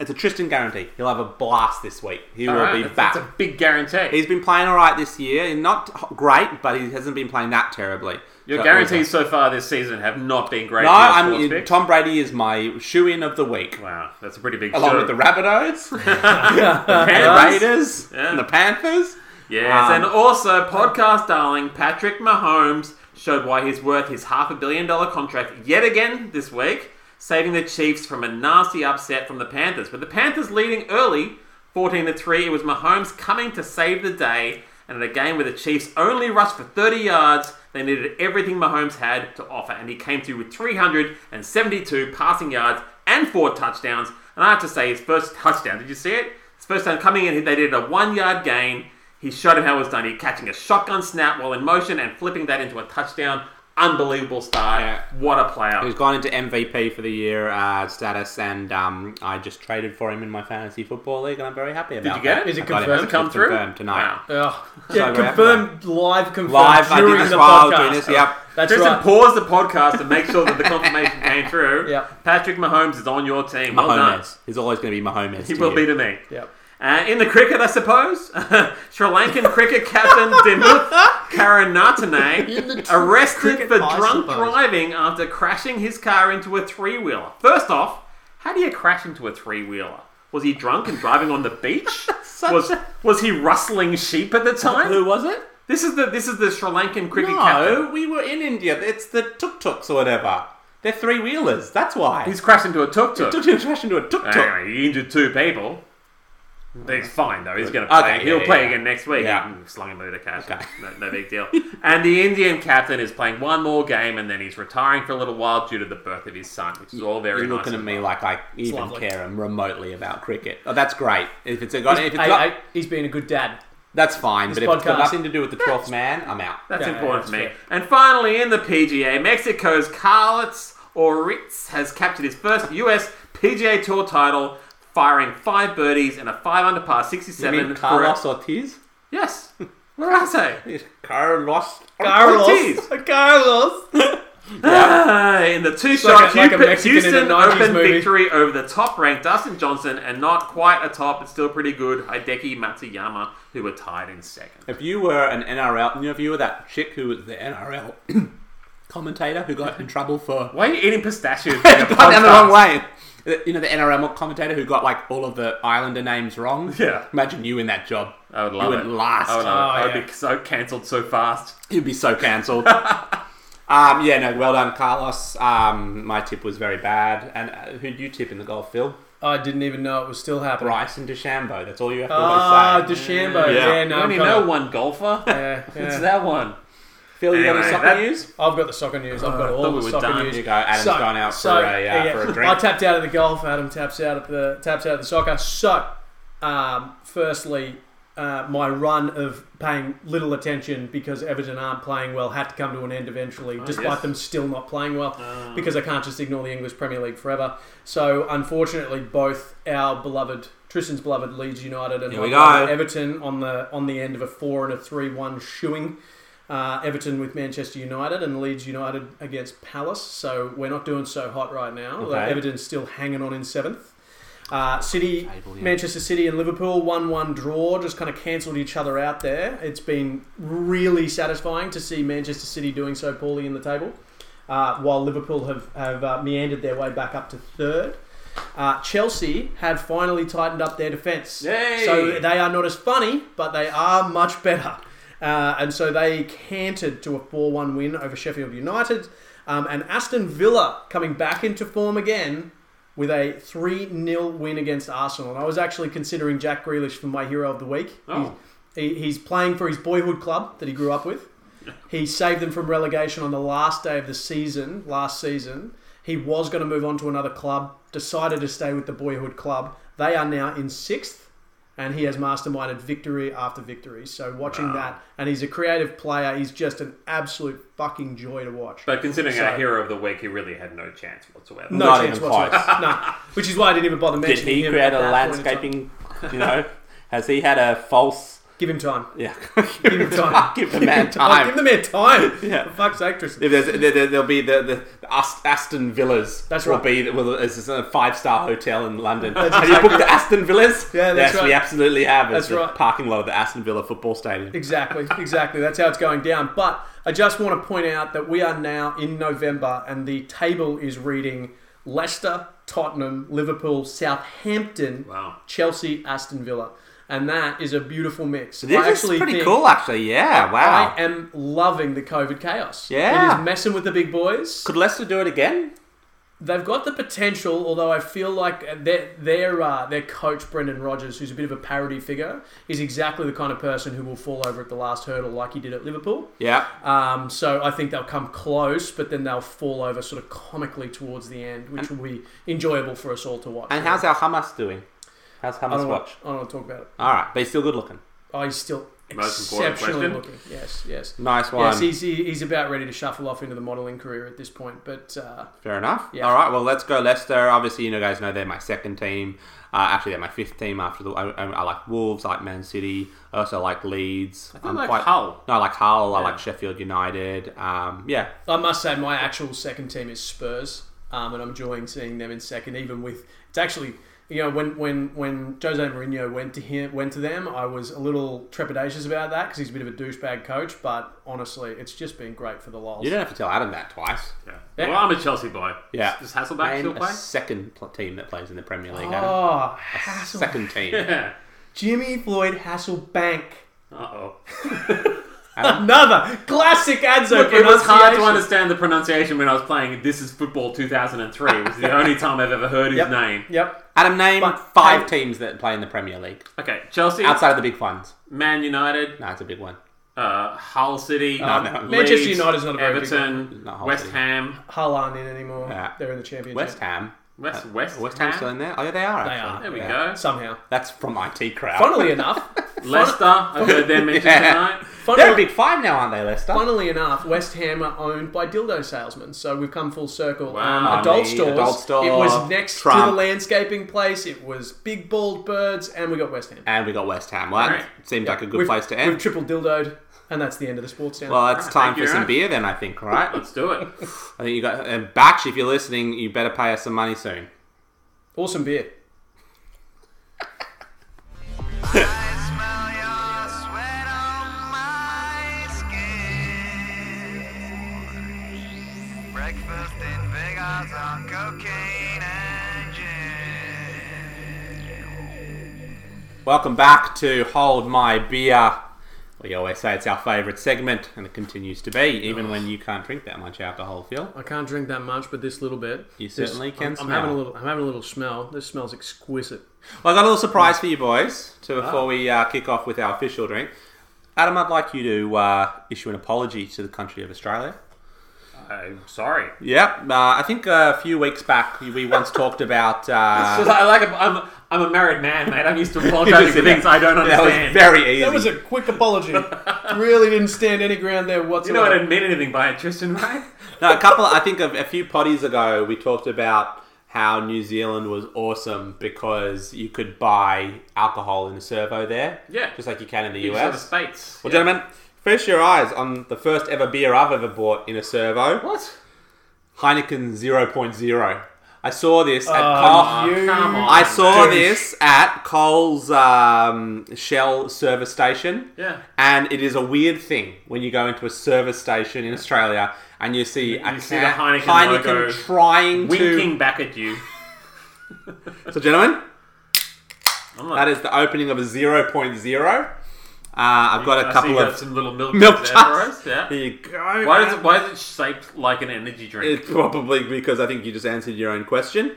Speaker 1: It's a Tristan guarantee. He'll have a blast this week. He
Speaker 3: All
Speaker 1: will
Speaker 3: right,
Speaker 1: be
Speaker 3: that's,
Speaker 1: back.
Speaker 3: that's a big guarantee.
Speaker 1: He's been playing all right this year. and Not h- great, but he hasn't been playing that terribly.
Speaker 3: Your
Speaker 1: So-
Speaker 3: guarantees so far this season have not been great.
Speaker 1: No,
Speaker 3: for your sports
Speaker 1: I'm.
Speaker 3: picks.
Speaker 1: Tom Brady is my shoe-in of the week,
Speaker 3: Wow, that's a pretty big
Speaker 1: along
Speaker 3: show.
Speaker 1: with the
Speaker 3: <laughs>
Speaker 1: Rabbitohs, <laughs> the
Speaker 3: Panthers.
Speaker 1: Raiders,
Speaker 3: Yeah.
Speaker 1: and the Panthers.
Speaker 3: Yes,
Speaker 1: Um,
Speaker 3: and also podcast darling Patrick Mahomes showed why he's worth his half a billion dollar contract yet again this week, saving the Chiefs from a nasty upset from the Panthers. But the Panthers leading early, 14 to 3, it was Mahomes coming to save the day, and in a game where the Chiefs only rushed for 30 yards, they needed everything Mahomes had to offer, and he came through with 372 passing yards and four touchdowns. And I have to say, his first touchdown, did you see it? His first time coming in, they did a one yard gain. He showed him how it was done. He catching a shotgun snap while in motion and flipping that into a touchdown. Unbelievable start.
Speaker 1: Yeah.
Speaker 3: What a player.
Speaker 1: He's gone into MVP for the year uh, status, and um, I just traded for him in my fantasy football league, and I'm very happy about.
Speaker 3: you get
Speaker 1: that.
Speaker 3: it? Is it
Speaker 1: I got
Speaker 2: confirmed?
Speaker 3: Has it come
Speaker 1: It's
Speaker 3: through?
Speaker 1: confirmed tonight.
Speaker 3: Wow.
Speaker 2: Ugh.
Speaker 1: So
Speaker 2: Yeah,
Speaker 1: we have
Speaker 2: confirmed live, confirmed
Speaker 1: Live, I did
Speaker 2: during
Speaker 1: this
Speaker 2: the
Speaker 1: while I was
Speaker 2: podcast.
Speaker 1: doing this, yep.
Speaker 2: That's
Speaker 3: Tristan
Speaker 2: right.
Speaker 3: paused the podcast to make sure that
Speaker 1: <laughs>
Speaker 3: the confirmation came through.
Speaker 2: Yep.
Speaker 3: Patrick Mahomes is on your team. Well done.
Speaker 1: Mahomes. He's always going to be Mahomes.
Speaker 3: He
Speaker 1: to
Speaker 3: will
Speaker 1: you.
Speaker 3: be to me.
Speaker 2: Yep.
Speaker 3: Uh, in the cricket, I suppose, <laughs> Sri Lankan
Speaker 2: <laughs>
Speaker 3: cricket captain Dimuth Karanatane arrested
Speaker 2: cricket,
Speaker 3: for
Speaker 2: I
Speaker 3: drunk
Speaker 2: suppose.
Speaker 3: driving after crashing his car into a three wheeler. First off, how do you crash into a three wheeler? Was he drunk and driving on
Speaker 2: <laughs>
Speaker 3: the beach? was was he rustling sheep at the
Speaker 1: Who
Speaker 3: time?
Speaker 1: was it?
Speaker 3: This is the this is the Sri Lankan cricket captain.
Speaker 1: No, we were in India. It's the tuk tuks or whatever. They're three wheelers. That's why.
Speaker 3: He's crashed into a tuk tuk.
Speaker 1: tuk tuk crashed into a tuk tuk.
Speaker 3: Anyway, he injured two people. He's fine though. He's going to
Speaker 1: Mm. Okay,
Speaker 3: play.
Speaker 1: yeah,
Speaker 3: He'll
Speaker 1: yeah,
Speaker 3: play
Speaker 1: yeah.
Speaker 3: again next week.
Speaker 1: Yeah.
Speaker 3: Mm, Slung him a load of cash.
Speaker 1: Okay.
Speaker 3: No, no big deal. <laughs> and the Indian captain is playing one more game, and then he's retiring for a little while due to the birth of his son, which is all very
Speaker 1: You're
Speaker 3: nice.
Speaker 1: looking at
Speaker 3: and
Speaker 1: me
Speaker 3: well.
Speaker 1: like I even
Speaker 2: lovely.
Speaker 1: care remotely about cricket. Oh, that's great. If it's got, if it's
Speaker 2: Hey,
Speaker 1: got,
Speaker 2: hey, he's being a good dad.
Speaker 1: that's fine. But if it's got
Speaker 2: podcast-
Speaker 1: nothing to do with the twelfth man, I'm out.
Speaker 3: That's
Speaker 2: Yeah,
Speaker 3: important
Speaker 2: that's
Speaker 3: to me.
Speaker 2: fair.
Speaker 3: And finally, in the PGA, Mexico's Carlos Oritz has captured his first <laughs> US PGA Tour title, firing five birdies and a five under par
Speaker 1: You
Speaker 3: 67.
Speaker 1: mean
Speaker 3: for-
Speaker 1: Carlos Ortiz?
Speaker 3: Yes. What did I say?
Speaker 1: Carlos.
Speaker 3: Ortiz.
Speaker 2: Carlos.
Speaker 3: Ah, in the two
Speaker 2: like
Speaker 3: shot
Speaker 2: a- like a Mexican in a
Speaker 3: Houston
Speaker 2: 90s
Speaker 3: Open
Speaker 2: movie.
Speaker 3: victory over the top ranked Dustin Johnson and not quite a top, but still pretty good Hideki Matsuyama, who were tied in second.
Speaker 1: If you were an NRL, you know, if you were that chick who was the NRL <clears throat> commentator who got in trouble for
Speaker 3: Why are you eating <laughs> pistachios?
Speaker 1: They got down the wrong way. You know the NRL commentator who got like all of the Islander names wrong.
Speaker 3: Yeah.
Speaker 1: imagine you in that job.
Speaker 3: I would
Speaker 1: you
Speaker 3: love
Speaker 1: would
Speaker 3: it.
Speaker 1: last.
Speaker 3: I would, love it.
Speaker 2: Oh,
Speaker 3: I would
Speaker 2: yeah.
Speaker 3: be so cancelled so fast.
Speaker 1: You'd be so
Speaker 3: <laughs>
Speaker 1: cancelled. um, yeah, no, well done, Carlos. Um, my tip was very bad. And uh, who'd you tip in the golf, Phil?
Speaker 2: I didn't even know it was still happening.
Speaker 1: Bryce and DeChambeau. That's all you have to
Speaker 2: Ah,
Speaker 1: always say.
Speaker 2: DeChambeau.
Speaker 1: Yeah.
Speaker 2: Yeah,
Speaker 3: You
Speaker 2: no, I've
Speaker 3: only
Speaker 2: got,
Speaker 3: know
Speaker 2: it.
Speaker 3: one golfer.
Speaker 2: <laughs> Yeah,
Speaker 3: <laughs> It's
Speaker 2: yeah.
Speaker 3: that one.
Speaker 1: Phil, you got
Speaker 3: Anyway,
Speaker 1: any soccer
Speaker 3: that-
Speaker 1: news?
Speaker 2: I've got the soccer news. I've
Speaker 1: Uh,
Speaker 2: got
Speaker 3: Oh, I
Speaker 2: all
Speaker 3: thought
Speaker 2: the
Speaker 3: we were
Speaker 2: soccer
Speaker 3: done.
Speaker 2: news.
Speaker 1: There you go. Adam's
Speaker 2: So-
Speaker 1: gone out
Speaker 2: so,
Speaker 1: for, a, uh,
Speaker 2: yeah,
Speaker 1: for a
Speaker 2: I
Speaker 1: drink.
Speaker 2: tapped out of the golf. Adam taps out of the taps out of the soccer. So, um, firstly, uh, my run of paying little attention because Everton aren't playing well had to come to an end eventually,
Speaker 1: Oh,
Speaker 2: despite
Speaker 3: yes.
Speaker 2: them still not playing well,
Speaker 1: Um.
Speaker 2: because I can't just ignore the English Premier League forever. So, unfortunately, both our beloved Tristan's beloved Leeds United and
Speaker 1: Here we
Speaker 2: my beloved
Speaker 1: go.
Speaker 2: Everton on the on the end of a four and a three-one shoeing. Uh, Everton with Manchester United and Leeds United against Palace. So we're not doing so hot right now. Uh,
Speaker 1: Okay.
Speaker 2: Everton's still hanging on in seventh. Uh, City,
Speaker 1: Table, yeah.
Speaker 2: Manchester City and Liverpool, 1 1 draw, just kind of cancelled each other out there. It's been really satisfying to see Manchester City doing so poorly in the table, uh, while Liverpool have, have uh, meandered their way back up to third. Uh, Chelsea have finally tightened up their defence.
Speaker 3: Yay!
Speaker 2: So they are not as funny, but they are much better. Uh, and so they cantered to a 4 1 win over Sheffield United. Um, and Aston Villa coming back into form again with a 3 0 win against Arsenal. And I was actually considering Jack Grealish for my hero of the week.
Speaker 3: Oh.
Speaker 2: He's, he, he's playing for his boyhood club that he grew up with. He saved them from relegation on the last day of the season, last season. He was going to move on to another club, decided to stay with the boyhood club. They are now in sixth, and he has masterminded victory after victory. So watching that, and he's a creative player. He's just an absolute fucking joy to watch.
Speaker 3: But considering our
Speaker 2: So-
Speaker 3: hero of the week, he really had no chance whatsoever.
Speaker 2: no
Speaker 1: Not
Speaker 2: chance
Speaker 1: even
Speaker 2: whatsoever. no, which is why I didn't even bother
Speaker 1: Did
Speaker 2: mentioning
Speaker 1: he
Speaker 2: him
Speaker 1: create
Speaker 2: at
Speaker 1: a
Speaker 2: that point in time.
Speaker 1: landscaping? You
Speaker 3: <laughs>
Speaker 1: know, has he had a false?
Speaker 2: Give
Speaker 1: <laughs>
Speaker 2: him time.
Speaker 1: Yeah,
Speaker 2: Give him time.
Speaker 1: Give the man
Speaker 2: <laughs> Give
Speaker 1: time.
Speaker 2: the man time.
Speaker 1: Yeah.
Speaker 2: For fuck's sake, Tristan.
Speaker 1: If there's, there, there- there'll be the, the Ast- Aston Villas.
Speaker 2: That's
Speaker 1: will
Speaker 2: right.
Speaker 1: Be well, this is a five star hotel in London.
Speaker 2: That's
Speaker 1: have you
Speaker 2: exactly
Speaker 1: booked the Aston Villas?
Speaker 2: Yeah, that's
Speaker 1: yes, we
Speaker 2: right.
Speaker 1: absolutely have. It's
Speaker 2: That's
Speaker 1: the
Speaker 2: right.
Speaker 1: Parking lot of the Aston Villa football stadium.
Speaker 2: Exactly, exactly. That's how it's going down. But I just want to point out that we are now in November and the table is reading Leicester, Tottenham, Liverpool, Southampton,
Speaker 3: Wow.
Speaker 2: Chelsea, Aston Villa. And that is a beautiful mix. I
Speaker 1: This is pretty
Speaker 2: think
Speaker 1: cool, actually. Yeah, wow.
Speaker 2: I am loving the COVID chaos.
Speaker 1: Yeah.
Speaker 2: It is messing with the big boys.
Speaker 1: Could Leicester do it again?
Speaker 2: They've got the potential, although I feel like their their uh, their coach Brendan Rodgers, who's a bit of a parody figure, is exactly the kind of person who will fall over at the last hurdle, like he did at Liverpool.
Speaker 1: Yeah.
Speaker 2: Um, so I think they'll come close, but then they'll fall over sort of comically towards the end, which will be enjoyable for us all to watch.
Speaker 1: And how's our Hamas doing? How's
Speaker 2: I
Speaker 1: Hamas
Speaker 2: don't, want,
Speaker 1: watch?
Speaker 2: I don't want to talk about it.
Speaker 1: All right, but he's still good looking.
Speaker 2: Oh, he's still
Speaker 3: Most important
Speaker 2: exceptionally
Speaker 3: question.
Speaker 2: looking. Yes, yes.
Speaker 1: Nice one.
Speaker 2: Yes, he's, he- he's about ready to shuffle off into the modelling career at this point, but uh,
Speaker 1: Fair enough.
Speaker 2: Yeah.
Speaker 1: All right. Well, let's go Leicester. Obviously, you know, guys know they're my second team. Uh, actually, they're my fifth team. After the, I, I, I like Wolves. I like Man City. I also like Leeds. I
Speaker 3: think I like Hull.
Speaker 1: No, I like Hull. I
Speaker 3: Yeah.
Speaker 1: like Sheffield United. Um, yeah.
Speaker 2: I must say my actual second team is Spurs, um, and I'm enjoying seeing them in second. Even with it's actually you know when when when Jose Mourinho went to him went to them, I was a little trepidatious about that because he's a bit of a douchebag coach. But honestly, it's just been great for the lols.
Speaker 1: You don't have to tell Adam that twice.
Speaker 3: Yeah.
Speaker 2: Yeah.
Speaker 3: Well, I'm a Chelsea boy.
Speaker 1: Yeah.
Speaker 3: Does Hasselback
Speaker 1: Name
Speaker 3: still
Speaker 1: a
Speaker 3: play? <laughs>
Speaker 1: second pl- team that plays in the Premier League. Adam.
Speaker 2: Oh, Hassel,
Speaker 1: Second
Speaker 3: <laughs>
Speaker 1: team.
Speaker 3: Yeah.
Speaker 2: Jimmy Floyd Hasselbank.
Speaker 3: Uh oh. <laughs>
Speaker 2: Another classic Adzo
Speaker 3: It was hard to
Speaker 2: pronunciation.
Speaker 3: understand the pronunciation when I was playing This Is Football 2003.
Speaker 1: <laughs>
Speaker 3: It was the only time I've ever heard his
Speaker 2: Yep.
Speaker 3: name.
Speaker 2: Yep.
Speaker 1: Adam, name
Speaker 2: But-
Speaker 1: five
Speaker 2: Hey.
Speaker 1: teams that play in the Premier League
Speaker 3: Okay, Chelsea,
Speaker 1: outside of the big ones.
Speaker 3: Man United,
Speaker 1: No, it's a big one.
Speaker 3: uh, Hull City,
Speaker 1: Oh, no.
Speaker 3: Leeds,
Speaker 2: Manchester United's not a very big
Speaker 3: Everton,
Speaker 1: Not Hull
Speaker 3: West
Speaker 1: City.
Speaker 3: Ham,
Speaker 2: Hull aren't in anymore.
Speaker 1: Yeah.
Speaker 2: They're in the championship.
Speaker 1: West Ham.
Speaker 3: Ah.
Speaker 1: Uh,
Speaker 3: West West,
Speaker 1: West
Speaker 3: Ham.
Speaker 1: Ham's still in there. Oh yeah, they are.
Speaker 2: They
Speaker 1: actually.
Speaker 2: are.
Speaker 3: There we
Speaker 1: Yeah.
Speaker 3: go.
Speaker 2: Somehow.
Speaker 1: That's from IT crowd.
Speaker 2: Funnily
Speaker 3: <laughs>
Speaker 2: enough,
Speaker 3: Leicester, I've heard them mentioned
Speaker 1: Yeah.
Speaker 3: tonight.
Speaker 1: They're a
Speaker 2: funnily,
Speaker 1: big five now, aren't they, Leicester?
Speaker 2: Funnily enough, West Ham are owned by dildo salesmen, so we've come full circle.
Speaker 3: Wow.
Speaker 2: Um,
Speaker 3: I
Speaker 2: adult,
Speaker 1: mean,
Speaker 2: stores,
Speaker 1: adult store,
Speaker 2: It was next to
Speaker 1: Trump.
Speaker 2: the landscaping place. It was big bald birds, and we got West Ham.
Speaker 1: And we got West Ham. Well, that
Speaker 3: Right.
Speaker 1: seemed like a good
Speaker 2: We've-
Speaker 1: place to
Speaker 2: We've
Speaker 1: end.
Speaker 2: triple dildoed, and that's the end of the sports town.
Speaker 1: Well, it's
Speaker 3: Right,
Speaker 1: time
Speaker 3: thank
Speaker 1: for
Speaker 3: you,
Speaker 1: some
Speaker 3: right?
Speaker 1: beer then, I think, right?
Speaker 3: Let's do
Speaker 1: <laughs>
Speaker 3: it.
Speaker 1: I think you got. And Batch, if you're listening, you better pay us some money soon.
Speaker 2: awesome beer.
Speaker 5: I smell your sweat on my skin. Breakfast in Vegas on cocaine and gin.
Speaker 1: Welcome back to Hold My Beer. We always say it's our favourite segment, and it continues to be, even when you can't drink that much alcohol, Phil.
Speaker 2: I can't drink that much, but this little bit.
Speaker 1: You certainly can
Speaker 2: I'm, I'm
Speaker 1: smell.
Speaker 2: having a little. I'm having a little smell. This smells exquisite.
Speaker 1: Well, I got a little surprise for you boys
Speaker 3: Ah.
Speaker 1: to, before we uh, kick off with our official drink. Adam, I'd like you to uh, issue an apology to the country of Australia.
Speaker 3: I'm sorry.
Speaker 1: Yep, uh, I think a few weeks back we once talked about. Uh,
Speaker 3: 'Cause I like a, I'm, I'm a married man, mate. I'm
Speaker 1: <laughs>
Speaker 3: used to apologizing
Speaker 1: Just-
Speaker 3: for things I don't
Speaker 1: That was
Speaker 3: understand.
Speaker 1: very easy.
Speaker 2: That was a quick apology. <laughs> really didn't stand any ground there
Speaker 3: you know I
Speaker 2: whatsoever.
Speaker 3: didn't mean anything by it, Tristan, right?
Speaker 1: no, a couple. I think of a few potties ago we talked about how New Zealand was awesome because you could buy alcohol in a servo there.
Speaker 3: Yeah.
Speaker 1: just like you can in the
Speaker 3: You just have the
Speaker 1: US.
Speaker 3: spates.
Speaker 1: Well,
Speaker 3: Yeah.
Speaker 1: gentlemen, feast your eyes on the first ever beer I've ever bought in a servo.
Speaker 3: What?
Speaker 1: Heineken 0.0. I saw this at
Speaker 3: Uh,
Speaker 2: Oh,
Speaker 1: Cole.
Speaker 2: you
Speaker 3: come on.
Speaker 1: I saw
Speaker 2: douche.
Speaker 1: this at Cole's um, Shell service station.
Speaker 3: Yeah.
Speaker 1: And it is a weird thing when you go into a service station in Australia and you see a
Speaker 3: You see
Speaker 1: ca-
Speaker 3: the Heineken logo
Speaker 1: trying
Speaker 3: Winking
Speaker 1: to.
Speaker 3: back at you.
Speaker 1: So, gentlemen,
Speaker 3: I'm not,
Speaker 1: that is the opening of a 0.0. Uh, I've got a
Speaker 3: I see
Speaker 1: couple
Speaker 3: you got
Speaker 1: of.
Speaker 3: some little milk,
Speaker 1: milk
Speaker 3: jugs there for
Speaker 1: jugs.
Speaker 3: us. Yeah.
Speaker 1: Here you go.
Speaker 3: Why does it Why is it shaped like an energy drink?
Speaker 1: It's probably because I think you just answered your own question.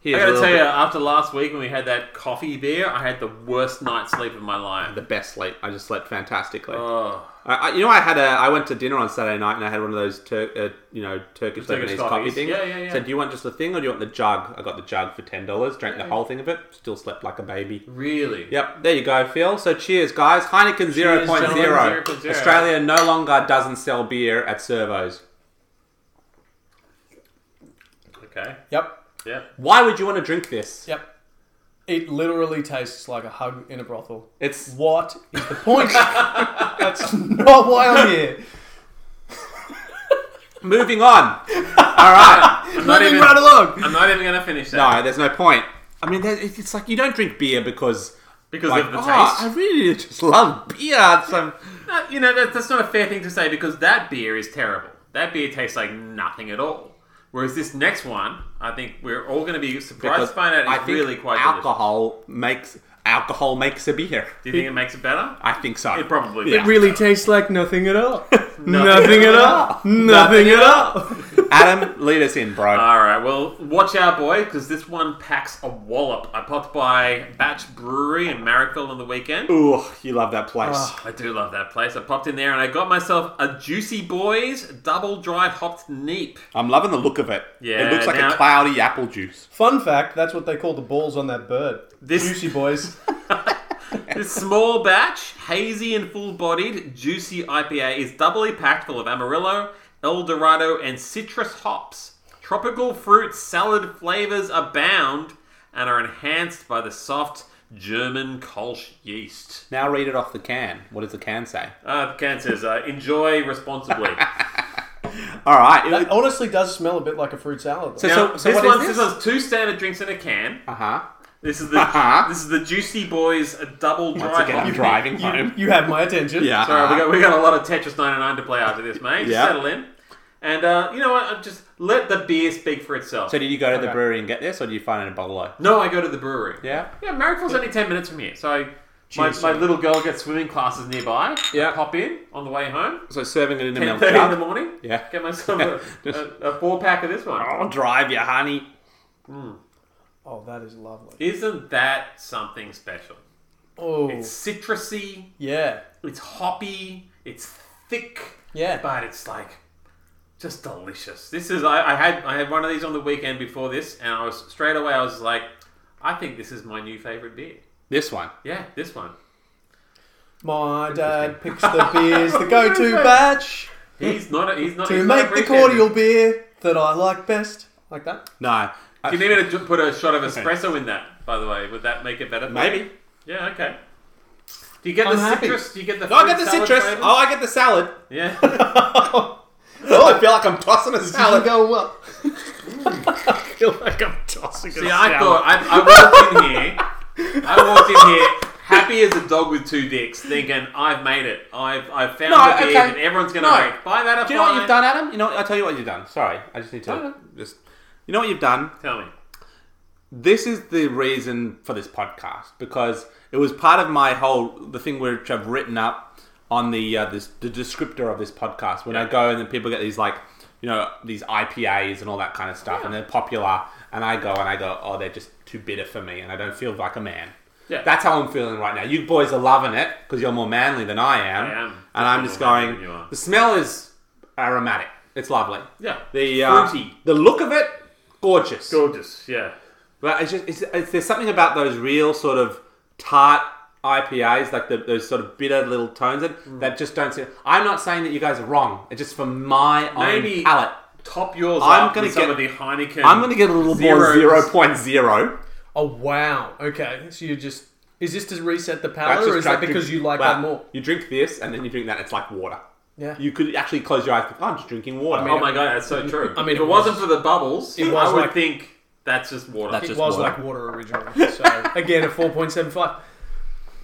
Speaker 1: Here's
Speaker 3: I
Speaker 1: a
Speaker 3: gotta
Speaker 1: little
Speaker 3: tell you,
Speaker 1: bit-
Speaker 3: after last week when we had that coffee beer, I had the worst night's sleep of my life.
Speaker 1: the best sleep. I just slept fantastically.
Speaker 3: Oh,
Speaker 1: I, I- you know, I had a. I went to dinner on Saturday night and I had one of those, Tur- uh, you know, Turkish
Speaker 3: Turkish
Speaker 1: Lebanese coffee
Speaker 3: coffees.
Speaker 1: things.
Speaker 3: Yeah, yeah, yeah.
Speaker 1: Said, do you want just the thing or do you want the jug? I got the jug for ten dollars. Drank the whole thing of it. Still slept like a baby.
Speaker 3: really?
Speaker 1: Yep, there you go, Phil. So cheers, guys. Heineken 0.0.
Speaker 3: gentlemen, 0.0.
Speaker 1: Australia no longer doesn't sell beer at servos.
Speaker 3: Okay.
Speaker 2: Yep.
Speaker 3: Yeah.
Speaker 1: Why would you want to drink this?
Speaker 2: Yep. It literally tastes like a hug in a brothel.
Speaker 1: It's
Speaker 2: What is the point? That's not why I'm here.
Speaker 1: moving on. All right.
Speaker 3: I'm not, even,
Speaker 2: right along.
Speaker 3: I'm not even gonna finish that.
Speaker 1: No, there's no point. I mean, there- it's it's like you don't drink beer because
Speaker 3: because
Speaker 1: like,
Speaker 3: of the
Speaker 1: "Oh,
Speaker 3: taste.
Speaker 1: I really just love beer. So
Speaker 3: Uh, you know, that, that's not a fair thing to say because that beer is terrible. That beer tastes like nothing at all. Whereas this next one, I think we're all going to be surprised
Speaker 1: because
Speaker 3: to find out
Speaker 1: I
Speaker 3: it's
Speaker 1: think
Speaker 3: really quite delicious.
Speaker 1: alcohol makes alcohol makes a beer.
Speaker 3: Do you think it makes it better?
Speaker 1: I think so.
Speaker 3: It probably
Speaker 1: Yeah.
Speaker 3: does.
Speaker 2: Really tastes like nothing at <laughs> all.
Speaker 3: Nothing
Speaker 1: at all.
Speaker 2: Nothing at all.
Speaker 1: Adam, lead us in, bro.
Speaker 3: All right, well, watch out, boy, because this one packs a wallop. I popped by Batch Brewery in Marrickville on the weekend.
Speaker 1: Ooh, you love that place.
Speaker 3: I do love that place. I popped in there and I got myself a Juicy Boys Double Dry Hopped Neep.
Speaker 1: I'm loving the look of it.
Speaker 3: Yeah,
Speaker 1: it looks like
Speaker 3: now-
Speaker 1: a cloudy apple juice.
Speaker 2: <laughs> Fun fact: that's what they call the balls on that bird.
Speaker 3: This-
Speaker 2: Juicy boys.
Speaker 3: This small batch, hazy and full bodied, juicy IPA is doubly packed full of Amarillo, El Dorado, and citrus hops. Tropical fruit salad flavors abound and are enhanced by the soft German Kolsch yeast.
Speaker 1: Now read it off the can. What does the can say?
Speaker 3: Uh, Ken says, uh, enjoy
Speaker 1: <laughs>
Speaker 3: responsibly.
Speaker 1: All right.
Speaker 2: That honestly does smell a bit like a fruit salad. Though.
Speaker 1: So-
Speaker 3: now, this
Speaker 1: what is
Speaker 3: one's
Speaker 1: this?
Speaker 3: this one's two standard drinks in a can.
Speaker 1: uh huh.
Speaker 3: This is the
Speaker 1: Uh-huh.
Speaker 3: this is the Juicy Boys double dry
Speaker 1: Once again,
Speaker 3: hop.
Speaker 1: I'm driving home.
Speaker 2: you have my attention.
Speaker 1: yeah.
Speaker 3: Sorry, we
Speaker 1: uh-huh.
Speaker 3: got, we got a lot of Tetris 99 to play after this, mate. Just
Speaker 1: Yeah.
Speaker 3: settle in. And uh, you know what? uh, Just let the beer speak for itself.
Speaker 1: So did you go to the
Speaker 2: Okay.
Speaker 1: brewery and get this, or did you find it in Bolo?
Speaker 3: no, I go to the brewery.
Speaker 1: Yeah.
Speaker 3: Yeah, Marrickville's only 10 minutes from here. So I- my,
Speaker 1: Jeez.
Speaker 3: my little girl gets swimming classes nearby.
Speaker 1: Yeah.
Speaker 3: I pop in on the way home.
Speaker 1: So serving it in a milk
Speaker 3: 10.30 in the
Speaker 1: jug.
Speaker 3: morning.
Speaker 1: Yeah.
Speaker 3: Get myself a,
Speaker 1: <laughs> Just- Oh.
Speaker 3: a, a four pack of this one.
Speaker 1: I'll drive you, honey.
Speaker 2: Oh, that is lovely.
Speaker 3: Isn't that something special?
Speaker 2: Oh,
Speaker 3: It's citrusy.
Speaker 2: yeah,
Speaker 3: It's hoppy. It's thick.
Speaker 2: yeah.
Speaker 3: but it's like just delicious. This is I, I had I had one of these on the weekend before this, and I was straight away I was like, I think this is my new favorite beer.
Speaker 1: This one.
Speaker 3: Yeah, this one.
Speaker 2: My dad picks the beers, the go-to
Speaker 3: Interesting.
Speaker 2: batch
Speaker 3: He's not. A, he's not.
Speaker 2: to
Speaker 3: he's not
Speaker 2: make the
Speaker 3: appreciated.
Speaker 2: cordial beer that I like best. Like that.
Speaker 1: No.
Speaker 3: Do
Speaker 1: <laughs>
Speaker 3: you need me to ju- put a shot of espresso in that? By the way, would that make it better? for you?
Speaker 1: Maybe.
Speaker 3: Yeah. Okay. Do you get
Speaker 2: I'm
Speaker 3: the
Speaker 2: happy.
Speaker 3: citrus? Do you get the?
Speaker 1: No, I
Speaker 3: fruit
Speaker 1: get the
Speaker 3: salad
Speaker 1: citrus.
Speaker 3: flavours?
Speaker 1: Oh, I get the salad.
Speaker 3: Yeah.
Speaker 1: Oh, I feel like I'm tossing a salad.
Speaker 2: go up.
Speaker 1: I feel like I'm tossing
Speaker 3: See, I thought I, I walked in
Speaker 1: <laughs>
Speaker 3: here. I walked in here happy as a dog with two dicks, thinking I've made it. I've I've found
Speaker 1: No,
Speaker 3: the beer
Speaker 1: okay.
Speaker 3: that everyone's going to
Speaker 1: No.
Speaker 3: rate five out of
Speaker 1: Do you know
Speaker 3: five.
Speaker 1: what you've done, Adam? You know, I'll tell you what you've done. Sorry, I just need to
Speaker 3: No, no.
Speaker 1: just. You know what you've done?
Speaker 3: Tell me.
Speaker 1: This is the reason for this podcast because it was part of my whole the thing which I've written up on the uh, this the descriptor of this podcast. When I go and then people get these like you know these IPAs and all that kind of stuff, and they're popular, and I go and I go, oh, they're just too bitter for me, and I don't feel like a man.
Speaker 3: Yeah.
Speaker 1: That's how I'm feeling right now. You boys are loving it because you're more manly than I am.
Speaker 3: I am.
Speaker 1: And I'm just
Speaker 3: More manly
Speaker 1: going,
Speaker 3: than you are.
Speaker 1: the smell is aromatic. It's lovely.
Speaker 3: Yeah.
Speaker 1: The uh,
Speaker 3: Fruity.
Speaker 1: the look of it, gorgeous.
Speaker 3: Gorgeous. Yeah.
Speaker 1: But it's just it's, it's, there's something about those real sort of tart IPAs, like the, those sort of bitter little tones that, that just don't. Seem, I'm not saying that you guys are wrong. It's just for my
Speaker 3: Maybe
Speaker 1: own palate.
Speaker 3: top yours
Speaker 1: I'm
Speaker 3: up
Speaker 1: gonna
Speaker 3: with some
Speaker 1: get-
Speaker 3: of the Heineken.
Speaker 1: I'm going to get a little more
Speaker 3: Zero.
Speaker 1: 0.0.
Speaker 2: Oh wow. Okay. So you just is this to reset the
Speaker 1: That's
Speaker 2: palate,
Speaker 1: just
Speaker 2: or is that
Speaker 1: like drink-
Speaker 2: because you like
Speaker 1: well,
Speaker 2: that more?
Speaker 1: You drink this and then you drink that. It's like water.
Speaker 2: Yeah.
Speaker 1: You could actually close your eyes. and think, "Oh, I'm just drinking water.
Speaker 3: Oh my god, that's so true. I
Speaker 2: I
Speaker 3: mean,
Speaker 2: mean,
Speaker 3: if
Speaker 2: it
Speaker 3: it wasn't for the bubbles,
Speaker 2: was
Speaker 3: I would
Speaker 2: like-
Speaker 3: think That's just water.
Speaker 2: It
Speaker 6: That's- Just
Speaker 2: was
Speaker 6: water.
Speaker 2: like water originally. So again, a four point seven five.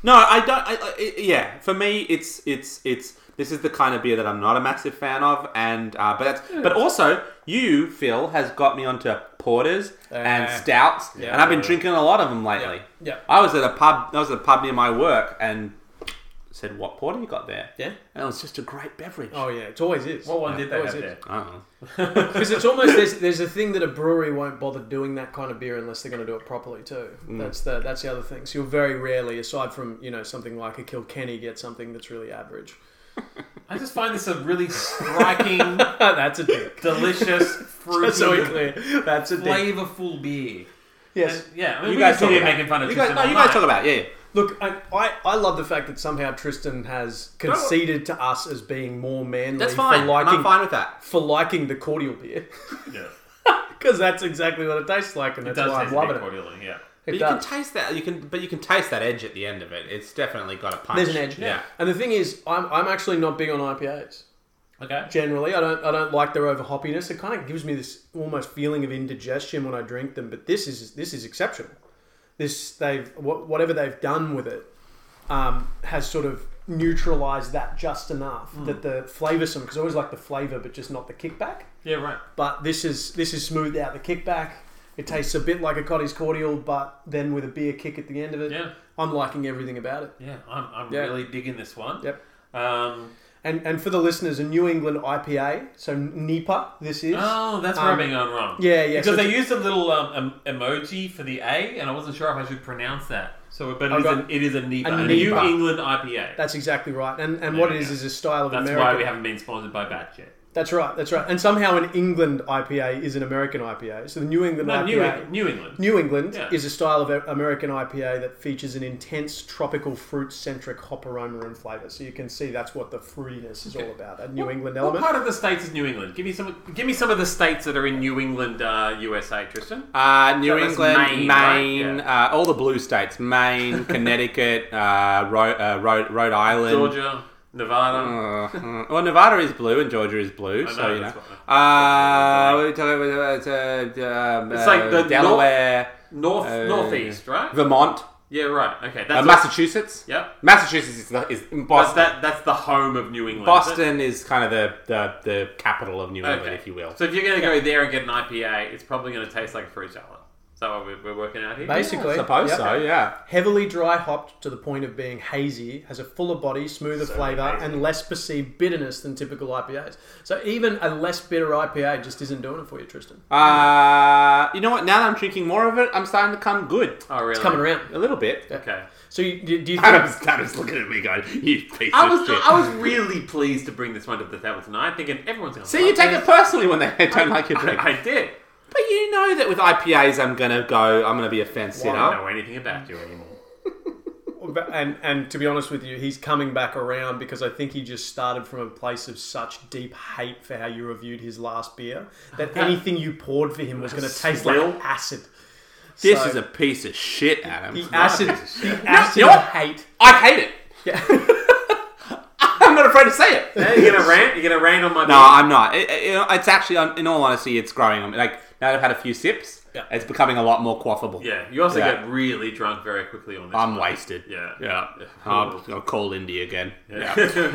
Speaker 1: No, I don't. I, I, I- yeah, for me, it's it's it's this is the kind of beer that I'm not a massive fan of, and uh, but that's, but also you, Phil, has got me onto porters and
Speaker 2: Uh,
Speaker 1: stouts,
Speaker 2: yeah.
Speaker 1: and I've been drinking a lot of them lately.
Speaker 2: Yeah, yeah.
Speaker 1: I was at a pub. I was at a pub near my work, and said, "What porter you got there?"
Speaker 6: Yeah.
Speaker 1: and it was just a great beverage.
Speaker 2: Oh yeah, it always is.
Speaker 3: what one did they
Speaker 2: Always
Speaker 3: have
Speaker 2: is.
Speaker 3: there?
Speaker 1: I don't know.
Speaker 2: Because it's almost there's, there's a thing that a brewery won't bother doing that kind of beer unless they're going to do it properly too. That's the that's the other thing. So you'll very rarely, aside from you know something like a Kilkenny, get something that's really average.
Speaker 3: I just find this a really striking,
Speaker 2: <laughs> that's a dick. <laughs>
Speaker 3: delicious, fruity,
Speaker 2: Just so we're clear, that's a dick.
Speaker 6: flavorful beer.
Speaker 2: Yes.
Speaker 3: yeah. I mean,
Speaker 1: You
Speaker 3: we
Speaker 1: guys
Speaker 3: guys
Speaker 1: talk
Speaker 3: here
Speaker 1: about
Speaker 3: making fun of
Speaker 1: you guys.
Speaker 3: Tristan
Speaker 1: No, you
Speaker 3: all
Speaker 1: guys
Speaker 3: night.
Speaker 1: talk about it, yeah.
Speaker 2: Look, I, I I love the fact that somehow Tristan has conceded to us as being more manly
Speaker 1: That's fine.
Speaker 2: for
Speaker 1: and
Speaker 2: liking
Speaker 1: I'm fine with that.
Speaker 2: for liking the cordial beer <laughs>
Speaker 3: Yeah.
Speaker 2: because that's exactly what it tastes like, and
Speaker 3: It
Speaker 2: that's
Speaker 3: does
Speaker 2: why
Speaker 3: taste
Speaker 2: I'm
Speaker 3: a
Speaker 2: loving
Speaker 3: bit
Speaker 2: it.
Speaker 3: cordially, yeah.
Speaker 2: It
Speaker 1: But you
Speaker 2: does.
Speaker 1: can taste that. You can, but you can taste that edge at the end of it. It's definitely got a punch.
Speaker 2: There's an edge.
Speaker 1: Yeah.
Speaker 2: And the thing is, I'm, I'm actually not big on IPAs.
Speaker 3: Okay.
Speaker 2: Generally, I don't I don't like their over hoppiness. It kind of gives me this almost feeling of indigestion when I drink them. But this is this is exceptional. This they've wha- whatever they've done with it um, has sort of neutralized that just enough that the flavoursome because I always like the flavour but just not the kickback.
Speaker 3: Yeah, right.
Speaker 2: But this is this is smoothed out the kickback. It tastes a bit like a Cotty's cordial, but then with a beer kick at the end of it.
Speaker 3: Yeah.
Speaker 2: I'm liking everything about it.
Speaker 3: Yeah, I'm, I'm
Speaker 2: Yeah.
Speaker 3: really digging this one.
Speaker 2: Yep.
Speaker 3: Um,
Speaker 2: And and for the listeners, a New England IPA, so NEPA. This is.
Speaker 3: oh, that's where
Speaker 2: Um,
Speaker 3: I'm being gone wrong.
Speaker 2: Yeah, yeah. so
Speaker 3: Because they used a little um, em- emoji for the A, and I wasn't sure if I should pronounce that. So, but it is,
Speaker 2: Okay.
Speaker 3: an, it is a NEPA,
Speaker 2: Oh, A
Speaker 3: a New
Speaker 2: NEPA.
Speaker 3: England IPA.
Speaker 2: that's exactly right. And and
Speaker 3: There
Speaker 2: what
Speaker 3: we
Speaker 2: it is
Speaker 3: go.
Speaker 2: is a style of
Speaker 3: That's
Speaker 2: American.
Speaker 3: why we haven't been sponsored by Bat yet.
Speaker 2: That's right. That's right. And somehow an England IPA is an American IPA. So the New England
Speaker 3: No,
Speaker 2: IPA.
Speaker 3: New, Eng- New England.
Speaker 2: New England
Speaker 3: Yeah.
Speaker 2: is a style of a- American IPA that features an intense tropical fruit centric hop aroma and flavor. So you can see that's what the fruitiness is all about. That New England
Speaker 3: what
Speaker 2: element.
Speaker 3: part of the states is New England? Give me some. Give me some of the states that are in New England, uh, USA, Tristan.
Speaker 1: Uh, New
Speaker 3: So that's
Speaker 1: England, Maine,
Speaker 3: Maine, right?
Speaker 1: uh, all the blue states:
Speaker 3: <laughs>
Speaker 1: Maine, Connecticut, uh, Ro- uh, Rhode, Rhode Island,
Speaker 3: Georgia, Nevada.
Speaker 1: Uh, mm. well, Nevada is blue and Georgia is blue,
Speaker 3: I
Speaker 1: so
Speaker 3: know,
Speaker 1: you know.
Speaker 3: that's what
Speaker 1: Uh, what are we talking about? It's, uh, um,
Speaker 3: It's like
Speaker 1: uh,
Speaker 3: the nor-
Speaker 1: Delaware,
Speaker 3: North,
Speaker 1: uh,
Speaker 3: northeast, right?
Speaker 1: Vermont,
Speaker 3: yeah, right. Okay,
Speaker 1: uh,
Speaker 3: that's all-
Speaker 1: Massachusetts.
Speaker 3: Yep.
Speaker 1: Massachusetts is, the, is
Speaker 3: That's
Speaker 1: Boston.
Speaker 3: that. That's the home of New England. is it?
Speaker 1: Boston is kind of the, the, the capital of New England,
Speaker 3: Okay.
Speaker 1: if you will.
Speaker 3: So if you're going to go there and get an IPA, it's probably going to taste like a fruit salad. Is that what we're, we're working out here?
Speaker 2: Basically.
Speaker 1: I suppose
Speaker 2: Yep.
Speaker 1: so. Yeah.
Speaker 2: Heavily dry hopped to the point of being hazy, has a fuller body, smoother flavor,
Speaker 3: amazing.
Speaker 2: and less perceived bitterness than typical IPAs. So even a less bitter IPA just isn't doing it for you, Tristan.
Speaker 1: Uh, you know what? Now that I'm drinking more of it, I'm starting to come good
Speaker 3: Oh, really?
Speaker 2: It's coming around.
Speaker 1: a little bit.
Speaker 3: Okay.
Speaker 2: So you, do, do you think?
Speaker 1: Adam's, Adam's looking at me going, "You piece
Speaker 3: I
Speaker 1: of
Speaker 3: was
Speaker 1: shit."
Speaker 3: I was really pleased to bring this one to the table tonight, thinking everyone's going to
Speaker 1: See, you take it personally when they <laughs> don't like
Speaker 3: <laughs>
Speaker 1: your drink.
Speaker 3: I did.
Speaker 1: But you know that with IPAs, I'm gonna go. I'm gonna be a fence
Speaker 3: I don't
Speaker 1: sitter.
Speaker 3: know anything about you anymore.
Speaker 2: And and to be honest with you, he's coming back around because I think he just started from a place of such deep hate for how you reviewed his last beer that anything you poured for him was going to taste like
Speaker 3: Swill.
Speaker 2: acid.
Speaker 1: This
Speaker 2: So-
Speaker 1: is a piece of shit, Adam.
Speaker 2: The acid, the acid
Speaker 1: you know what?
Speaker 2: hate.
Speaker 1: I hate it. <laughs>
Speaker 2: Yeah. <laughs>
Speaker 1: I'm not afraid to say it.
Speaker 3: Hey, you're going to rant? You're going to rant on my
Speaker 1: No, I'm not. It, it- you know, it's actually, um, in all honesty, it's growing on me. Like now that I've had a few sips,
Speaker 2: Yeah.
Speaker 1: it's becoming a lot more quaffable.
Speaker 3: Yeah, you also
Speaker 1: Yeah.
Speaker 3: get really drunk very quickly on this.
Speaker 1: I'm
Speaker 3: one.
Speaker 1: wasted.
Speaker 3: Yeah.
Speaker 1: yeah.
Speaker 3: Yeah.
Speaker 1: I'll, I'll call Indy again.
Speaker 3: Yeah.
Speaker 1: Yeah.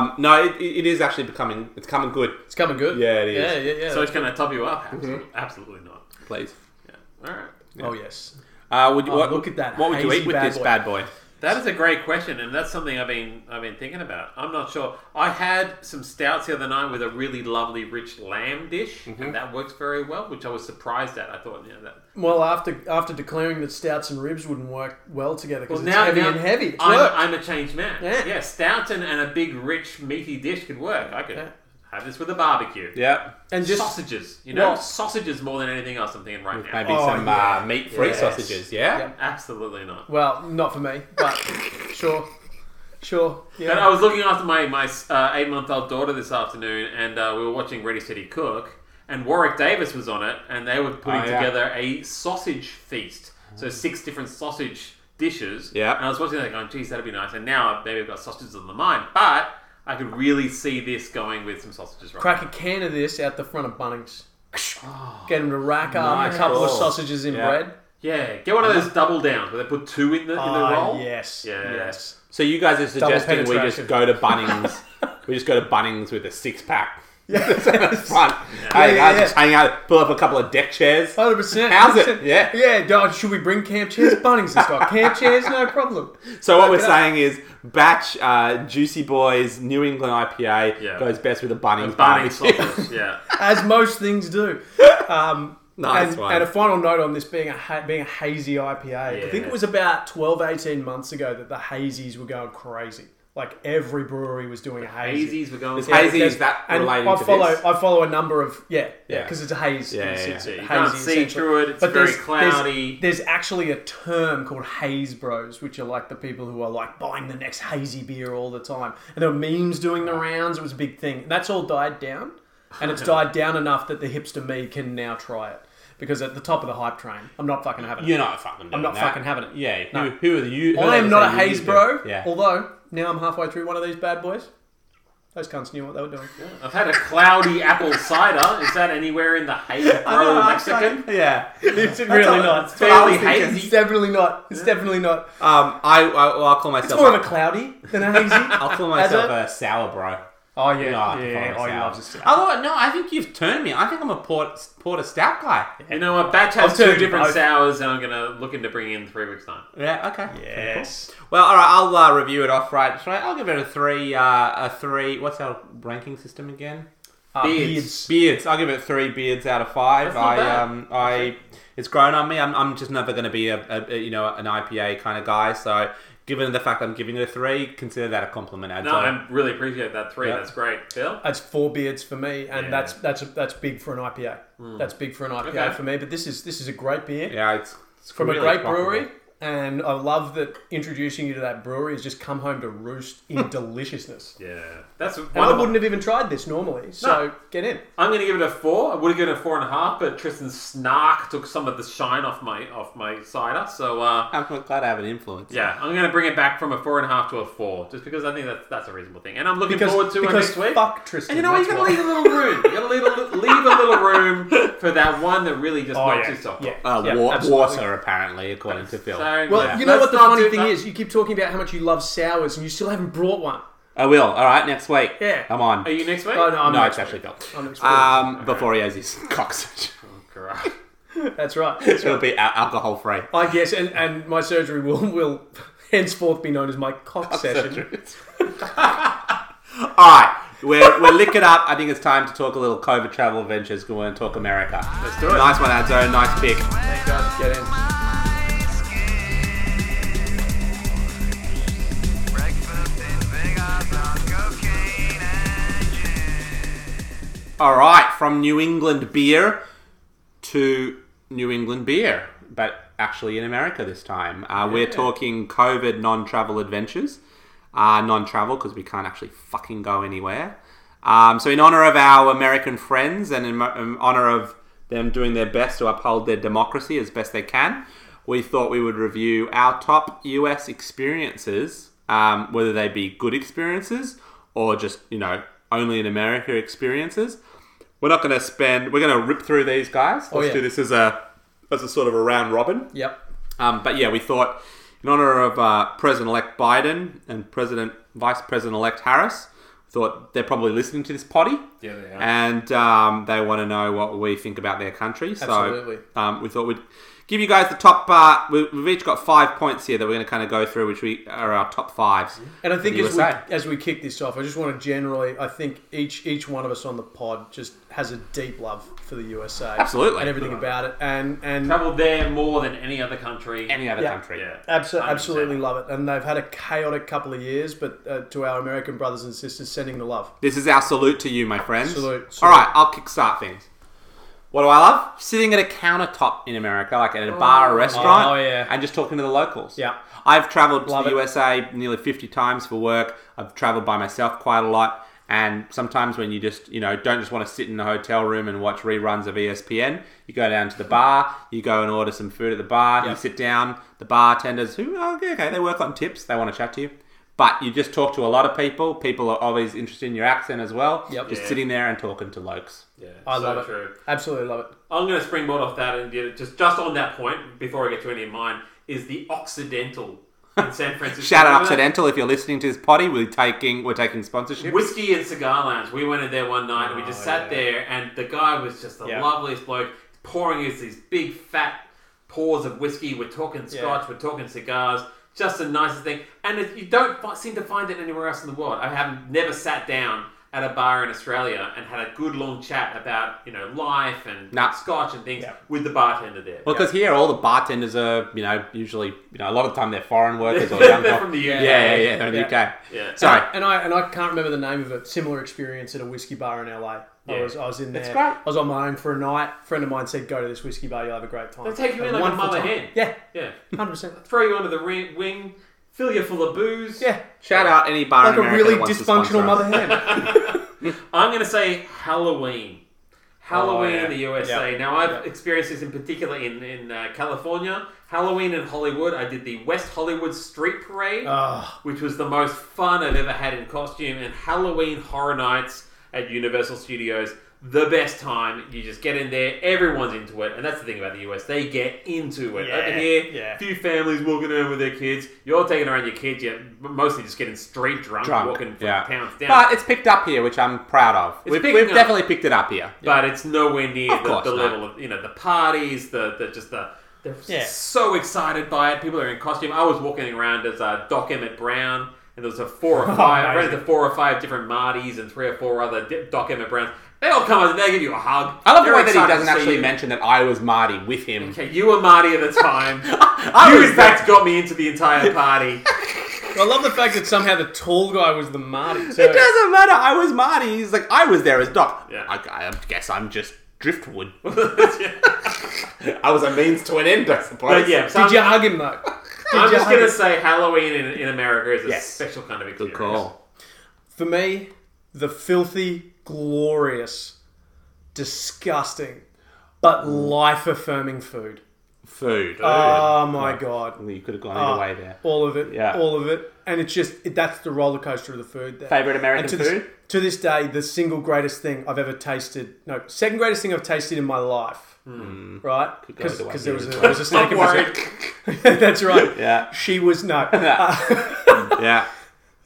Speaker 1: um, no, it, it it is actually becoming. It's coming good.
Speaker 2: It's coming good.
Speaker 1: Yeah, it is.
Speaker 2: Yeah, yeah, yeah.
Speaker 3: so it's going to top you up? Absolutely, absolutely not.
Speaker 1: Please.
Speaker 3: Yeah. All right.
Speaker 2: oh yes.
Speaker 1: Uh, would you,
Speaker 2: Oh,
Speaker 1: what,
Speaker 2: look at that
Speaker 1: What would you
Speaker 2: hazy
Speaker 1: eat with
Speaker 2: bad
Speaker 1: this
Speaker 2: boy.
Speaker 1: bad boy?
Speaker 3: That is a great question, and that's something I've been I've been thinking about. I'm not sure. I had some stouts the other night with a really lovely rich lamb dish,
Speaker 2: Mm-hmm.
Speaker 3: and that works very well, which I was surprised at. I thought, you know, that
Speaker 2: Well, after after declaring that stouts and ribs wouldn't work well together because
Speaker 3: Well,
Speaker 2: it's heavy and heavy, it's
Speaker 3: I'm,
Speaker 2: worked.
Speaker 3: I'm a changed man.
Speaker 2: Yeah.
Speaker 3: Yeah, stouts and, and a big rich meaty dish could work. I could
Speaker 2: Yeah.
Speaker 3: have this with a barbecue.
Speaker 1: Yeah.
Speaker 2: and just
Speaker 3: sausages, you know,
Speaker 2: Well-
Speaker 3: sausages more than anything else. I'm thinking right now.
Speaker 1: Maybe
Speaker 2: Oh,
Speaker 1: some
Speaker 2: yeah.
Speaker 1: uh, meat-free
Speaker 2: Yes.
Speaker 1: sausages. Yeah.
Speaker 2: Yeah.
Speaker 3: Absolutely not.
Speaker 2: well, not for me, but sure, sure.
Speaker 3: And
Speaker 2: Yeah.
Speaker 3: I was looking after my my uh, eight month old daughter this afternoon, and uh, we were watching Ready City Cook, and Warwick Davis was on it, and they were putting
Speaker 1: Oh, yeah.
Speaker 3: together a sausage feast. So six different sausage dishes.
Speaker 1: Yeah.
Speaker 3: And I was watching that, going, "Geez, that'd be nice." And now maybe I've got sausages on the mind, but I could really see this going with some sausages. Right.
Speaker 2: Crack a can of this out the front of Bunnings. Get him to rack up
Speaker 1: Oh, Nice
Speaker 2: a couple of
Speaker 1: call.
Speaker 2: sausages in
Speaker 1: Yeah.
Speaker 2: bread.
Speaker 3: Yeah, get one of those double downs where they put two in the in the
Speaker 2: Ah,
Speaker 3: roll.
Speaker 2: yes,
Speaker 3: Yeah.
Speaker 2: yes.
Speaker 1: So you guys are suggesting we
Speaker 2: penetration.
Speaker 1: just go to
Speaker 2: <laughs>
Speaker 1: Bunnings. we just go to Bunnings with a six pack. That's fun. Hey,
Speaker 2: yeah,
Speaker 1: I
Speaker 2: yeah. Oh,
Speaker 1: just hang out, pull up a couple of deck chairs.
Speaker 2: Hundred percent.
Speaker 1: How's it? Yeah.
Speaker 2: yeah. Dog, should we bring camp chairs? Bunnings has got camp chairs, no problem.
Speaker 1: So what we're
Speaker 2: it up.
Speaker 1: saying is, batch uh, Juicy Boys New England IPA
Speaker 3: Yeah.
Speaker 1: goes best with a Bunnings.
Speaker 3: Bunny
Speaker 1: barbecue. <laughs>
Speaker 3: sausage. Yeah.
Speaker 2: as most things do. Um,
Speaker 1: No,
Speaker 2: and,
Speaker 1: that's fine.
Speaker 2: and a final note on this being a ha- being a hazy IPA. I think
Speaker 3: Yeah.
Speaker 2: it was about 12, 18 months ago that the hazies were going crazy. Like every brewery was doing a hazy.
Speaker 3: Hazies were going.
Speaker 1: Is
Speaker 3: Yeah,
Speaker 1: hazy
Speaker 2: there's-
Speaker 1: is that
Speaker 2: and
Speaker 1: relating
Speaker 2: I
Speaker 1: to
Speaker 2: follow
Speaker 1: this?
Speaker 2: I follow a number of yeah yeah
Speaker 1: Yeah.
Speaker 2: because it's a haze.
Speaker 1: Yeah,
Speaker 2: it's,
Speaker 1: yeah,
Speaker 2: it's
Speaker 1: yeah.
Speaker 2: a
Speaker 3: You can't
Speaker 2: hazy
Speaker 3: see
Speaker 2: essentially.
Speaker 3: through it. It's
Speaker 2: But
Speaker 3: very
Speaker 2: there's-
Speaker 3: cloudy.
Speaker 2: There's, there's actually a term called haze bros, which are like the people who are like buying the next hazy beer all the time. And there were memes doing the rounds. It was a big thing. And that's all died down. And
Speaker 1: <laughs>
Speaker 2: it's died down enough that the hipster me can now try it. Because at the top of the hype train, I'm not fucking having it.
Speaker 1: You're not fucking. Doing
Speaker 2: I'm not
Speaker 1: that.
Speaker 2: fucking having it.
Speaker 1: Yeah.
Speaker 2: No.
Speaker 1: Who, who are you? who are
Speaker 2: I
Speaker 1: they
Speaker 2: am
Speaker 1: to
Speaker 2: not a
Speaker 1: say you
Speaker 2: haze
Speaker 1: do?
Speaker 2: bro.
Speaker 1: Yeah.
Speaker 2: Although, now I'm halfway through one of these bad boys. Those cunts knew what they were doing.
Speaker 3: I've had a cloudy apple cider. Is that anywhere in the haze bro Mexican?
Speaker 1: yeah.
Speaker 2: It's really not. It's
Speaker 3: That's what I was
Speaker 2: totally hazy.
Speaker 3: thinking.
Speaker 2: It's definitely not. It's definitely not.
Speaker 1: Um, I, I well, I'll call myself.
Speaker 2: It's more of a cloudy than a
Speaker 1: <laughs>
Speaker 2: hazy.
Speaker 1: I'll call
Speaker 2: As
Speaker 1: myself a, sour bro.
Speaker 2: Oh
Speaker 1: You know, I
Speaker 2: yeah,
Speaker 1: can
Speaker 2: yeah.
Speaker 1: call myself
Speaker 2: Oh, he
Speaker 1: sour.
Speaker 2: loves us.
Speaker 1: Otherwise, no, I think you've turned me. I think I'm a port porter stout guy.
Speaker 3: You know what? Batch
Speaker 2: I'll
Speaker 3: has
Speaker 2: tell
Speaker 3: two
Speaker 2: you
Speaker 3: different
Speaker 2: both.
Speaker 3: sours, and I'm gonna look into bringing in three weeks time.
Speaker 1: Yeah. Okay.
Speaker 2: Yes.
Speaker 1: Cool. Well, all right. I'll uh, review it off right. Should I? I'll give it a three. Uh, a three. What's our ranking system again?
Speaker 2: Uh,
Speaker 3: Beards.
Speaker 1: Beards. I'll give it three beards out of five.
Speaker 3: That's not
Speaker 1: I
Speaker 3: bad.
Speaker 1: um I it's grown on me. I'm, I'm just never going to be a, a, a, you know an IPA kind of guy. So given the fact I'm giving it a three, consider that a compliment. I'd
Speaker 3: No,
Speaker 1: say.
Speaker 3: I really appreciate that three.
Speaker 1: Yeah.
Speaker 3: That's great, Phil.
Speaker 2: That's four beards for me, and
Speaker 3: Yeah.
Speaker 2: that's that's that's big for an IPA. That's big for an IPA
Speaker 3: Okay.
Speaker 2: for me. But this is this is a great beer
Speaker 1: Hmm. yeah, it's, it's
Speaker 2: from a
Speaker 1: really
Speaker 2: great
Speaker 1: profitable.
Speaker 2: brewery, and I love that introducing you to that brewery has just come home to roost
Speaker 3: <laughs>
Speaker 2: in deliciousness.
Speaker 3: Yeah, that's
Speaker 2: And
Speaker 3: one
Speaker 2: I
Speaker 3: of
Speaker 2: wouldn't have even tried this normally, so get in.
Speaker 3: I'm gonna give it a four. I would have given it a four and a half, but Tristan's snark took some of the shine off my off my cider. So uh,
Speaker 1: I'm glad I have an influence.
Speaker 3: yeah, I'm gonna bring it back from a four and a half to a four, just because I think that's that's a reasonable thing, and I'm looking
Speaker 2: Because,
Speaker 3: forward to it
Speaker 2: because
Speaker 3: next week.
Speaker 2: fuck Tristan.
Speaker 3: And you know what? You
Speaker 2: that's
Speaker 3: gotta
Speaker 2: why.
Speaker 3: leave a little room. You gotta leave a, li- leave a little room for that one that really just
Speaker 2: Oh,
Speaker 3: knocks
Speaker 2: yeah.
Speaker 3: yourself
Speaker 2: Yeah.
Speaker 3: off.
Speaker 1: Uh,
Speaker 2: Yeah,
Speaker 1: wa-
Speaker 2: absolutely.
Speaker 1: water apparently, according to Phil.
Speaker 3: So,
Speaker 2: Well,
Speaker 3: yeah.
Speaker 2: you know what
Speaker 3: Let's
Speaker 2: the
Speaker 3: not
Speaker 2: funny
Speaker 3: do
Speaker 2: thing
Speaker 3: that.
Speaker 2: is? You keep talking about how much you love sours, and you still haven't brought one.
Speaker 1: I will. All right, next week.
Speaker 2: Yeah.
Speaker 1: I'm on.
Speaker 3: Are you next week?
Speaker 2: Oh, no, I'm
Speaker 1: no,
Speaker 2: not
Speaker 1: it's actually Phil.
Speaker 2: I'm next week. Oh,
Speaker 3: Uh,
Speaker 1: Um, before he has his <laughs> cock surgery.
Speaker 3: Correct.
Speaker 2: That's right. That's right.
Speaker 1: it'll be alcohol free.
Speaker 2: I guess, and, and my surgery will, will <laughs> henceforth be known as my cock, session.
Speaker 1: <laughs> All right, we're we're lick it up. I think it's time to talk a little COVID travel adventures. We're going to talk America.
Speaker 3: Let's do it.
Speaker 1: Nice one, Adzo. Nice pick.
Speaker 2: Get in.
Speaker 5: Breakfast in Vegas on cocaine and gin.
Speaker 1: All right, from New England beer to New England beer, but actually in America this time. Uh, We're talking COVID non-travel adventures, uh, non-travel because we can't actually fucking go anywhere. Um, so, in honor of our American friends and in, mo- in honor of them doing their best to uphold their democracy as best they can, we thought we would review our top US experiences, um, whether they be good experiences or just, you know, only in America experiences. We're not going to spend, we're going to rip through these guys. Let's
Speaker 2: Oh, yeah.
Speaker 1: do this as a, as a sort of a round robin.
Speaker 2: Yep.
Speaker 1: Um, but yeah, we thought in honor of uh, President-elect Biden and President Vice President-elect Harris, thought they're probably listening to this potty.
Speaker 3: Yeah, they are.
Speaker 1: And um, they want to know what we think about their country. So
Speaker 2: Absolutely.
Speaker 1: um, we thought we'd give you guys the top. Uh, we- we've each got five points here that we're going to kind of go through, which we are our top fives.
Speaker 2: And I think
Speaker 1: The
Speaker 2: as we,
Speaker 1: USA.
Speaker 2: as we kick this off, I just want to generally, I think each each one of us on the pod just has a deep love for the USA,
Speaker 1: Absolutely.
Speaker 2: and everything about it, and and
Speaker 3: Traveled there more than any other country.
Speaker 1: Any other
Speaker 2: Yeah.
Speaker 1: country.
Speaker 3: yeah,
Speaker 2: abso-
Speaker 3: 100%.
Speaker 2: absolutely love it. And they've had a chaotic couple of years, but uh, to our American brothers and sisters, sending the love.
Speaker 1: This is our salute to you, my friends.
Speaker 2: Salute,
Speaker 1: All right, I'll kickstart things. What do I love? Sitting at a countertop in America, like at a bar or restaurant,
Speaker 2: Oh, yeah.
Speaker 1: and just talking to the locals.
Speaker 2: Yeah.
Speaker 1: I've traveled to
Speaker 2: Love
Speaker 1: the
Speaker 2: it.
Speaker 1: USA nearly 50 times for work. I've traveled by myself quite a lot. And sometimes when you just, you know, don't just want to sit in a hotel room and watch reruns of E ESPN, you go down to the bar, you go and order some food at the bar, you sit down, the bartenders, who, oh, okay, okay, they work on tips, they want to chat to you. But you just talk to a lot of people. People are always interested in your accent as well.
Speaker 2: Yep.
Speaker 1: Just
Speaker 3: Yeah.
Speaker 1: sitting there and talking to lokes.
Speaker 3: Yeah,
Speaker 2: I
Speaker 3: so
Speaker 2: love it.
Speaker 3: true.
Speaker 2: Absolutely love it.
Speaker 3: I'm going to springboard off that and get it- just just on that point before I get to any of mine is the Occidental in San Francisco.
Speaker 1: Shout out
Speaker 3: Remember that?
Speaker 1: Occidental if you're listening to this potty. We're taking we're taking sponsorship.
Speaker 3: Whiskey and Cigar Lounge. We went in there one night and we just
Speaker 2: Oh,
Speaker 3: sat
Speaker 2: yeah.
Speaker 3: there, and the guy was just the
Speaker 1: Yeah.
Speaker 3: loveliest bloke, pouring us these big fat pours of whiskey. We're talking scotch, we're talking cigars. Just the nicest thing, and it, you don't fi- seem to find it anywhere else in the world. I haven't never sat down at a bar in Australia and had a good long chat about you know life and
Speaker 1: Nah.
Speaker 3: scotch and things
Speaker 2: Yeah.
Speaker 3: with the bartender there.
Speaker 1: Well, because here all the bartenders are, you know, usually, you know, a lot of time they're foreign workers
Speaker 3: <laughs>
Speaker 1: or young.
Speaker 3: They're from the UK.
Speaker 1: yeah, yeah, yeah, they're in
Speaker 2: Yeah.
Speaker 1: the UK.
Speaker 3: Yeah.
Speaker 1: Sorry,
Speaker 2: And I and I can't remember the name of it. Similar experience at a whiskey bar in LA. I
Speaker 3: Yeah.
Speaker 2: was I was in there.
Speaker 1: great.
Speaker 2: I was on my own for a night. A friend of mine said, "Go to this whiskey bar. You'll have a great time."
Speaker 3: They take you in
Speaker 2: Had
Speaker 3: like a
Speaker 2: wonderful
Speaker 3: mother
Speaker 2: time.
Speaker 3: hen.
Speaker 2: Yeah,
Speaker 3: yeah.
Speaker 2: hundred percent.
Speaker 3: Throw you under the ri- wing, fill you full of booze.
Speaker 2: Yeah,
Speaker 1: shout out any bar in
Speaker 2: like a
Speaker 1: America
Speaker 2: really
Speaker 1: that wants to sponsor
Speaker 2: dysfunctional
Speaker 1: us.
Speaker 2: mother hen.
Speaker 3: I'm going to say Halloween. Halloween in the USA. Now, I've
Speaker 2: Yep.
Speaker 3: experienced this in particular in, in uh, California. Halloween in Hollywood, I did the West Hollywood Street Parade,
Speaker 2: oh,
Speaker 3: which was the most fun I've ever had in costume, and Halloween Horror Nights at Universal Studios. The best time. You just get in there, everyone's into it, and that's the thing about the US. They get into it.
Speaker 2: Yeah,
Speaker 3: Over here,
Speaker 2: yeah.
Speaker 3: few families walking around with their kids. You're taking around your kids, you're mostly just getting straight drunk,
Speaker 1: Drunk,
Speaker 3: walking from
Speaker 1: yeah.
Speaker 3: towns down.
Speaker 1: But it's picked up here, which I'm proud of.
Speaker 3: It's
Speaker 1: we've
Speaker 3: picking
Speaker 1: we've
Speaker 3: up.
Speaker 1: definitely picked it up here.
Speaker 3: but it's nowhere near
Speaker 1: Of
Speaker 3: the,
Speaker 1: course
Speaker 3: the
Speaker 1: not.
Speaker 3: level of you know the parties, the, the just the they're
Speaker 2: Yeah.
Speaker 3: so excited by it. People are in costume. I was walking around as uh, Doc Emmett Brown, and there was a
Speaker 1: <laughs>
Speaker 3: four
Speaker 1: Oh,
Speaker 3: or five. I ran
Speaker 2: amazing.
Speaker 3: into four or five different Martys and three or four other di- Doc Emmett Browns. They all come up and they give you a hug.
Speaker 1: I love the
Speaker 3: They're
Speaker 1: way that he
Speaker 3: excited to
Speaker 1: doesn't
Speaker 3: see
Speaker 1: actually
Speaker 3: you.
Speaker 1: mention that I was Marty with him.
Speaker 3: <laughs> Okay, you were Marty
Speaker 1: <laughs>
Speaker 3: at the time.
Speaker 1: I
Speaker 3: you
Speaker 1: was
Speaker 3: in fact got me into the
Speaker 1: <laughs>
Speaker 3: entire party.
Speaker 2: I love the fact that somehow the tall guy was the Marty.
Speaker 1: It doesn't matter. I was Marty. He's like, I was there as Doc.
Speaker 3: Yeah.
Speaker 1: I, I guess I'm just
Speaker 3: <laughs>
Speaker 1: driftwood.
Speaker 3: but
Speaker 1: I was a means to an end, I suppose.
Speaker 3: yeah, so
Speaker 2: Did you
Speaker 3: I'm,
Speaker 2: hug him though? Did
Speaker 3: I'm
Speaker 2: you
Speaker 3: just
Speaker 2: hug
Speaker 3: gonna
Speaker 2: him?
Speaker 3: say Halloween in, in America is a
Speaker 1: Yes.
Speaker 3: special kind of
Speaker 1: Good
Speaker 3: experience.
Speaker 1: call.
Speaker 2: For me, the filthy, glorious, disgusting, but life affirming food.
Speaker 1: Food.
Speaker 2: Oh my god.
Speaker 1: you could have gone either way there.
Speaker 2: Ah, All of it.
Speaker 1: Yeah.
Speaker 2: All of it. And it's just, it, that's the roller coaster of the food. There.
Speaker 1: Favorite
Speaker 2: And
Speaker 1: American
Speaker 2: to
Speaker 1: food?
Speaker 2: This, to this day, the single greatest thing I've ever tasted, no, second greatest thing I've tasted in my life. Right?
Speaker 1: Hmm. go either way.
Speaker 2: Because there was a, there was a steak
Speaker 3: I'm
Speaker 2: and
Speaker 3: worried.
Speaker 2: <laughs> That's right.
Speaker 1: Yeah.
Speaker 2: She was, no.
Speaker 1: <laughs>
Speaker 2: Uh,
Speaker 1: yeah.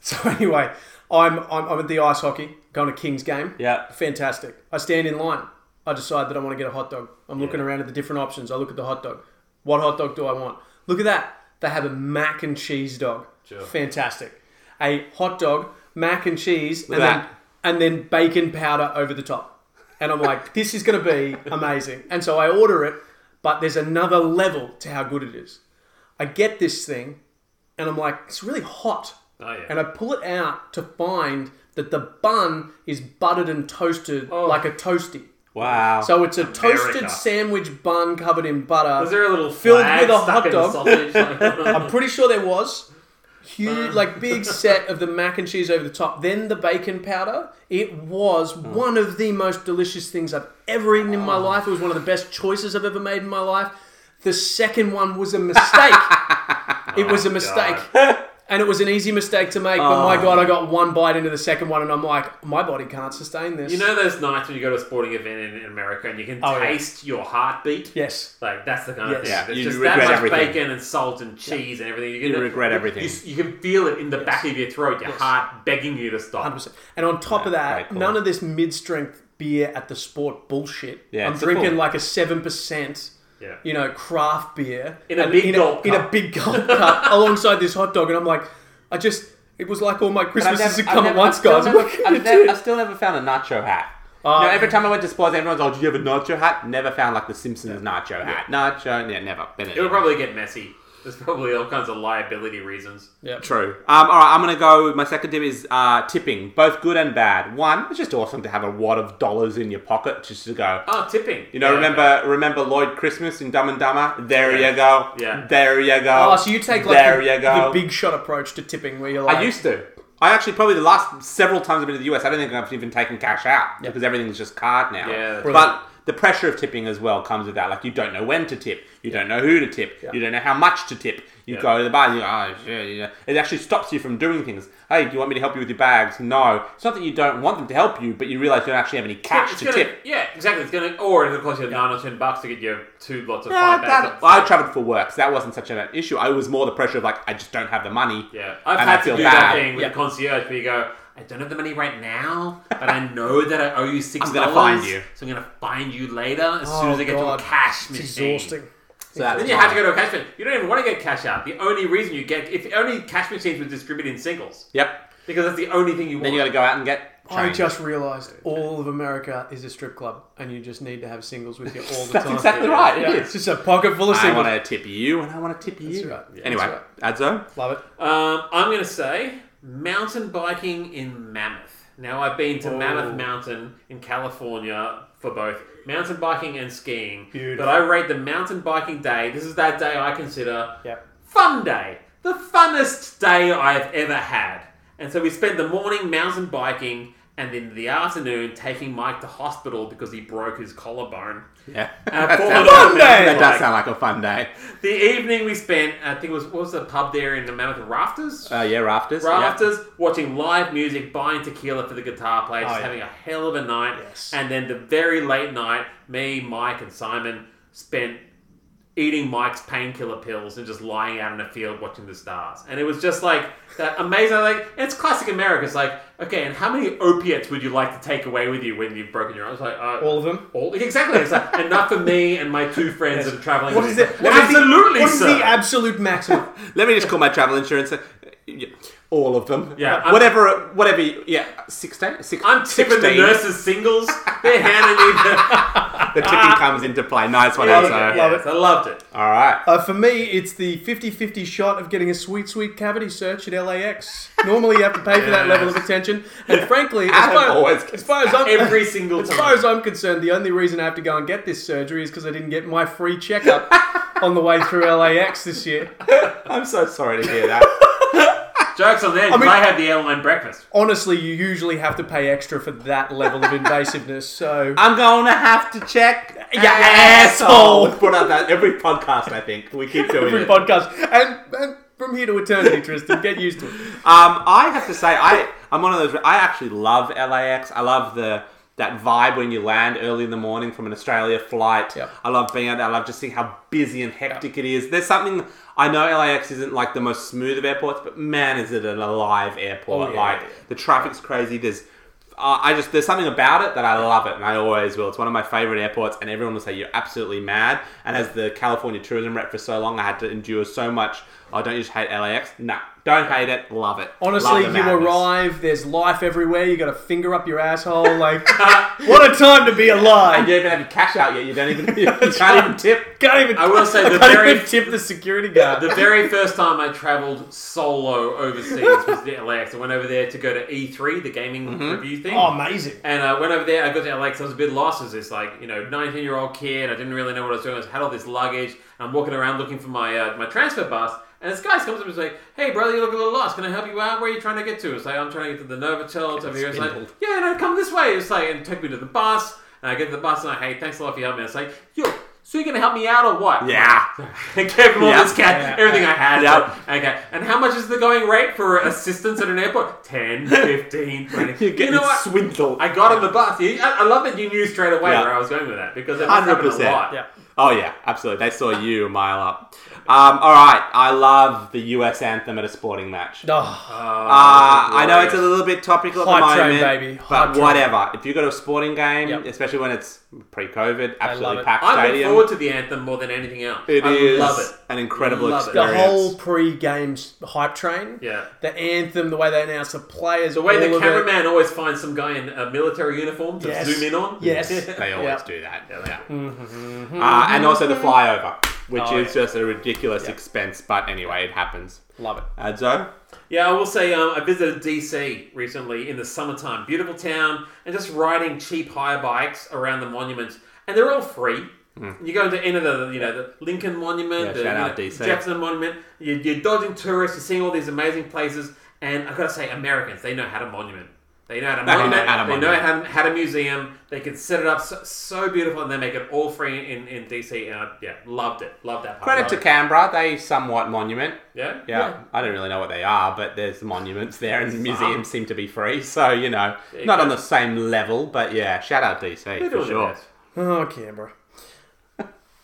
Speaker 2: So anyway, I'm, I'm I'm at the ice hockey, going to Kings game.
Speaker 1: Yeah.
Speaker 2: fantastic. I stand in line. I decide that I want to get a hot dog. I'm looking around at the different options. I look at the hot dog. What hot dog do I want? Look at that. They have a mac and cheese dog. Fantastic. A hot dog, mac and cheese, and then,
Speaker 1: that.
Speaker 2: and then bacon powder over the top. And I'm like, this is going to be amazing. And so I order it, but there's another level to how good it is. I get this thing, and I'm like, it's really hot.
Speaker 3: Oh, yeah.
Speaker 2: And I pull it out to find that the bun is buttered and toasted like a toasty.
Speaker 1: Wow.
Speaker 2: So it's a toasted
Speaker 3: Oh. America.
Speaker 2: sandwich bun covered in butter.
Speaker 3: Was there a little
Speaker 2: Filled
Speaker 3: flag
Speaker 2: with a
Speaker 3: stuck
Speaker 2: hot
Speaker 3: in the
Speaker 2: dog.
Speaker 3: sausage?
Speaker 2: <laughs> I'm pretty sure there was. Huge, like big set of the mac and cheese over the top, then the bacon powder. It was
Speaker 1: Oh.
Speaker 2: one of the most delicious things I've ever eaten in my life. It was one of the best choices I've ever made in my life. The second one was
Speaker 1: <laughs>
Speaker 2: a mistake. it
Speaker 1: Oh,
Speaker 2: was a mistake. And it was an easy mistake to make, but my God, I got one bite into the second one, and I'm like, my body can't sustain this.
Speaker 3: you know those nights when you go to a sporting event in in America and you can
Speaker 2: Oh, yeah.
Speaker 3: taste your heartbeat?
Speaker 2: yes.
Speaker 3: Like, that's the kind of
Speaker 2: Yes.
Speaker 3: thing.
Speaker 1: Yeah,
Speaker 3: There's
Speaker 1: you
Speaker 3: just
Speaker 1: regret
Speaker 3: that much
Speaker 1: everything.
Speaker 3: bacon and salt and cheese and everything. You,
Speaker 1: You
Speaker 3: can,
Speaker 1: regret everything.
Speaker 3: You, s- you can feel it in the back of your throat, your
Speaker 2: Yes.
Speaker 3: heart begging you to stop.
Speaker 2: 100%. And on top of
Speaker 1: very
Speaker 2: that,
Speaker 1: cool.
Speaker 2: none of this mid-strength beer at the sport bullshit.
Speaker 1: Yeah,
Speaker 2: I'm
Speaker 1: it's a
Speaker 2: drinking
Speaker 1: full.
Speaker 2: like a seven percent,
Speaker 3: Yeah.
Speaker 2: you know, craft beer
Speaker 3: In a
Speaker 2: and-
Speaker 3: big
Speaker 2: in
Speaker 3: gulp
Speaker 2: in a
Speaker 3: cup.
Speaker 2: big
Speaker 1: <laughs>
Speaker 2: gulp cup alongside this hot dog, and I'm like, I just it was like all my
Speaker 1: I've
Speaker 2: Christmases
Speaker 1: never-
Speaker 2: had
Speaker 1: I've
Speaker 2: come at
Speaker 1: never-
Speaker 2: once,
Speaker 1: I've still
Speaker 2: guys.
Speaker 1: never-
Speaker 2: <laughs> What can you
Speaker 1: I've, never,
Speaker 2: do?
Speaker 1: I've still never found a nacho hat. you
Speaker 2: Ah.
Speaker 1: know, every time I went to sports, everyone's like, "Do you have a nacho hat?" Never found like the Simpsons nacho hat. Nacho, yeah, never. Been
Speaker 3: It'll probably get messy. There's probably all kinds of liability reasons.
Speaker 2: Yeah.
Speaker 1: True. Um, all right, I'm going to go. My second tip is uh, tipping, both good and bad. One, it's just awesome to have a wad of dollars in your pocket just to go.
Speaker 3: Oh, tipping.
Speaker 1: You know,
Speaker 3: Yeah,
Speaker 1: remember,
Speaker 3: okay.
Speaker 1: remember Lloyd Christmas in Dumb and Dumber. There
Speaker 3: Yeah.
Speaker 1: you go.
Speaker 3: Yeah.
Speaker 1: There you go.
Speaker 2: Oh, so you take like
Speaker 1: there
Speaker 2: the,
Speaker 1: you go.
Speaker 2: the big shot approach to tipping, where you're like,
Speaker 1: I used to. I actually probably the last several times I've been to the US, I don't think I've even taken cash out because everything's just card now.
Speaker 3: Yeah, that's
Speaker 1: but the pressure of tipping as well comes with that. Like you don't know when to tip, you don't know who to tip, you don't know how much to tip. You
Speaker 3: Yeah.
Speaker 1: go to the bar, you go, oh, yeah, yeah. It actually stops you from doing things. Hey, do you want me to help you with your bags? No. It's not that you don't want them to help you, but you realize you don't actually have any cash
Speaker 3: It's
Speaker 1: to
Speaker 3: gonna,
Speaker 1: tip.
Speaker 3: Yeah, exactly. It's gonna, or it'll cost you nine or ten bucks to get your two lots of
Speaker 1: Yeah,
Speaker 3: five
Speaker 1: that,
Speaker 3: bags.
Speaker 1: well, I travelled for work, so that wasn't such an issue. I was more the pressure of like, I just don't have the money.
Speaker 3: Yeah, I've
Speaker 1: And I
Speaker 3: had to
Speaker 1: feel
Speaker 3: do
Speaker 1: bad.
Speaker 3: that thing with
Speaker 2: Yeah.
Speaker 3: the concierge where you go, I don't have the money right now, but I know that I owe you six
Speaker 1: I'm
Speaker 3: dollars.
Speaker 1: gonna find you.
Speaker 3: so I'm gonna find you later as soon as I get
Speaker 2: oh, God.
Speaker 3: to a cash
Speaker 2: It's
Speaker 3: machine.
Speaker 2: exhausting.
Speaker 1: So that's
Speaker 3: Then you have to go to a cash machine. You don't even want to get cash out. The only reason you get if only cash machines were distributed in singles
Speaker 1: Yep.
Speaker 3: because that's the only thing you want.
Speaker 1: Then you got to go out and get.
Speaker 2: I
Speaker 1: change.
Speaker 2: just realised all of America is a strip club, and you just need to have singles with you all the
Speaker 1: <laughs> That's
Speaker 2: time.
Speaker 1: exactly right, it
Speaker 2: Yeah,
Speaker 1: is.
Speaker 2: It's just a pocket full of
Speaker 1: I
Speaker 2: singles.
Speaker 1: want to tip you, and I want to tip you.
Speaker 2: right. Yeah,
Speaker 1: Anyway, Adzo.
Speaker 2: Love it.
Speaker 3: Um, I'm going to say mountain biking in Mammoth. Now, I've been to
Speaker 2: Oh.
Speaker 3: Mammoth Mountain in California for both mountain biking and skiing.
Speaker 2: Beautiful.
Speaker 3: But I rate the mountain biking day. This is that day I consider
Speaker 2: Yep.
Speaker 3: fun day. The funnest day I've ever had. And so we spent the morning mountain biking and then the afternoon taking Mike to hospital because he broke
Speaker 2: <laughs>
Speaker 3: his collarbone.
Speaker 1: Yeah.
Speaker 3: Uh,
Speaker 1: That
Speaker 3: Paul
Speaker 1: sounds-
Speaker 3: Dunn Day!
Speaker 1: That does
Speaker 3: Like-
Speaker 1: sound like a fun day.
Speaker 3: The evening we spent, I think it was, what was the pub there in the Mammoth Rafters?
Speaker 1: Uh, yeah, rafters. yeah.
Speaker 3: Rafters, watching live music, buying tequila for the guitar player, just
Speaker 2: Oh, yeah.
Speaker 3: having a hell of a night.
Speaker 2: Yes.
Speaker 3: And then the very late night, me, Mike, and Simon spent eating Mike's painkiller pills and just lying out in a field watching the stars. And it was just like that amazing. Like it's classic America. It's like okay, and how many opiates would you like to take away with you when you've broken your arm? It's like uh,
Speaker 2: All of them.
Speaker 3: all- exactly. It's like enough for me and my two friends that are traveling.
Speaker 2: What
Speaker 3: with
Speaker 2: is
Speaker 3: me.
Speaker 2: it? What is the-
Speaker 3: Absolutely,
Speaker 2: What is
Speaker 3: sir.
Speaker 2: the absolute maximum?
Speaker 1: <laughs> Let me just call my travel insurance. uh, yeah, All of them.
Speaker 3: Yeah,
Speaker 1: Uh,
Speaker 3: I'm-
Speaker 1: whatever. Whatever. you- Yeah. Six days. Six,
Speaker 3: I'm tipping
Speaker 1: 16.
Speaker 3: the nurses singles. They're handing me the.
Speaker 1: The tipping comes into play. Nice one,
Speaker 3: Ah. Yeah,
Speaker 1: Adzo.
Speaker 3: yeah,
Speaker 2: Love
Speaker 3: yes, I loved it.
Speaker 1: All right.
Speaker 2: Uh, for me, it's the 50 50 shot of getting a sweet, sweet cavity search at LAX. Normally, you have to pay for that
Speaker 3: Yes.
Speaker 2: level of attention. And frankly, as
Speaker 1: Adam
Speaker 2: far,
Speaker 1: always
Speaker 2: as, far as I'm,
Speaker 3: Every single
Speaker 2: as far
Speaker 3: time.
Speaker 2: as I'm concerned, the only reason I have to go and get this surgery is because I didn't get my free
Speaker 3: <laughs>
Speaker 2: checkup on the way through LAX this year.
Speaker 1: I'm so sorry to hear that.
Speaker 3: Jokes on them. 'cause I,
Speaker 2: mean-
Speaker 3: had the airline breakfast.
Speaker 2: Honestly, you usually have to pay extra for that level of invasiveness. So,
Speaker 1: <laughs> I'm gonna have to check your
Speaker 2: asshole.
Speaker 1: We put out that every podcast. I think we keep doing
Speaker 2: every
Speaker 1: it.
Speaker 2: podcast. And, and from here to eternity, Tristan, get used to it.
Speaker 1: Um, I have to say, I I'm one of those. I actually love LAX. I love the that vibe when you land early in the morning from an Australia flight.
Speaker 2: Yep.
Speaker 1: I love being out there. I love just seeing how busy and hectic it is. There's something I know LAX isn't like the most smooth of airports, but man, is it an alive airport!
Speaker 2: Oh, yeah,
Speaker 1: like
Speaker 2: yeah, yeah.
Speaker 1: the traffic's crazy. There's uh, I just there's something about it that I love it, and I always will. It's one of my favorite airports, and everyone will say you're absolutely mad. And as the California tourism rep for so long, I had to endure so much. Oh, don't you just hate LAX? No, don't hate it. Love it.
Speaker 2: Honestly,
Speaker 1: Love
Speaker 2: you
Speaker 1: the madness.
Speaker 2: arrive, there's life everywhere, you got a finger up your asshole,
Speaker 3: <laughs>
Speaker 2: like, what a time to be alive!
Speaker 1: And you don't even have your cash out yet. You don't even. <laughs> You can't even tip.
Speaker 2: <laughs> Can't even,
Speaker 3: I will say the
Speaker 2: can't
Speaker 3: very-
Speaker 2: even tip the security guard.
Speaker 3: The very first time I travelled solo overseas was to LAX. I went over there to go to E3, the gaming review
Speaker 2: <laughs>
Speaker 3: thing.
Speaker 2: oh, amazing.
Speaker 3: And I went over there, I got to LAX, I was a bit lost as this, like, you know, 19 year old kid. I didn't really know what I was doing. I had all this luggage. I'm walking around looking for my uh, my transfer bus. And this guy comes up and is like, hey, brother, you look a little lost. Can I help you out? Where are you trying to get to? It's like, I'm trying to get to the Novotel. It's over here. It's like,
Speaker 1: Spindled.
Speaker 3: yeah, no, come this way. It's like, and took me to the bus. And I get to the bus and I'm like, hey, thanks a lot for your help. And it's like, yo, so you're going to help me out or what?
Speaker 1: Yeah.
Speaker 3: <laughs> I gave him all
Speaker 1: Yeah.
Speaker 3: this cat,
Speaker 2: Yeah.
Speaker 3: everything I had.
Speaker 1: Yeah.
Speaker 3: Okay. And how much is the going rate for assistance at an airport? 10, 15,
Speaker 1: <laughs>
Speaker 3: 20.
Speaker 1: You're getting
Speaker 3: you know what?
Speaker 1: swindled.
Speaker 3: I got on the bus. You- I I love that you knew straight away
Speaker 1: Yeah.
Speaker 3: where I was going with that because it
Speaker 1: Hundred
Speaker 3: happened a
Speaker 1: percent.
Speaker 3: lot.
Speaker 2: Yeah.
Speaker 1: Oh yeah, absolutely. They saw you a mile up. Um, all right, I love the U.S. anthem at a sporting match.
Speaker 2: Oh,
Speaker 1: Uh, I know it's a little bit topical
Speaker 2: Hot
Speaker 1: at the
Speaker 2: train,
Speaker 1: moment,
Speaker 2: baby. Hot
Speaker 1: but
Speaker 2: train.
Speaker 1: whatever. If you go to a sporting game,
Speaker 2: Yep.
Speaker 1: especially when it's pre-COVID, absolutely
Speaker 2: it.
Speaker 1: packed
Speaker 3: I look
Speaker 1: stadium.
Speaker 3: forward to the anthem more than anything else.
Speaker 1: It
Speaker 3: I
Speaker 1: is
Speaker 3: love it.
Speaker 1: an incredible
Speaker 3: Love it.
Speaker 2: the
Speaker 1: experience.
Speaker 2: whole pre game hype train.
Speaker 3: Yeah.
Speaker 2: The anthem, the way they announce the players,
Speaker 3: The way
Speaker 2: all
Speaker 3: the
Speaker 2: of it.
Speaker 3: cameraman always finds some guy in a military uniform to
Speaker 2: Yes.
Speaker 3: zoom in on.
Speaker 2: Yes.
Speaker 3: <laughs>
Speaker 1: They always
Speaker 2: Yep.
Speaker 1: do that. Yeah.
Speaker 3: Mm-hmm.
Speaker 1: Uh, and also the flyover, which
Speaker 2: Oh,
Speaker 1: is just a ridiculous expense, but anyway, it happens. Uh,
Speaker 2: Love it.
Speaker 1: Adzo?
Speaker 3: Yeah, I will say um, I visited DC recently in the summertime. Beautiful town, and just riding cheap hire bikes around the monuments, and they're all free. You go into any of the, you know, the Lincoln Monument,
Speaker 1: Hmm. Yeah,
Speaker 3: the
Speaker 1: shout
Speaker 3: you
Speaker 1: out
Speaker 3: know,
Speaker 1: DC.
Speaker 3: Jefferson Monument. You, you're dodging tourists. You're seeing all these amazing places, and I've got to say, Americans they know how to monument. They know how to
Speaker 1: Back in
Speaker 3: monument.
Speaker 1: the- at a
Speaker 3: They know
Speaker 1: monument.
Speaker 3: how, how to museum. They can set it up so, so beautiful, and they make it all free in, in DC. And I, yeah, loved it. Loved that part.
Speaker 1: Credit
Speaker 3: Loved
Speaker 1: to
Speaker 3: it.
Speaker 1: Canberra, they somewhat monument.
Speaker 3: Yeah,
Speaker 1: Yeah. I don't really know what they are, but there's monuments there, and museums seem to be free, so you know,
Speaker 3: Yeah, you
Speaker 1: not on
Speaker 3: can-
Speaker 1: the same level, but yeah, shout out DC
Speaker 3: They're
Speaker 1: for
Speaker 3: doing
Speaker 1: sure.
Speaker 3: their best.
Speaker 2: Oh, Canberra.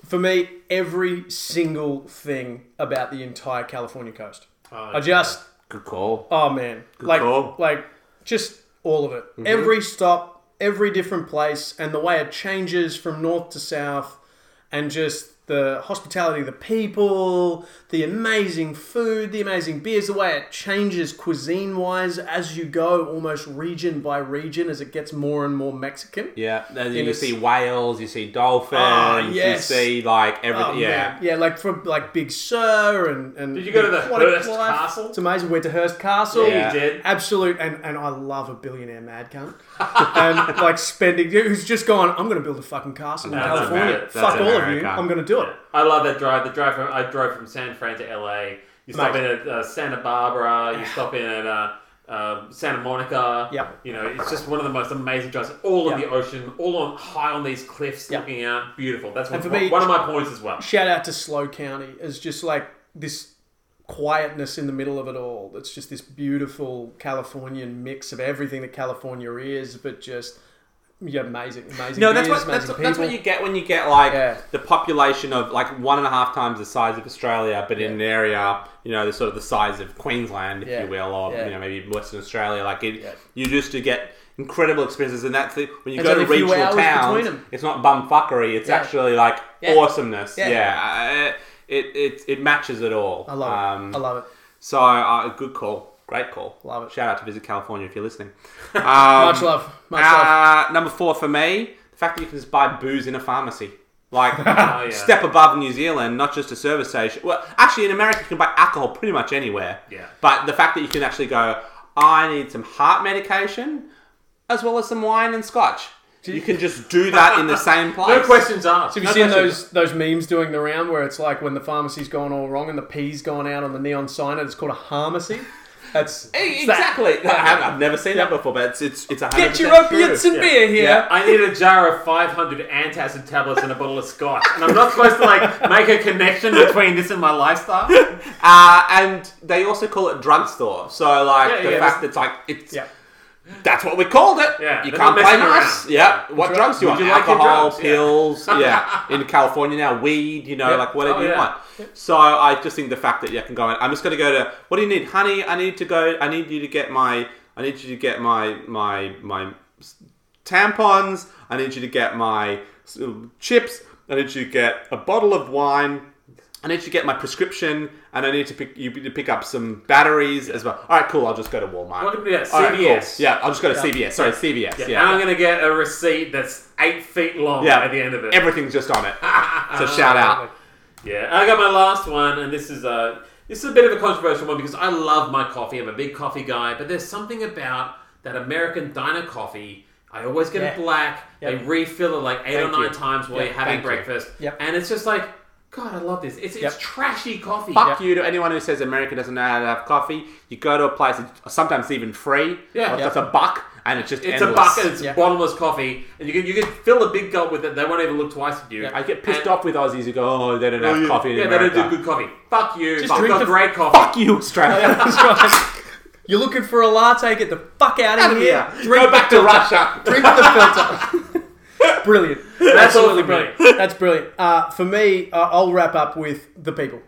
Speaker 2: For me, every single thing about the entire California coast.
Speaker 3: Oh,
Speaker 2: I just,
Speaker 1: Good call.
Speaker 2: oh man, like,
Speaker 1: call. Mm-hmm.
Speaker 2: like, just all of it. Every stop, every different place, and the way it changes from north to south, and just the hospitality, of the people, the amazing food, the amazing beers, the way it changes cuisine-wise as you go, almost region by region, as it gets more and more Mexican.
Speaker 1: Yeah, then you
Speaker 2: its-
Speaker 1: see whales, you see dolphins,
Speaker 2: Ah, yes.
Speaker 1: you see like
Speaker 2: Oh,
Speaker 1: everything.
Speaker 2: man.
Speaker 1: yeah,
Speaker 2: yeah, like from like Big Sur and and
Speaker 3: Did you go to the
Speaker 2: aquatic
Speaker 3: Hearst Castle?
Speaker 2: It's amazing. Went to Hearst Castle.
Speaker 1: Yeah.
Speaker 3: You did.
Speaker 2: Absolute, and, and I love a billionaire mad cunt, <laughs> and like spending who's just gone. I'm going to build a fucking castle in
Speaker 3: That's
Speaker 2: California.
Speaker 3: America.
Speaker 2: Fuck
Speaker 1: That's
Speaker 2: all of you.
Speaker 1: America.
Speaker 2: I'm going to do it.
Speaker 3: I love that drive. The drive from I drove from San Fran to LA. You stop
Speaker 2: Mate.
Speaker 3: in at uh, Santa
Speaker 2: <sighs>
Speaker 3: Barbara. You stop in at uh, uh, Santa Monica.
Speaker 2: Yep.
Speaker 3: You know, it's just one of the most amazing drives. All of
Speaker 2: Yep.
Speaker 3: the ocean, all on high on these cliffs,
Speaker 2: Yep.
Speaker 3: looking out, beautiful. That's one,
Speaker 2: And for
Speaker 3: one-
Speaker 2: me-
Speaker 3: one of my points
Speaker 2: <laughs>
Speaker 3: as well.
Speaker 2: Shout out to Slow County as just like this quietness in the middle of it all. It's just this beautiful Californian mix of everything that California is, but just yeah, amazing, amazing.
Speaker 1: No, that's
Speaker 2: beers,
Speaker 1: what that's,
Speaker 2: amazing
Speaker 1: that's what
Speaker 2: people.
Speaker 1: you get when you get like
Speaker 2: Yeah.
Speaker 1: the population of like one and a half times the size of Australia, but in an area you know the sort of the size of Queensland, if
Speaker 2: Yeah.
Speaker 1: you will, or
Speaker 2: Yeah.
Speaker 1: you know maybe Western Australia. Like it,
Speaker 2: Yeah.
Speaker 1: you just to get incredible experiences, and that's the when you
Speaker 2: It's
Speaker 1: go to
Speaker 2: only a few
Speaker 1: regional
Speaker 2: hours between
Speaker 1: towns,
Speaker 2: 'em.
Speaker 1: it's not bumfuckery. It's
Speaker 2: Yeah.
Speaker 1: actually like
Speaker 2: Yeah.
Speaker 1: awesomeness.
Speaker 2: Yeah.
Speaker 1: Yeah, I- it, it it matches it all. Um,
Speaker 2: I love
Speaker 3: Um,
Speaker 2: it. I love it.
Speaker 1: So uh, good call, great call.
Speaker 2: Love it.
Speaker 1: Shout out to Visit California if you're
Speaker 2: <laughs>
Speaker 1: listening. Um,
Speaker 2: Much love. Much love.
Speaker 1: uh, number four for me, the fact that you can just buy booze in a pharmacy.
Speaker 2: <laughs>
Speaker 1: Like,
Speaker 2: Oh,
Speaker 3: yeah.
Speaker 1: step above New Zealand, not just a service station. Well, actually, in America, you can buy alcohol pretty much anywhere.
Speaker 3: Yeah.
Speaker 1: But the fact that you can actually go, I need some heart medication, as well as some wine and scotch. You can just do that in the
Speaker 2: <laughs>
Speaker 1: same place.
Speaker 3: No questions asked.
Speaker 2: So have
Speaker 3: No
Speaker 2: you seen
Speaker 3: questions
Speaker 2: those those memes doing the round where it's like when the pharmacy's gone all wrong and the P's gone out on the neon sign and it's called a pharmacy? That's
Speaker 1: E-
Speaker 2: it's that.
Speaker 1: Exactly. I haven't- I've never seen that before, but it's it's it's a
Speaker 2: Get your opiates and
Speaker 3: Yeah.
Speaker 2: beer here.
Speaker 1: Yeah.
Speaker 3: I need a jar of 500 antacid tablets and a bottle of scotch, and I'm not supposed to like make a connection between this and
Speaker 2: <laughs>
Speaker 3: my lifestyle.
Speaker 1: Uh, and they also call it drugstore. So like
Speaker 3: Yeah,
Speaker 1: the
Speaker 3: yeah.
Speaker 1: fact that it's like it's
Speaker 2: Yeah.
Speaker 1: that's what we called it.
Speaker 3: Yeah,
Speaker 1: you
Speaker 3: they're
Speaker 1: can't
Speaker 3: not
Speaker 1: blame
Speaker 3: messing around.
Speaker 1: us. Yeah, what
Speaker 2: Drug-
Speaker 1: drugs do you
Speaker 3: Would
Speaker 1: want?
Speaker 3: you like your
Speaker 1: Alcohol,
Speaker 3: drugs? Yeah. <laughs>
Speaker 1: pills. Yeah, in California now, weed. You know,
Speaker 2: Yeah.
Speaker 1: like whatever
Speaker 3: Oh,
Speaker 1: you
Speaker 3: yeah.
Speaker 1: want. So I just think the fact that you can go. In, I'm just going to go to. What do you need, honey? I need to go. I need you to get my. I need you to get my my my s- tampons. I need you to get my s- chips. I need you to get a bottle of wine. I need you to get my prescription, and I need to pick you to pick up some batteries as well. All right, cool. I'll just go to Walmart.
Speaker 3: Welcome to yeah,
Speaker 1: All right, cool.
Speaker 3: CVS.
Speaker 1: Yeah, I'll just go to CVS. Sorry, CVS. Yeah,
Speaker 3: And I'm gonna get a receipt that's eight feet long
Speaker 1: Yeah.
Speaker 3: at the end of it. Oh,
Speaker 1: everything's just on
Speaker 3: <laughs>
Speaker 1: it. so shout out.
Speaker 3: Yeah, and I got my last one, and this is a this is a bit of a controversial one because I love my coffee. I'm a big coffee guy, but there's something about that American diner coffee. I always get
Speaker 2: Yeah.
Speaker 3: it black.
Speaker 2: Yep.
Speaker 3: They refill it like eight
Speaker 1: Thank
Speaker 3: or nine
Speaker 1: you.
Speaker 3: times while
Speaker 1: Yeah,
Speaker 3: you're having
Speaker 1: thank you.
Speaker 3: breakfast,
Speaker 2: Yep.
Speaker 3: and it's just like. God, I love this. It's, it's
Speaker 2: Yep.
Speaker 3: trashy coffee.
Speaker 1: Fuck you to anyone who says America doesn't know how to have coffee. You go to a place, it's sometimes even free.
Speaker 3: Yeah.
Speaker 1: or That's a buck, and it's just
Speaker 3: It's
Speaker 1: endless.
Speaker 3: a bucket. It's
Speaker 2: Yeah.
Speaker 3: bottomless coffee, and you can you can fill a big gulp with it. They won't even look twice at you.
Speaker 1: I get pissed
Speaker 3: And-
Speaker 1: off with Aussies who go, "Oh, they don't have coffee in
Speaker 3: Yeah, they
Speaker 1: America."
Speaker 3: don't do good coffee. Fuck you.
Speaker 2: Just
Speaker 3: Fuck.
Speaker 2: drink
Speaker 3: We've
Speaker 2: the-
Speaker 3: got great
Speaker 1: <laughs>
Speaker 3: coffee.
Speaker 1: Fuck you,
Speaker 3: <laughs>
Speaker 1: Australia.
Speaker 2: <laughs> That's right. You're looking for a latte? Get the fuck out of here.
Speaker 1: yeah. Go back to Russia.
Speaker 2: <laughs> Drink with the filter. <laughs> brilliant.
Speaker 3: That's all
Speaker 2: Absolutely
Speaker 3: for me.
Speaker 2: brilliant. That's brilliant. Uh, for me, uh, I'll wrap up with the people.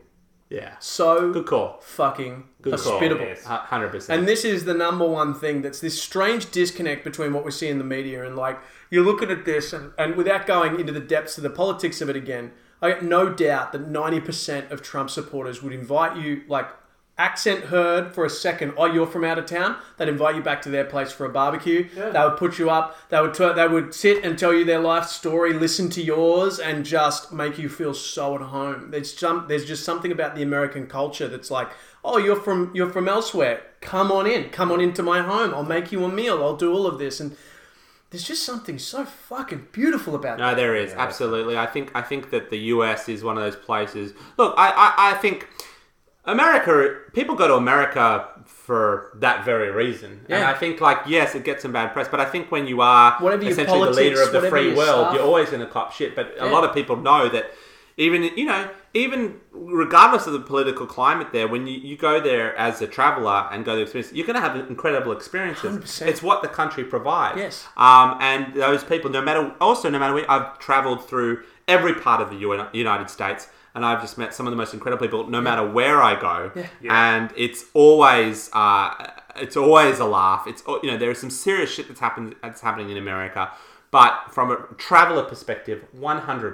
Speaker 1: yeah.
Speaker 2: So
Speaker 1: Good call.
Speaker 2: fucking
Speaker 1: Good call.
Speaker 2: hospitable.
Speaker 3: Yes.
Speaker 1: Hundred percent.
Speaker 2: And this is the number one thing that's this strange disconnect between what we see in the media and like you're looking at this and, and without going into the depths of the politics of it again, I got no doubt that 90% of Trump supporters would invite you like accent heard for a second oh you're from out of town they'd invite you back to their place for a barbecue they would put you up they would t- they would sit and tell you their life story listen to yours and just make you feel so at home there's some there's just something about the american culture that's like oh you're from you're from elsewhere come on in come on into my home i'll make you a meal i'll do all of this and there's just something so fucking beautiful about
Speaker 1: No,
Speaker 2: that
Speaker 1: there is absolutely. I think I think that the U.S. is one of those places. Look, I I, I think America. People go to America for that very reason. And
Speaker 2: Yeah.
Speaker 1: I think, like, yes, it gets some bad press, but I think when you are
Speaker 2: Whatever your
Speaker 1: essentially the leader
Speaker 2: politics,
Speaker 1: of the
Speaker 2: whatever
Speaker 1: free
Speaker 2: your
Speaker 1: world,
Speaker 2: stuff.
Speaker 1: you're always going to cop shit. But a
Speaker 2: Yeah.
Speaker 1: lot of people know that even, you know, even regardless of the political climate there, when you, you go there as a traveller and go to experience, you're going to have incredible experiences.
Speaker 2: 100%.
Speaker 1: It's what the country provides.
Speaker 2: Yes.
Speaker 1: Um, and those people, no matter, also, no matter where, I've traveled through every part of the Uni- United States and I've just met some of the most incredible people, no matter where I go. And it's always, uh, it's always a laugh. It's, al- you know, there is some serious shit that's happened, that's happening in America. But from a traveler perspective, 100%. You are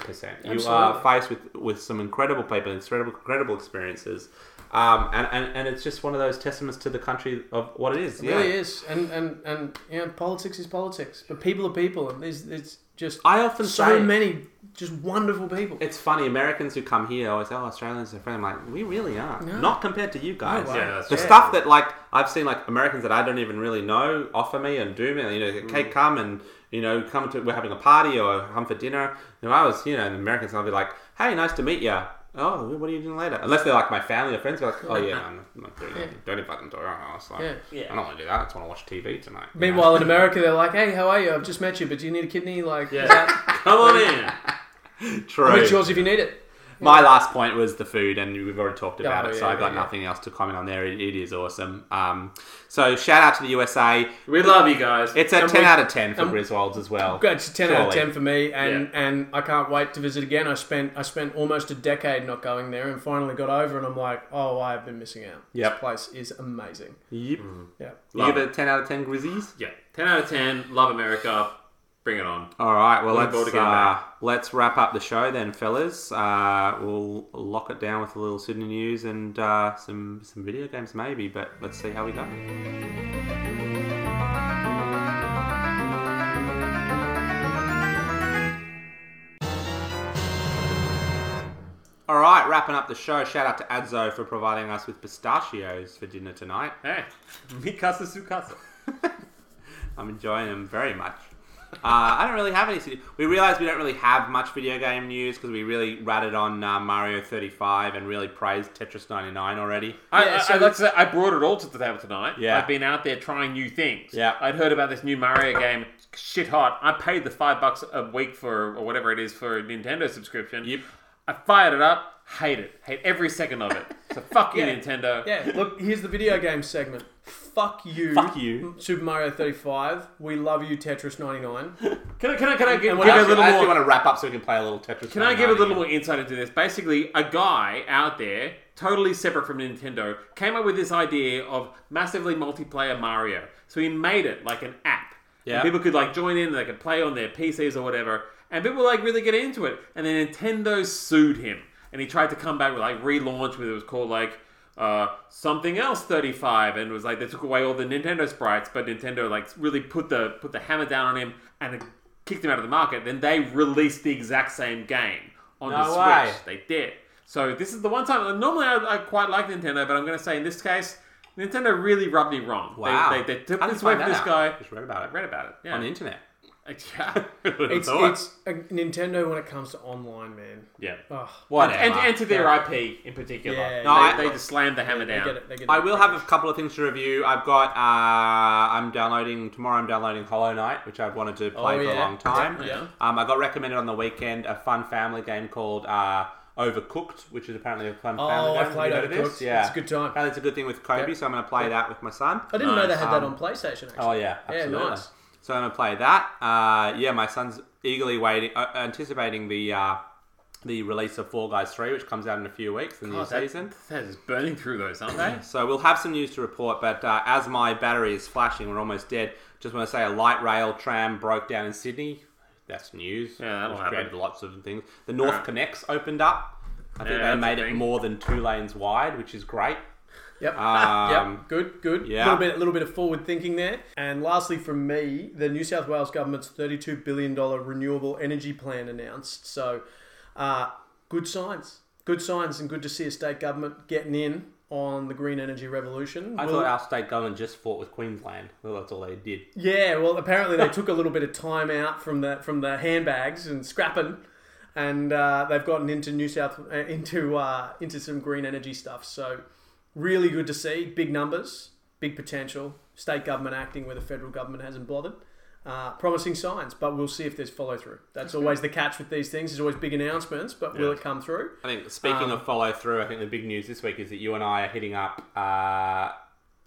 Speaker 2: Absolutely.
Speaker 1: faced with, with some incredible people, incredible, incredible experiences. Um, and, and, and it's just one of those testaments to the country of what it is.
Speaker 2: It
Speaker 1: yeah.
Speaker 2: really is. And and and you know, politics is politics, but people are people, and there's it's just
Speaker 1: I often
Speaker 2: so
Speaker 1: say-
Speaker 2: many just wonderful people.
Speaker 1: It's funny, Americans who come here always say, oh, Australians are friendly. I'm like, we really are.
Speaker 2: No.
Speaker 1: Not compared to you guys.
Speaker 2: No way.
Speaker 3: Yeah, that's
Speaker 1: the
Speaker 3: right.
Speaker 1: stuff that, like, I've seen, like, Americans that I don't even really know offer me and do me, you know, okay,
Speaker 2: Mm.
Speaker 1: come and, you know, come to, we're having a party or come for dinner. You know, I was, you know, and Americans, I'll be like, hey, nice to meet you. Oh, what are you doing later? Unless they're like my family or friends, they're like, oh, yeah, I'm not- I'm not doing
Speaker 2: Yeah.
Speaker 1: that. Don't even fucking do it. I was like,
Speaker 2: Yeah.
Speaker 3: Yeah.
Speaker 1: I don't want to do that. I just want to watch TV tonight. you know?
Speaker 2: Meanwhile, in America, they're like, "Hey, how are you? I've just met you, but do you need a kidney? Like,
Speaker 3: Yeah.
Speaker 2: is that-
Speaker 3: Come on in.
Speaker 1: True.
Speaker 2: I'll make yours if you need it."
Speaker 1: My last point was the food, and we've already talked about
Speaker 2: Oh,
Speaker 1: it,
Speaker 2: yeah,
Speaker 1: so I've
Speaker 2: yeah,
Speaker 1: got
Speaker 2: yeah.
Speaker 1: nothing else to comment on there. It, it is awesome. Um, so shout out to the USA.
Speaker 3: We love you guys.
Speaker 1: It's a
Speaker 2: And
Speaker 1: ten
Speaker 2: we-
Speaker 1: out of ten for
Speaker 2: and-
Speaker 1: Griswolds as well.
Speaker 2: Good, it's a ten out of
Speaker 1: Surely.
Speaker 2: ten for me, and and I can't wait to visit again. I spent I spent almost a decade not going there, and finally got over, and I'm like, "Oh, I've been missing out.
Speaker 1: Yep.
Speaker 2: This place is amazing."
Speaker 1: Yep.
Speaker 2: Yeah.
Speaker 1: You give it a ten out of ten, Grizzies.
Speaker 3: yeah. 10 out of 10. Love America. Bring it on.
Speaker 1: All right. Well,
Speaker 3: Looking forward
Speaker 1: let's
Speaker 3: to getting
Speaker 1: uh,
Speaker 3: back.
Speaker 1: let's wrap up the show then, fellas. Uh, we'll lock it down with a little Sydney news and uh, some some video games maybe, but let's see how we go. All right, wrapping up the show. Shout out to Adzo for providing us with pistachios for dinner tonight. <laughs>
Speaker 3: Hey. Mikasa Sukasa.
Speaker 1: I'm enjoying them very much. Uh, I don't really have any. city- We realize we don't really have much video game news because we really ratted on uh, Mario 35 and really praised Tetris 99 already.
Speaker 3: I,
Speaker 2: Yeah,
Speaker 3: I-
Speaker 2: so
Speaker 3: I, like to say, I brought it all to the table tonight.
Speaker 1: Yeah.
Speaker 3: I've been out there trying new things.
Speaker 1: Yeah.
Speaker 3: I'd heard about this new Mario game, shit hot. I paid the five bucks a week for, or whatever it is, for a Nintendo subscription.
Speaker 1: Yep.
Speaker 3: I fired it up, hate it. Hate every second of it. So fuck you,
Speaker 2: Yeah.
Speaker 3: Nintendo.
Speaker 2: Yeah, look, here's the video game segment. Fuck you.
Speaker 1: Fuck you.
Speaker 2: Super Mario 35. We love you,
Speaker 1: <laughs>
Speaker 2: Tetris 99.
Speaker 3: Can I, can I, can I give,
Speaker 2: when
Speaker 3: give
Speaker 2: I
Speaker 3: it a
Speaker 2: actually-
Speaker 3: little
Speaker 1: I
Speaker 3: more?
Speaker 1: actually want to wrap up so we can play a little Tetris.
Speaker 3: Can I give a little more insight into this? Basically, a guy out there, totally separate from Nintendo, came up with this idea of massively multiplayer Mario. So he made it like an app.
Speaker 1: Yeah.
Speaker 3: And people could like join in, they could play on their PCs or whatever. And people like really get into it. And then Nintendo sued him. And he tried to come back with like relaunch with it was called like uh, something else 35 and it was like they took away all the Nintendo sprites but Nintendo like really put the put the hammer down on him and it kicked him out of the market then they released the exact same game on
Speaker 1: No
Speaker 3: the
Speaker 1: way.
Speaker 3: Switch they did so this is the one time normally I, I quite like Nintendo but I'm going to say in this case Nintendo really rubbed me wrong They-
Speaker 1: Wow.
Speaker 3: they, they, took
Speaker 1: How did
Speaker 3: this
Speaker 1: you
Speaker 3: away
Speaker 1: find that
Speaker 3: from this
Speaker 1: out?
Speaker 3: guy
Speaker 1: Just read about
Speaker 3: I
Speaker 1: it
Speaker 3: read about it yeah,
Speaker 1: on the internet.
Speaker 3: <laughs> yeah.
Speaker 1: <laughs>
Speaker 2: It's,
Speaker 3: Thought.
Speaker 2: it's a Nintendo when it comes to online, man.
Speaker 3: yeah
Speaker 2: Ugh.
Speaker 1: Whatever.
Speaker 3: and, and to their IP in particular
Speaker 2: Yeah,
Speaker 3: they,
Speaker 2: No,
Speaker 1: I-
Speaker 3: they just slammed the hammer
Speaker 2: They
Speaker 3: down
Speaker 2: get it. They get it.
Speaker 1: I will have a couple of things to review. I've got. Uh, I'm downloading tomorrow. I'm downloading Hollow Knight, which I've wanted to play
Speaker 2: Oh,
Speaker 1: for a
Speaker 2: yeah.
Speaker 1: long time.
Speaker 3: Yeah.
Speaker 1: Um, I got recommended on the weekend a fun family game called uh, Overcooked, which is apparently a fun
Speaker 2: Oh,
Speaker 1: family
Speaker 2: I
Speaker 1: game. Have
Speaker 2: played
Speaker 1: you heard of
Speaker 2: Overcooked.
Speaker 1: this? Yeah,
Speaker 2: It's a good time.
Speaker 1: Apparently, it's a good thing with Kobe,
Speaker 2: Yep.
Speaker 1: so I'm going to play that with my son.
Speaker 2: I didn't know they had that
Speaker 1: Um,
Speaker 2: on PlayStation, actually.
Speaker 1: Oh yeah,
Speaker 2: Yeah,
Speaker 1: absolutely.
Speaker 2: nice.
Speaker 1: So I'm gonna play that. Uh, yeah, my son's eagerly waiting, uh, anticipating the uh, the release of Four Guys Three, which comes out in a few weeks, the new
Speaker 3: Oh, that-
Speaker 1: season.
Speaker 3: That is burning through those, aren't they?
Speaker 1: So we'll have some news to report, but uh, as my battery is flashing, we're almost dead. Just want to say a light rail tram broke down in Sydney. That's news.
Speaker 3: Yeah, that'll
Speaker 1: Which
Speaker 3: happen.
Speaker 1: created lots of things. The North
Speaker 3: Alright.
Speaker 1: Connects opened up. I think
Speaker 3: Yeah,
Speaker 1: they
Speaker 3: that's
Speaker 1: made
Speaker 3: a
Speaker 1: it
Speaker 3: thing.
Speaker 1: more than two lanes wide, which is <laughs> great.
Speaker 2: Yep.
Speaker 1: Um,
Speaker 2: yep. Good. Good.
Speaker 1: yeah.
Speaker 2: Little bit. Little bit of forward thinking there. And lastly, from me, the New South Wales government's thirty-two billion dollar renewable energy plan announced. So, uh, good signs. Good signs, and good to see a state government getting in on the green energy revolution.
Speaker 1: I
Speaker 2: We'll-
Speaker 1: thought our state government just fought with Queensland. Well, that's all they did.
Speaker 2: yeah. Well, apparently they took a little bit of time out from the from the handbags and scrapping. And uh, they've gotten into New South uh, into uh, into some green energy stuff. So really good to see big numbers big potential. State government acting where the federal government hasn't bothered. Uh, promising signs, but we'll see if there's follow through. That's always the catch with these things. There's always big announcements, but will
Speaker 1: Yeah.
Speaker 2: it come through?
Speaker 1: I think speaking of follow through, I think the big news this week is that you and I are hitting up uh,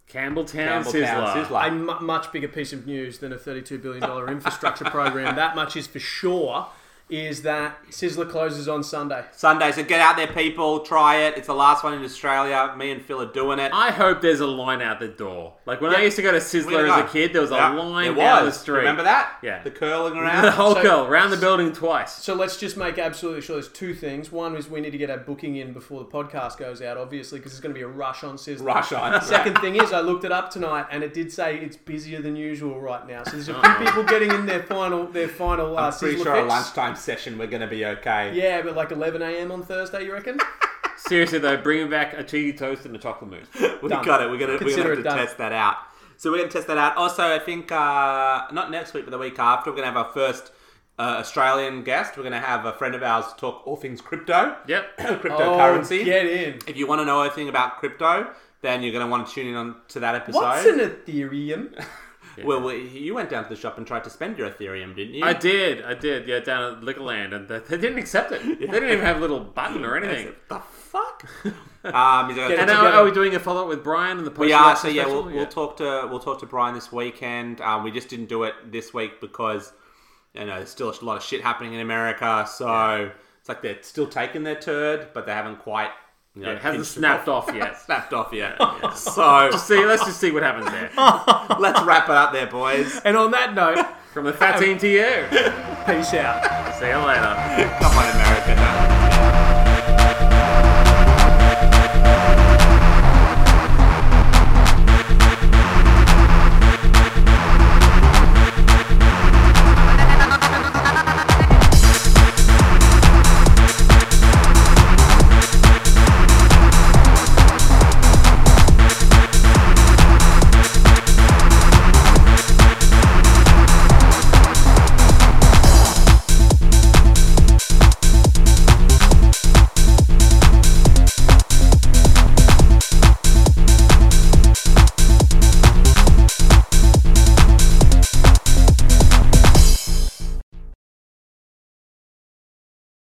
Speaker 3: Campbelltown
Speaker 1: Campbelltown
Speaker 3: Sizzler.
Speaker 1: Sizzler.
Speaker 2: A mu much bigger piece of news than a $32 billion infrastructure program. That much is for sure. Is that Sizzler closes on Sunday?
Speaker 1: Sunday, so get out there, people. Try it. It's the last one in Australia. Me and Phil are doing it.
Speaker 3: I hope there's a line out the door. Like when I used to go to Sizzler
Speaker 1: We're
Speaker 3: as
Speaker 1: going.
Speaker 3: a kid, there was
Speaker 1: Yeah,
Speaker 3: a line
Speaker 1: there
Speaker 3: down the
Speaker 1: was.
Speaker 3: street.
Speaker 1: Remember that?
Speaker 3: Yeah.
Speaker 1: The curling
Speaker 3: <laughs> The
Speaker 1: around.
Speaker 3: <laughs> whole
Speaker 2: So-
Speaker 3: girl round the building twice.
Speaker 2: So let's just make absolutely sure there's two things. One is we need to get our booking in before the podcast goes out, obviously, because there's going to be a rush on Sizzler.
Speaker 1: Rush on.
Speaker 2: Second thing is, I looked it up tonight, and it did say it's busier than usual right now. So there's a few people getting in their final their final. Uh,
Speaker 1: Oh. I'm pretty
Speaker 2: Sizzler
Speaker 1: sure a
Speaker 2: fix.
Speaker 1: lunchtime session we're going to be okay.
Speaker 2: Yeah, but like 11 a.m. on Thursday, you reckon?
Speaker 3: Seriously though, bringing back a cheesy toast and a chocolate
Speaker 1: <laughs>
Speaker 3: mousse.
Speaker 1: we
Speaker 2: Done.
Speaker 1: got it. We're going to we're
Speaker 2: Consider
Speaker 1: gonna have to
Speaker 2: it done.
Speaker 1: test that out. So we're going to test that out. Also, I think uh, not next week, but the week after, we're going to have our first uh, Australian guest. We're going to have a friend of ours talk all things crypto.
Speaker 3: Yep.
Speaker 1: Cryptocurrency.
Speaker 2: Oh, get in.
Speaker 1: If you want to know anything about crypto, then you're going to want to tune in on to that episode.
Speaker 2: What's an Ethereum?
Speaker 1: Well, well, you went down to the shop and tried to spend your Ethereum, didn't you?
Speaker 3: I did, I did, yeah, down at Liquorland, and they, they didn't accept it. They didn't even have a little button or anything.
Speaker 1: The fuck? <laughs> um, he's
Speaker 2: Get
Speaker 1: gonna
Speaker 2: it
Speaker 3: And
Speaker 1: talk
Speaker 3: now,
Speaker 2: together.
Speaker 3: are we doing a follow up with Brian and the post
Speaker 1: we are. So yeah,
Speaker 3: special?
Speaker 1: we'll, we'll talk to we'll talk to Brian this weekend. Um, we just didn't do it this week because you know there's still a lot of shit happening in America. So it's like they're still taking their turd, but they haven't quite you know
Speaker 3: Yeah, it hasn't
Speaker 1: pinched
Speaker 3: snapped off
Speaker 1: <laughs>
Speaker 3: yet.
Speaker 1: snapped off yet.
Speaker 3: <laughs>
Speaker 1: so <laughs>
Speaker 3: see, let's just see what happens there.
Speaker 1: let's wrap it up there, boys.
Speaker 2: and on that note,
Speaker 1: <laughs>
Speaker 3: From the fat team to you.
Speaker 2: peace out.
Speaker 3: See you later.
Speaker 1: Come on, America. No.